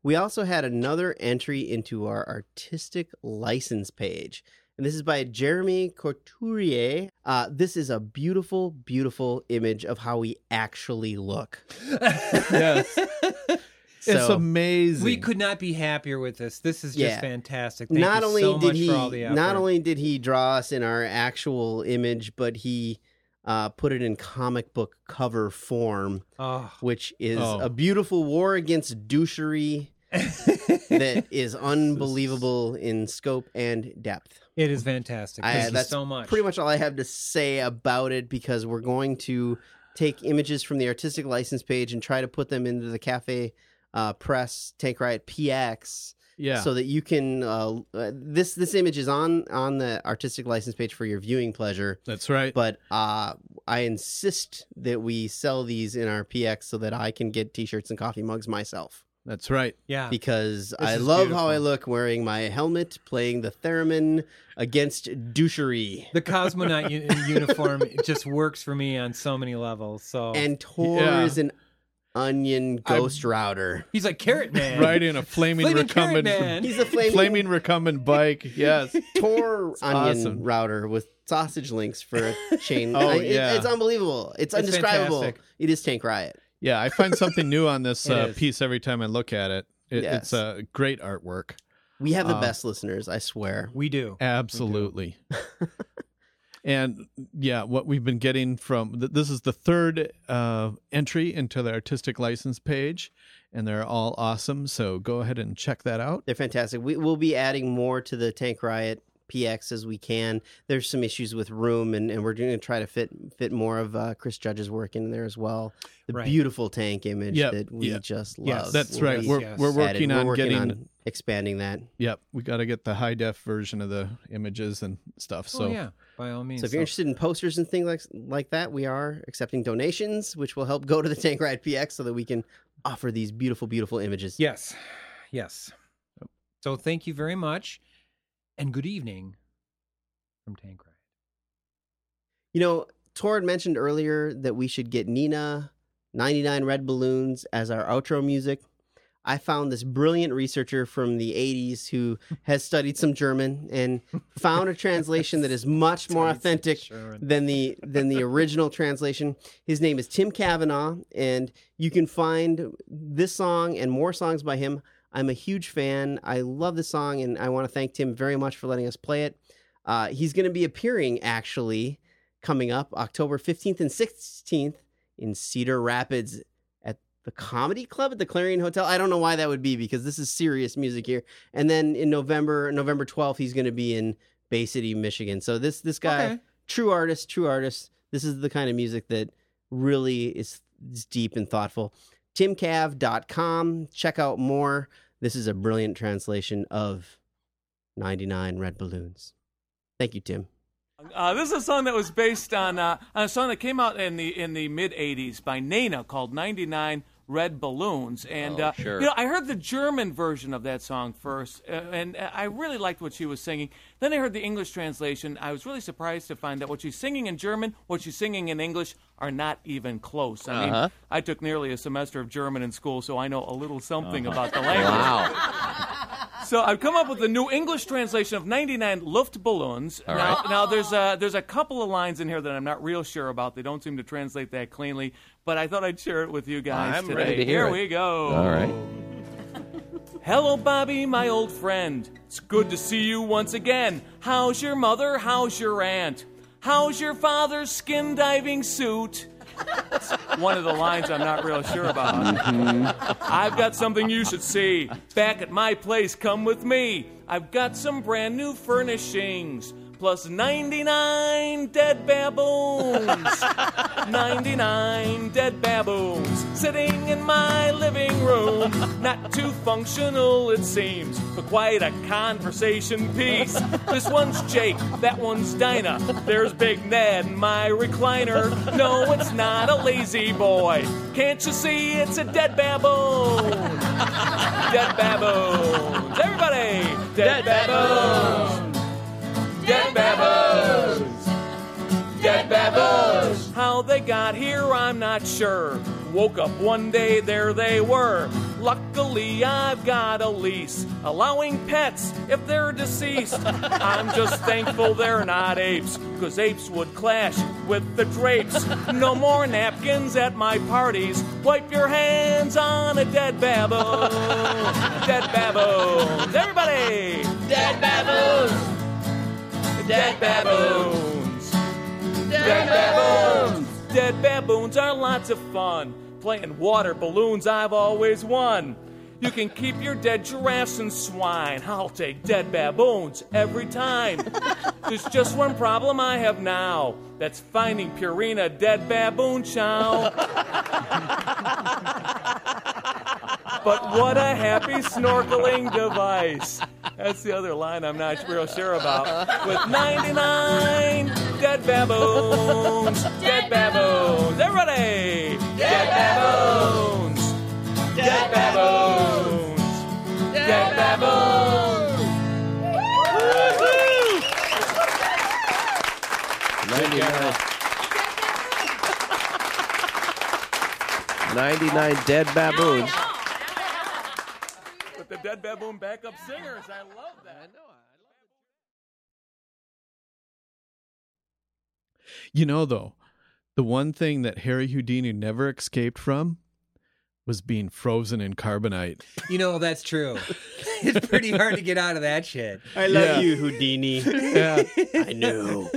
F: we also had another entry into our artistic license page. And this is by Jeremy Couturier. Uh, this is a beautiful, beautiful image of how we actually look.
G: Yes, it's
F: So,
G: amazing.
E: we could not be happier with this. This is just
F: Yeah.
E: fantastic. Thank
F: not
E: you
F: only
E: so
F: did
E: much
F: he
E: for all the effort.
F: not only did he draw us in our actual image, but he uh, put it in comic book cover form,
E: Oh.
F: which is
G: Oh.
F: a beautiful war against douchery that is unbelievable in scope and depth.
E: It is fantastic.
F: I-
E: Thank you
F: that's
E: so much.
F: Pretty much all I have to say about it because we're going to take images from the artistic license page and try to put them into the cafe uh, press Tank Riot PX
G: yeah.
F: so that you can. Uh, uh, this this image is on on the artistic license page for your viewing pleasure.
G: that's right.
F: But uh, I insist that we sell these in our PX so that I can get T-shirts and coffee mugs myself
G: That's right.
E: Yeah.
F: because I
E: is
F: love how I
E: beautiful.
F: look wearing my helmet, playing the theremin against douchery.
E: The cosmonaut u- uniform it just works for me on so many levels. So
F: and Tor
G: Oh. Yeah.
F: is an onion ghost router.
E: he's like carrot man,
G: Right in a flaming,
E: Flaming carrot
G: recumbent,
E: man.
F: He's a flaming,
G: flaming recumbent bike. Yes.
F: Tor onion
G: awesome.
F: router with sausage links for a chain.
G: Oh,
F: I- it-
G: yeah.
F: it's unbelievable.
E: It's
F: It's, undescribable.
E: fantastic.
F: It is Tank Riot.
G: Yeah, I find something new on this
E: It
G: uh,
E: is.
G: piece every time I look at it. it
F: Yes.
G: It's a uh, great artwork.
F: We have the
G: Uh,
F: best listeners, I swear.
E: We
G: Oh,
E: do.
G: Absolutely. and yeah, what we've been getting from th- this is the third uh, entry into the artistic license page, and they're all awesome. So go ahead and check that out.
F: They're fantastic. We will be adding more to the Tank Riot PX as we can. There's some issues with room, and, and we're going to try to fit fit more of uh, Chris Judge's work in there as well. The
E: Right.
F: beautiful tank image
G: Yep,
F: that we
G: yep.
F: just love.
E: Yes,
G: That's
E: Will
G: right.
E: be-
G: We're,
E: yes.
G: we're working
F: added. We're
G: on getting.
F: on expanding that.
G: Yep, we got to get the high def version of the images and stuff. So
E: oh, yeah, by all means.
F: So if you're interested in posters and things like like that, we are accepting donations, which will help go to the Tank Ride PX so that we can offer these beautiful, beautiful images.
E: Yes. Yes. So thank you very much and good evening from Tank Ride.
F: You know, Tor had mentioned earlier that we should get Nina 99 Red Balloons as our outro music. I found this brilliant researcher from the 80s who has studied some German and found a translation that is much more
E: Tons of
F: authentic
E: Sharon.
F: than the than the original translation. His name is Tim Kavanaugh, and you can find this song and more songs by him. I'm a huge fan. I love this song, and I want to thank Tim very much for letting us play it. Uh, he's going to be appearing actually coming up October 15th and 16th in Cedar Rapids at the Comedy Club at the Clarion Hotel. I don't know why that would be because this is serious music here. And then in November, November 12th, he's going to be in Bay City, Michigan. So this this guy
E: Okay.
F: true artist, true artist. This is the kind of music that really is, is deep and thoughtful. TimCav.com. Check out more. This is a brilliant translation of 99 Red Balloons. Thank you, Tim.
H: Uh, this is a song that was based on, uh, on a song that came out in the in the mid '80s by Nena called "99 Red Balloons," and uh, you know I heard the German version of that song first, uh, and I really liked what she was singing. Then I heard the English translation. I was really surprised to find that what she's singing in German, what she's singing in English, are not even close. I mean, I took nearly a semester of German in school, so I know a little something about the language. So I've come up with a new English translation of 99 Luftballons. now, now there's a there's a couple of lines in here that I'm not real sure about. They don't seem to translate that cleanly, but I thought I'd share it with you guys
I: I'm
H: today.
I: ready to hear
H: here
I: it.
H: we go.
I: All right.
H: Hello, Bobby, my old friend. It's good to see you once again. How's your mother? How's your aunt? How's your father's skin diving suit? It's One of the lines I'm not real sure about.
I: Mm-hmm.
H: I've got something you should see. Back at my place, come with me. I've got some brand new furnishings. Plus 99 dead baboons. 99 dead baboons sitting in my living room. Not too functional, it seems, but quite a conversation piece. This one's Jake, that one's Dinah. There's Big Ned in my recliner. No, it's not a lazy boy. Can't you see it's a dead baboon? Dead baboons. Everybody! Dead, baboons! Dead baboons! Dead baboons! How they got here, I'm not sure. Woke up one day, there they were. Luckily, I've got a lease allowing pets if they're deceased. I'm just thankful they're not apes, because apes would clash with the drapes. No more napkins at my parties. Wipe your hands on a dead baboon. Dead baboons. Everybody! Dead baboons! Dead baboons! Dead baboons! Dead baboons are lots of fun. Playing water balloons, I've always won. You can keep your dead giraffes and swine. I'll take dead baboons every time. There's just one problem I have now. That's finding Purina dead baboon chow. but what a happy snorkeling device. That's the other line I'm not real sure about. With 99 dead baboons, dead baboons. Everybody! Dead baboons! Dead baboons! Dead baboons! Woo-hoo!
I: Ninety-nine dead baboons.
H: With the dead baboon backup singers. I love that.
G: You know, though, the one thing that Harry Houdini never escaped from was being frozen in carbonite.
E: You know that's true. it's pretty hard to get out of that shit.
F: I love
G: Yeah.
F: you, Houdini.
G: Yeah.
F: I know.